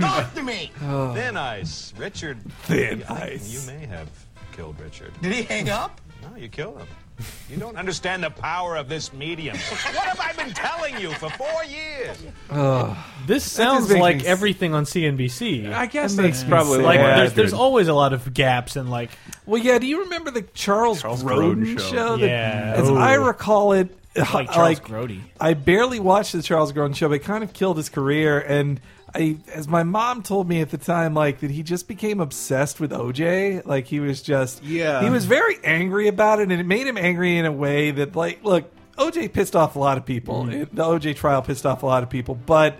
Speaker 20: Talk to me!
Speaker 21: Thin Ice. Richard.
Speaker 3: Oh. Thin
Speaker 21: I think
Speaker 3: Ice.
Speaker 21: You may have killed Richard.
Speaker 20: Did he hang up?
Speaker 21: No, you killed him. You don't understand the power of this medium. what have I been telling you for four years?
Speaker 4: This sounds
Speaker 3: makes
Speaker 4: like
Speaker 3: me s-
Speaker 4: everything on CNBC.
Speaker 3: I guess
Speaker 4: That
Speaker 3: that's
Speaker 4: makes me
Speaker 3: probably
Speaker 4: sad, like
Speaker 3: why,
Speaker 4: there's, there's
Speaker 3: dude.
Speaker 4: always a lot of gaps and like
Speaker 3: Well, yeah. Do you remember the Charles, Grodin, show? that-
Speaker 4: Yeah.
Speaker 3: as
Speaker 4: Ooh.
Speaker 3: I recall it, uh,
Speaker 4: Like Charles Grodin.
Speaker 3: I barely watched the Charles Grodin show, but it kind of killed his career. And I, as my mom told me at the time, like that he just became obsessed with OJ. Like he was just,
Speaker 2: Yeah.
Speaker 3: he was very angry about it, and it made him angry in a way that, like, look, OJ pissed off a lot of people.
Speaker 2: Mm.
Speaker 5: Mm-hmm.
Speaker 3: It- the OJ trial pissed off a lot of people, but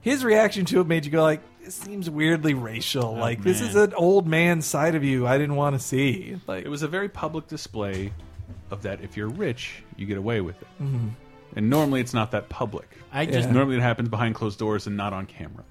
Speaker 3: his reaction to it made you go like. This seems weirdly
Speaker 5: Oh,
Speaker 3: racial. like this
Speaker 2: man.
Speaker 3: is an old man side of you I didn't want to see. Like
Speaker 2: it was a very public display of that. If you're rich, you get away with it.
Speaker 3: Mhm.
Speaker 2: And normally, it's not that public.
Speaker 3: I just- Yeah.
Speaker 2: normally it happens behind closed doors and not on camera.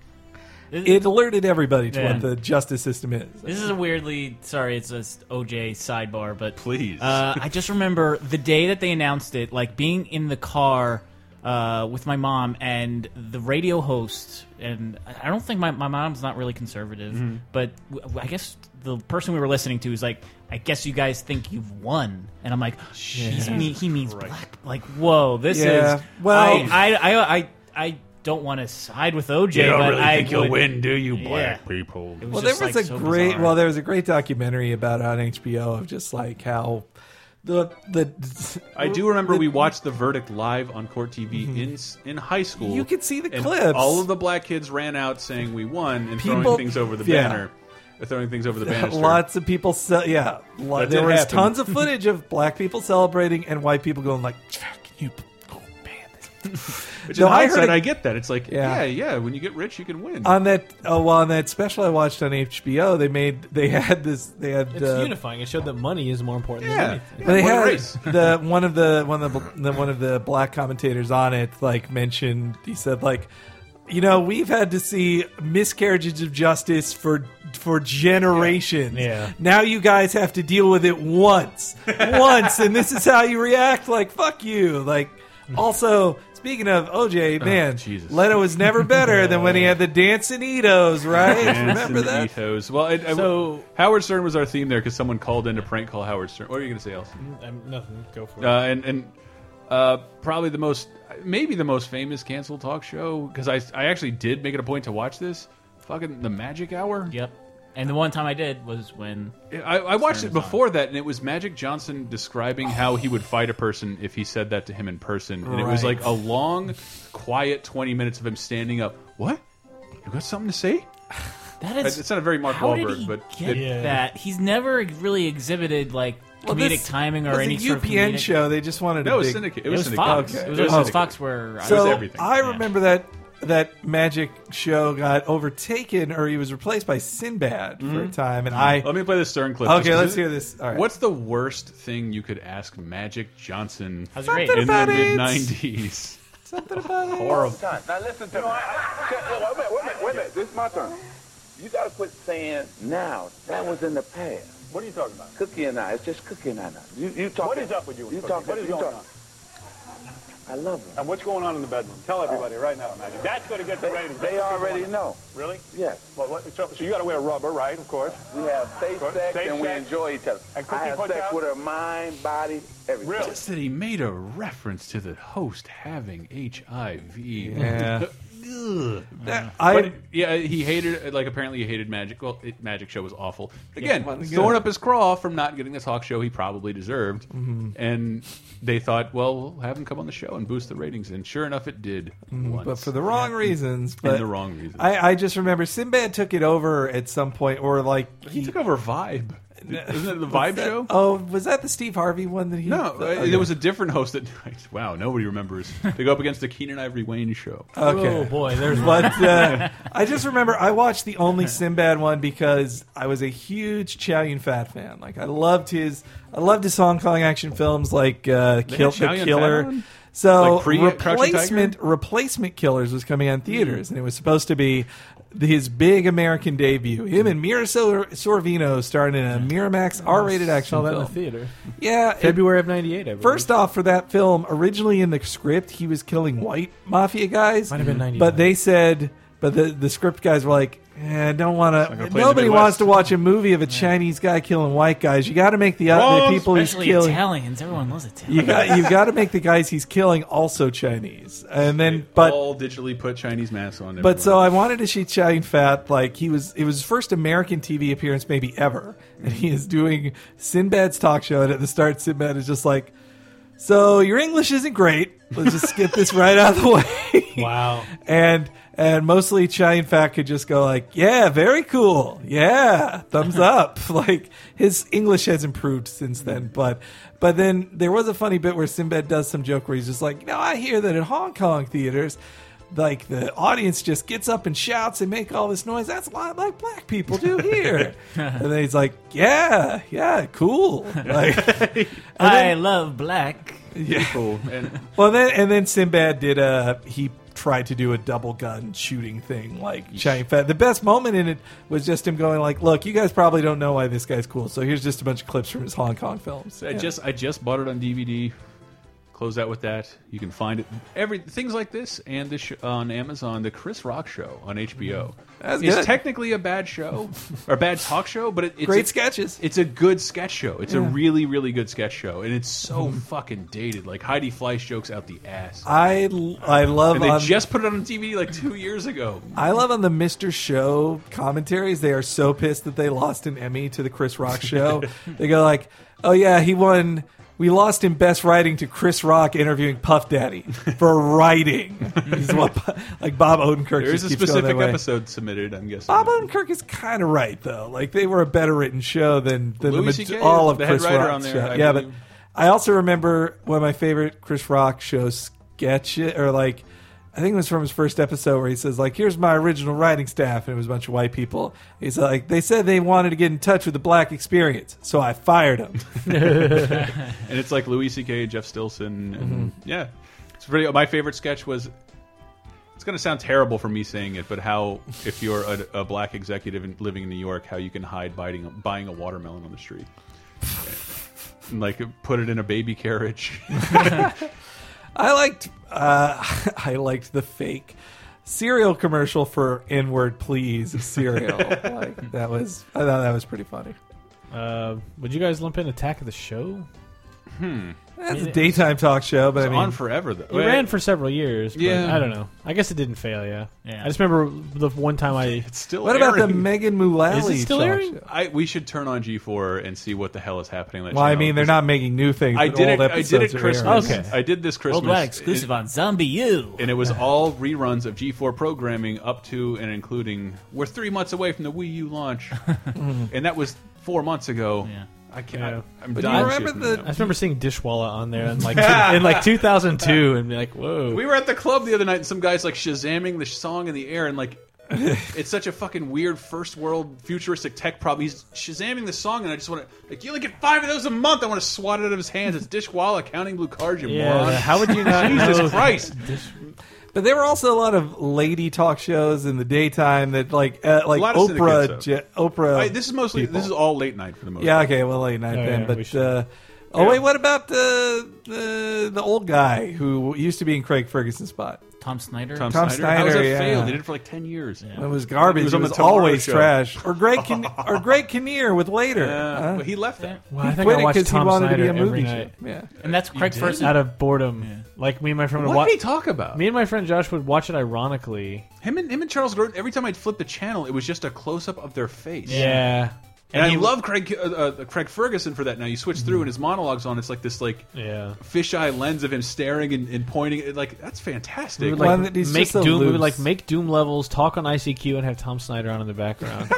Speaker 3: it alerted everybody to
Speaker 5: Yeah.
Speaker 3: what the justice system is.
Speaker 5: This is a weirdly sorry, it's just OJ sidebar, but
Speaker 2: please.
Speaker 5: Uh, I just remember the day that they announced it, like being in the car uh, with my mom and the radio host, and I I don't think my, my mom's not really conservative,
Speaker 2: Mm-hmm.
Speaker 4: Mhm.
Speaker 5: but w- I guess the person we were listening to is like, I guess you guys think you've won, and I'm like, he's me- he means black. Like, whoa, this
Speaker 4: Yeah.
Speaker 5: is
Speaker 4: Well-
Speaker 5: I I I I, I don't want to side with OJ,
Speaker 2: You don't
Speaker 5: but
Speaker 2: really
Speaker 5: I
Speaker 2: think you'll
Speaker 5: would-
Speaker 2: win, do you,
Speaker 5: Yeah.
Speaker 2: black people?
Speaker 5: It was
Speaker 3: well, there
Speaker 5: just,
Speaker 3: was
Speaker 5: like,
Speaker 3: a
Speaker 5: so
Speaker 3: great
Speaker 5: bizarre.
Speaker 3: well, there was a great documentary about it on HBO of just like how the the
Speaker 2: I do remember
Speaker 3: the- Mm-hmm.
Speaker 2: we watched the verdict live on court TV in in high school.
Speaker 3: You could see the
Speaker 2: and
Speaker 3: clips.
Speaker 2: All of the black kids ran out saying we won and
Speaker 3: People-
Speaker 2: throwing things over the
Speaker 3: yeah.
Speaker 2: banner, uh, throwing things over the banister.
Speaker 3: lots of people se- yeah lo-
Speaker 2: That
Speaker 3: there
Speaker 2: did
Speaker 3: was
Speaker 2: happen.
Speaker 3: tons of footage of black people celebrating and white people going like "Fuck, can you
Speaker 2: Which
Speaker 3: oh, No,
Speaker 2: in
Speaker 3: I heard
Speaker 2: hindsight,
Speaker 3: it-
Speaker 2: I, get that. It's like, yeah.
Speaker 3: Yeah.
Speaker 2: yeah, When you get rich, you can win.
Speaker 3: on that oh well on that special I watched on HBO they made they had this they had
Speaker 4: It's
Speaker 3: uh,
Speaker 4: unifying. It showed that money is more important
Speaker 2: Yeah.
Speaker 4: than anything.
Speaker 3: they had the one of the one of the, the one of the black commentators on it like mentioned he said like you know we've had to see miscarriages of justice for for generations
Speaker 4: Yeah.
Speaker 3: now you guys have to deal with it once once and this is how you react like fuck you like also speaking of OJ man
Speaker 2: Jesus.
Speaker 3: Leno was never better than when he had the dancinitos right remember that
Speaker 2: Ethos. Well, I, I,
Speaker 4: So-
Speaker 2: Howard Stern was our theme there because someone called in to prank call Howard Stern. What are you going to say, Elson?
Speaker 4: I'm, nothing. Go for it.
Speaker 2: Uh, and and uh, probably the most, maybe the most famous canceled talk show because I I actually did make it a point to watch this. Fucking the Magic Hour.
Speaker 5: Yep. And the one time I did was when
Speaker 2: I, I watched
Speaker 5: Stern
Speaker 2: it
Speaker 5: was on.
Speaker 2: before that, and it was Magic Johnson describing how he would fight a person if he said that to him in person, and it was
Speaker 3: Right.
Speaker 2: like a long, quiet twenty minutes of him standing up. What? You got something to say?
Speaker 5: That is.
Speaker 2: It's not a very Mark
Speaker 5: how did
Speaker 2: Wahlberg,
Speaker 5: he
Speaker 2: but
Speaker 5: get
Speaker 2: it-
Speaker 5: that he's never really exhibited like
Speaker 3: Well,
Speaker 5: comedic
Speaker 3: this
Speaker 5: timing or
Speaker 3: was
Speaker 5: any
Speaker 3: a
Speaker 5: sort of
Speaker 3: UPN
Speaker 5: comedic-
Speaker 3: show. They just wanted
Speaker 2: No,
Speaker 3: a
Speaker 2: it was
Speaker 3: big-
Speaker 2: syndicate.
Speaker 5: It was Fox. It was always Fox where I
Speaker 3: so
Speaker 5: was everything.
Speaker 3: I remember that that magic show got overtaken, or he was replaced by Sinbad for a
Speaker 2: Mhm.
Speaker 3: time, and I
Speaker 2: Let me play this Stern clip.
Speaker 3: Okay,
Speaker 2: just 'cause
Speaker 3: let's hear this. All right.
Speaker 2: What's the worst thing you could ask Magic Johnson
Speaker 3: How's
Speaker 5: it rate?
Speaker 2: in the
Speaker 3: Something about
Speaker 2: mid
Speaker 3: it.
Speaker 2: nineties?
Speaker 3: something about it.
Speaker 2: Horrible.
Speaker 1: Now listen to me. wait a minute, wait a minute, wait a minute. This is my turn. You gotta quit saying now. That was in the past. What are you talking about? Cookie and I. It's just Cookie and I now. You, you talking?
Speaker 9: What is up with you?
Speaker 1: You
Speaker 9: Cookie?
Speaker 1: talking?
Speaker 9: What is
Speaker 1: you
Speaker 9: going
Speaker 1: talking-
Speaker 9: on?
Speaker 1: I love her.
Speaker 9: And what's going on in the bedroom? Tell everybody right now, Magic. That's going to get the ratings.
Speaker 1: They
Speaker 9: That's what's
Speaker 1: already
Speaker 9: going on.
Speaker 1: know.
Speaker 9: Really?
Speaker 1: Yes.
Speaker 9: Well, what, so, so you got to wear rubber, right? Of course.
Speaker 1: We have safe
Speaker 9: Good.
Speaker 1: sex
Speaker 9: Safe
Speaker 1: and we
Speaker 9: sex.
Speaker 1: enjoy each other.
Speaker 9: And Cookie
Speaker 1: I have
Speaker 9: puts
Speaker 1: sex
Speaker 9: out-
Speaker 1: with her mind, body, everything.
Speaker 2: Just that he made a reference to the host having HIV.
Speaker 3: Yeah.
Speaker 2: Ugh. But,
Speaker 3: That- I-
Speaker 2: yeah, he hated like apparently he hated Magic. Well, it, Magic Show was awful. Again,
Speaker 3: well, yeah.
Speaker 2: throwing up his craw from not getting the talk show he probably deserved,
Speaker 3: Mhm.
Speaker 2: and they thought, well, we'll have him come on the show and boost the ratings, and sure enough, it did.
Speaker 3: Mm,
Speaker 2: once.
Speaker 3: But for the wrong reasons.
Speaker 2: And
Speaker 3: But
Speaker 2: the wrong reasons.
Speaker 3: I, I just remember Sinbad took it over at some point, or like
Speaker 2: he, took over Vibe. Isn't it the
Speaker 3: What's
Speaker 2: Vibe
Speaker 3: that?
Speaker 2: show?
Speaker 3: Oh, was that the Steve Harvey one that he?
Speaker 2: No, uh,
Speaker 3: okay.
Speaker 2: there was a different host that night. Wow, nobody remembers. they go up against the Keenan Ivory Wayne show.
Speaker 3: Okay. But uh, I just remember I watched the only Sinbad one because I was a huge Chow Yun Fat fan. Like I loved his, I loved his Hong Kong action films like uh,
Speaker 2: They
Speaker 3: Kill
Speaker 2: had Chow
Speaker 3: the
Speaker 2: Yun-fat
Speaker 3: Killer.
Speaker 2: on?
Speaker 3: So
Speaker 2: Like pre- Crouching Tiger?
Speaker 3: replacement replacement killers was coming out in theaters, and it was supposed to be his big American debut. Him and Mira Sor- Sorvino starring in a Miramax R-rated action
Speaker 4: Saw that
Speaker 3: film.
Speaker 4: in the theater.
Speaker 3: Yeah, it-
Speaker 4: February of '98.
Speaker 3: Mm-hmm. First off, for that film, originally in the script, he was killing white mafia guys. Mm-hmm.
Speaker 4: Might have been 99.
Speaker 3: But they said, but the, the script guys were like, eh, I don't want
Speaker 4: gonna
Speaker 3: to.
Speaker 4: play in
Speaker 3: Nobody
Speaker 4: the
Speaker 3: wants to watch a movie of a Chinese guy killing white guys. You got to make the,
Speaker 5: Wrong.
Speaker 3: the people he's
Speaker 5: Especially
Speaker 3: killing.
Speaker 5: Italians. Everyone loves Italians.
Speaker 3: You got you got to make the guys he's killing also Chinese, and then but
Speaker 2: all digitally put Chinese masks on.
Speaker 3: but so I wanted to see Chow Yun Fat. Like he was, it was his first American TV appearance maybe ever, and he is doing Sinbad's talk show. And at the start, Sinbad is just like, "So your English isn't great. Let's just skip this right out of the way."
Speaker 4: Wow.
Speaker 3: and and mostly Chow Yun Fat could just go like, "Yeah, very cool. Yeah, thumbs up." like his English has improved since then, but. But then there was a funny bit where Sinbad does some joke where he's just like, "Now I hear that in Hong Kong theaters, like the audience just gets up and shouts and make all this noise. That's a lot like black people do here. and then he's like, yeah, yeah, cool. Like, and
Speaker 5: I
Speaker 3: then-
Speaker 5: love black.
Speaker 3: Yeah.
Speaker 2: Cool. And
Speaker 3: well, then and then Sinbad did a he tried to do a double gun shooting thing like Shane Fat. The best moment in it was just him going like, look, you guys probably don't know why this guy's cool, so here's just a bunch of clips from his Hong Kong films.
Speaker 2: I
Speaker 3: Yeah.
Speaker 2: just I just bought it on DVD. Close out with that. You can find it every things like this and this sh on Amazon. The Chris Rock Show on HBO.
Speaker 3: That's
Speaker 2: It's
Speaker 3: good.
Speaker 2: technically a bad show or a bad talk show, but it, it's
Speaker 3: Great
Speaker 2: a-
Speaker 3: sketches.
Speaker 2: It's a good sketch show. It's a
Speaker 3: Yeah.
Speaker 2: really really good sketch show, and it's so
Speaker 3: Mhm.
Speaker 2: fucking dated. Like Heidi Fleiss jokes out the ass.
Speaker 3: I I love
Speaker 2: and they
Speaker 3: on-
Speaker 2: just put it on DVD like two years ago.
Speaker 3: I love on the Mr. Show commentaries. They are so pissed that they lost an Emmy to the Chris Rock show. they go like, "Oh yeah, he won. We lost in best writing to Chris Rock interviewing Puff Daddy for writing." is what like Bob Odenkirk.
Speaker 2: There is
Speaker 3: just
Speaker 2: a
Speaker 3: keeps going
Speaker 2: specific
Speaker 3: that way.
Speaker 2: episode submitted. I'm guessing.
Speaker 3: Bob Odenkirk is kind of right though. Like they were a better written show than than the
Speaker 2: Louis
Speaker 3: maj-
Speaker 2: CK
Speaker 3: all
Speaker 2: is
Speaker 3: of
Speaker 2: the head
Speaker 3: Chris
Speaker 2: writer
Speaker 3: Rock's
Speaker 2: on there,
Speaker 3: show.
Speaker 2: I
Speaker 3: yeah, but
Speaker 2: believe.
Speaker 3: I also remember one of my favorite Chris Rock shows getcha or like I think it was from his first episode where he says like here's my original writing staff and it was a bunch of white people. He's like they said they wanted to get in touch with the black experience, so I fired them.
Speaker 2: and it's like Louis C.K., Jeff Stilson, and
Speaker 3: Mm-hmm.
Speaker 2: yeah, it's pretty. My favorite sketch was. It's going to sound terrible for me saying it, but how if you're a, a black executive and living in New York, how you can hide biting, buying a watermelon on the street, and like put it in a baby carriage.
Speaker 3: I liked uh, I liked the fake cereal commercial for N word please cereal. like that was I thought that was pretty funny.
Speaker 4: Uh, would you guys lump in Attack of the Show?
Speaker 2: Hmm.
Speaker 3: That's a daytime talk show, but I mean
Speaker 2: on forever, though.
Speaker 4: It ran for several years. But
Speaker 2: Yeah.
Speaker 4: I don't know. I guess it didn't fail. Yeah. I just remember the one time I. It's
Speaker 2: still.
Speaker 3: What about the Megan Mullally?
Speaker 4: Is it still
Speaker 3: talk
Speaker 4: airing?
Speaker 3: show?
Speaker 2: I, we should turn on G4 and see what the hell is happening. on that
Speaker 3: Well, I
Speaker 2: channel,
Speaker 3: mean, they're
Speaker 2: 'cause
Speaker 3: not making new things.
Speaker 2: I
Speaker 3: but
Speaker 2: did
Speaker 3: old
Speaker 2: it. I did
Speaker 3: episodes
Speaker 2: it
Speaker 3: are airing.
Speaker 2: Christmas. I did this Christmas
Speaker 5: Worldwide exclusive on Zombie U,
Speaker 2: and it was all reruns of G4 programming up to and including. We're three months away from the Wii U launch, and that was four months ago. I can't. I, am
Speaker 4: But
Speaker 2: dying.
Speaker 4: you
Speaker 2: shit from that.
Speaker 4: I just remember seeing Dishwalla on there in like two- in like 2002, and be like, whoa.
Speaker 2: We were at the club the other night, and some guys like shazamming the song in the air, and like, it's such a fucking weird first world futuristic tech problem. He's shazamming the song, and I just want to like, you only get five of those a month. I want to swat it out of his hands. It's Dishwalla counting blue cards, you
Speaker 4: Yeah,
Speaker 2: moron.
Speaker 4: how would you not
Speaker 2: Jesus
Speaker 4: know-
Speaker 2: Christ!
Speaker 3: But there were also a lot of lady talk shows in the daytime that like uh, like
Speaker 2: A lot of
Speaker 3: Oprah,
Speaker 2: syndicates,
Speaker 3: Je- Oprah.
Speaker 2: I- this is mostly
Speaker 3: people.
Speaker 2: this is all late night for the most.
Speaker 3: yeah.
Speaker 2: part.
Speaker 3: Okay, well, late night
Speaker 2: Yeah,
Speaker 3: then.
Speaker 2: yeah, we
Speaker 3: but
Speaker 2: should-
Speaker 3: uh, oh
Speaker 2: Yeah.
Speaker 3: wait, what about the, the the old guy who used to be in Craig Ferguson's spot?
Speaker 5: Tom Snyder.
Speaker 3: Tom,
Speaker 2: Snyder?
Speaker 3: Snyder.
Speaker 2: How was that
Speaker 3: yeah.
Speaker 2: failed? They did it for like 10 years.
Speaker 3: It was
Speaker 2: It
Speaker 3: garbage. It
Speaker 2: was
Speaker 3: was,
Speaker 2: on the Tomorrow
Speaker 3: always
Speaker 2: Show.
Speaker 3: trash. Or Greg Kin- or Greg Kinnear with later.
Speaker 2: Yeah,
Speaker 3: Huh?
Speaker 2: but he left that.
Speaker 4: Uh, Well, I
Speaker 3: He
Speaker 4: think
Speaker 3: quit
Speaker 4: I
Speaker 3: it
Speaker 4: watched
Speaker 3: 'cause he
Speaker 4: Tom
Speaker 3: wanted to
Speaker 4: Snyder
Speaker 3: be a
Speaker 4: every
Speaker 3: movie
Speaker 4: night.
Speaker 3: show. Yeah.
Speaker 5: And that's You Craig did? Ferguson.
Speaker 4: out of boredom. Like me and my friend would
Speaker 2: What
Speaker 4: watch.
Speaker 2: did he talk about?
Speaker 4: Me and my friend Josh would watch it ironically.
Speaker 2: Him and him and Charles Grodin. Every time I'd flip the channel, it was just a close up of their face.
Speaker 4: Yeah.
Speaker 2: And,
Speaker 4: And
Speaker 2: I
Speaker 4: he- Mm-hmm.
Speaker 2: love Craig uh, uh, Craig Ferguson for that. Now you switch through and his monologues on. It's like this like
Speaker 4: yeah
Speaker 2: fisheye lens of him staring and, and pointing. It, like that's fantastic.
Speaker 4: We would, like, make Doom. We would like make Doom levels, talk on ICQ, and have Tom Snyder on in the background,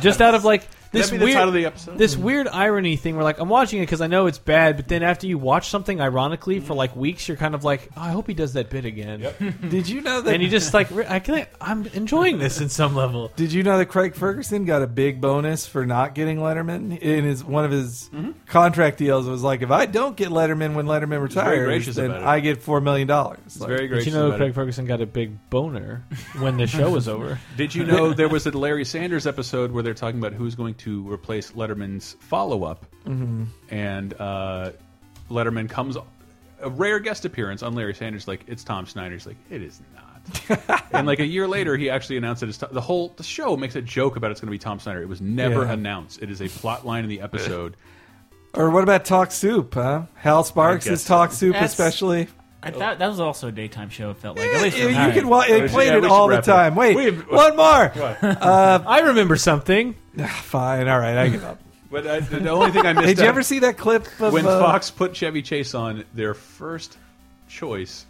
Speaker 4: just out of like this
Speaker 2: That'd be the
Speaker 4: weird
Speaker 2: title of the episode. Mm-hmm.
Speaker 4: this weird irony thing. Where like I'm watching it because I know it's bad, but then after you watch something ironically for like weeks, you're kind of like, oh, I hope he does that bit again.
Speaker 3: Did you know that?
Speaker 4: and you just like re- I can I'm enjoying this in some level.
Speaker 3: Did you know that Craig Ferguson got a big bonus for not getting Letterman in his one of his
Speaker 2: Mm-hmm.
Speaker 3: contract deals? Was like, if I don't get Letterman when Letterman
Speaker 2: very
Speaker 3: retires,
Speaker 2: gracious
Speaker 3: then
Speaker 2: about it.
Speaker 3: I get four million dollars. Like,
Speaker 2: very
Speaker 4: Did
Speaker 2: gracious
Speaker 4: you know
Speaker 2: about
Speaker 4: Craig
Speaker 2: it.
Speaker 4: Ferguson got a big boner when the show was over?
Speaker 2: Did you know there was a Larry Sanders episode where they're talking about who's going to replace Letterman's follow up?
Speaker 3: Mhm.
Speaker 2: And uh, Letterman comes, a rare guest appearance on Larry Sanders, like, it's Tom Snyder. He's like, it is not. and like a year later, he actually announced that it's Tom, the whole the show makes a joke about it's going to be Tom Snyder. It was never
Speaker 3: Yeah.
Speaker 2: announced, it is a plot line in the episode.
Speaker 3: Or what about Talk Soup? Huh? Hal Sparks
Speaker 2: I guess
Speaker 3: is Talk Soup,
Speaker 5: That's-
Speaker 3: especially.
Speaker 5: I, that, that was also a daytime show. It felt like at least
Speaker 3: You
Speaker 5: for me.
Speaker 3: could wa- it played it all the time. Wait, one more. Uh,
Speaker 4: I remember something.
Speaker 3: Fine, all right, I give up.
Speaker 2: But I, the only thing I missed.
Speaker 3: Did you
Speaker 2: out-
Speaker 3: ever see that clip of,
Speaker 2: when
Speaker 3: uh,
Speaker 2: Fox put Chevy Chase on? Their first choice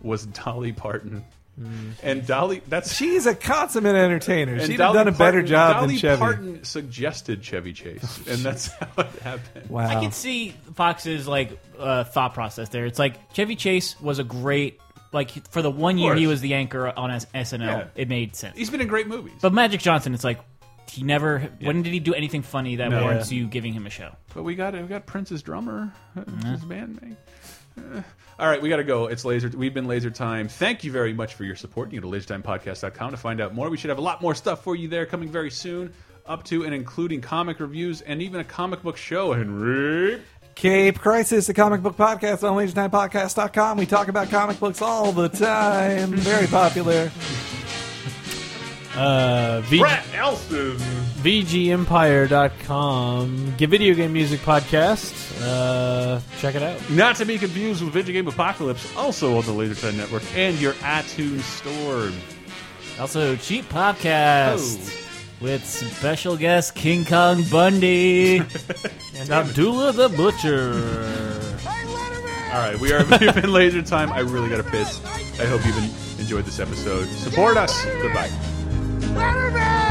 Speaker 2: was Dolly Parton,
Speaker 3: Mm.
Speaker 2: and Dolly. That's
Speaker 3: she's a consummate entertainer.
Speaker 2: and
Speaker 3: She'd have
Speaker 2: Dolly
Speaker 3: done a better
Speaker 2: Parton-
Speaker 3: job
Speaker 2: Dolly
Speaker 3: than Chevy.
Speaker 2: Parton suggested Chevy Chase, and that's how it happened.
Speaker 5: I can see Fox's like uh, thought process there. It's like Chevy Chase was a great like for the one year he
Speaker 2: course.
Speaker 5: was the anchor on S- SNL.
Speaker 2: Yeah.
Speaker 5: It made sense.
Speaker 2: He's been in great movies.
Speaker 5: But Magic Johnson, it's like he never. When did he do anything funny that
Speaker 2: No.
Speaker 5: warrants
Speaker 2: Yeah.
Speaker 5: you giving him a show?
Speaker 2: But we got we got Prince's drummer, his band mate. Uh, All right, we got to go. It's laser. We've been laser time. Thank you very much for your support. You go to lasertimepodcast.com to find out more. We should have a lot more stuff for you there coming very soon, up to and including comic reviews and even a comic book show. Henry,
Speaker 3: Cape Crisis, the comic book podcast on LaserTimePodcast.com. We talk about comic books all the time. Very popular.
Speaker 4: Uh, v-
Speaker 2: Brett Elson.
Speaker 4: VGEmpire.com. Get video game music podcast. Uh, check it out.
Speaker 2: Not to be confused with Video Game Apocalypse, also on the Lasertime Network and your iTunes store.
Speaker 5: Also, Cheap
Speaker 2: Oh.
Speaker 5: Podcast with special guest King Kong Bundy and Abdullah the Butcher.
Speaker 2: All right, we are. We've been laser time. I really got to piss. I hope you've en- enjoyed this episode. Support us. Goodbye.
Speaker 20: Letterman!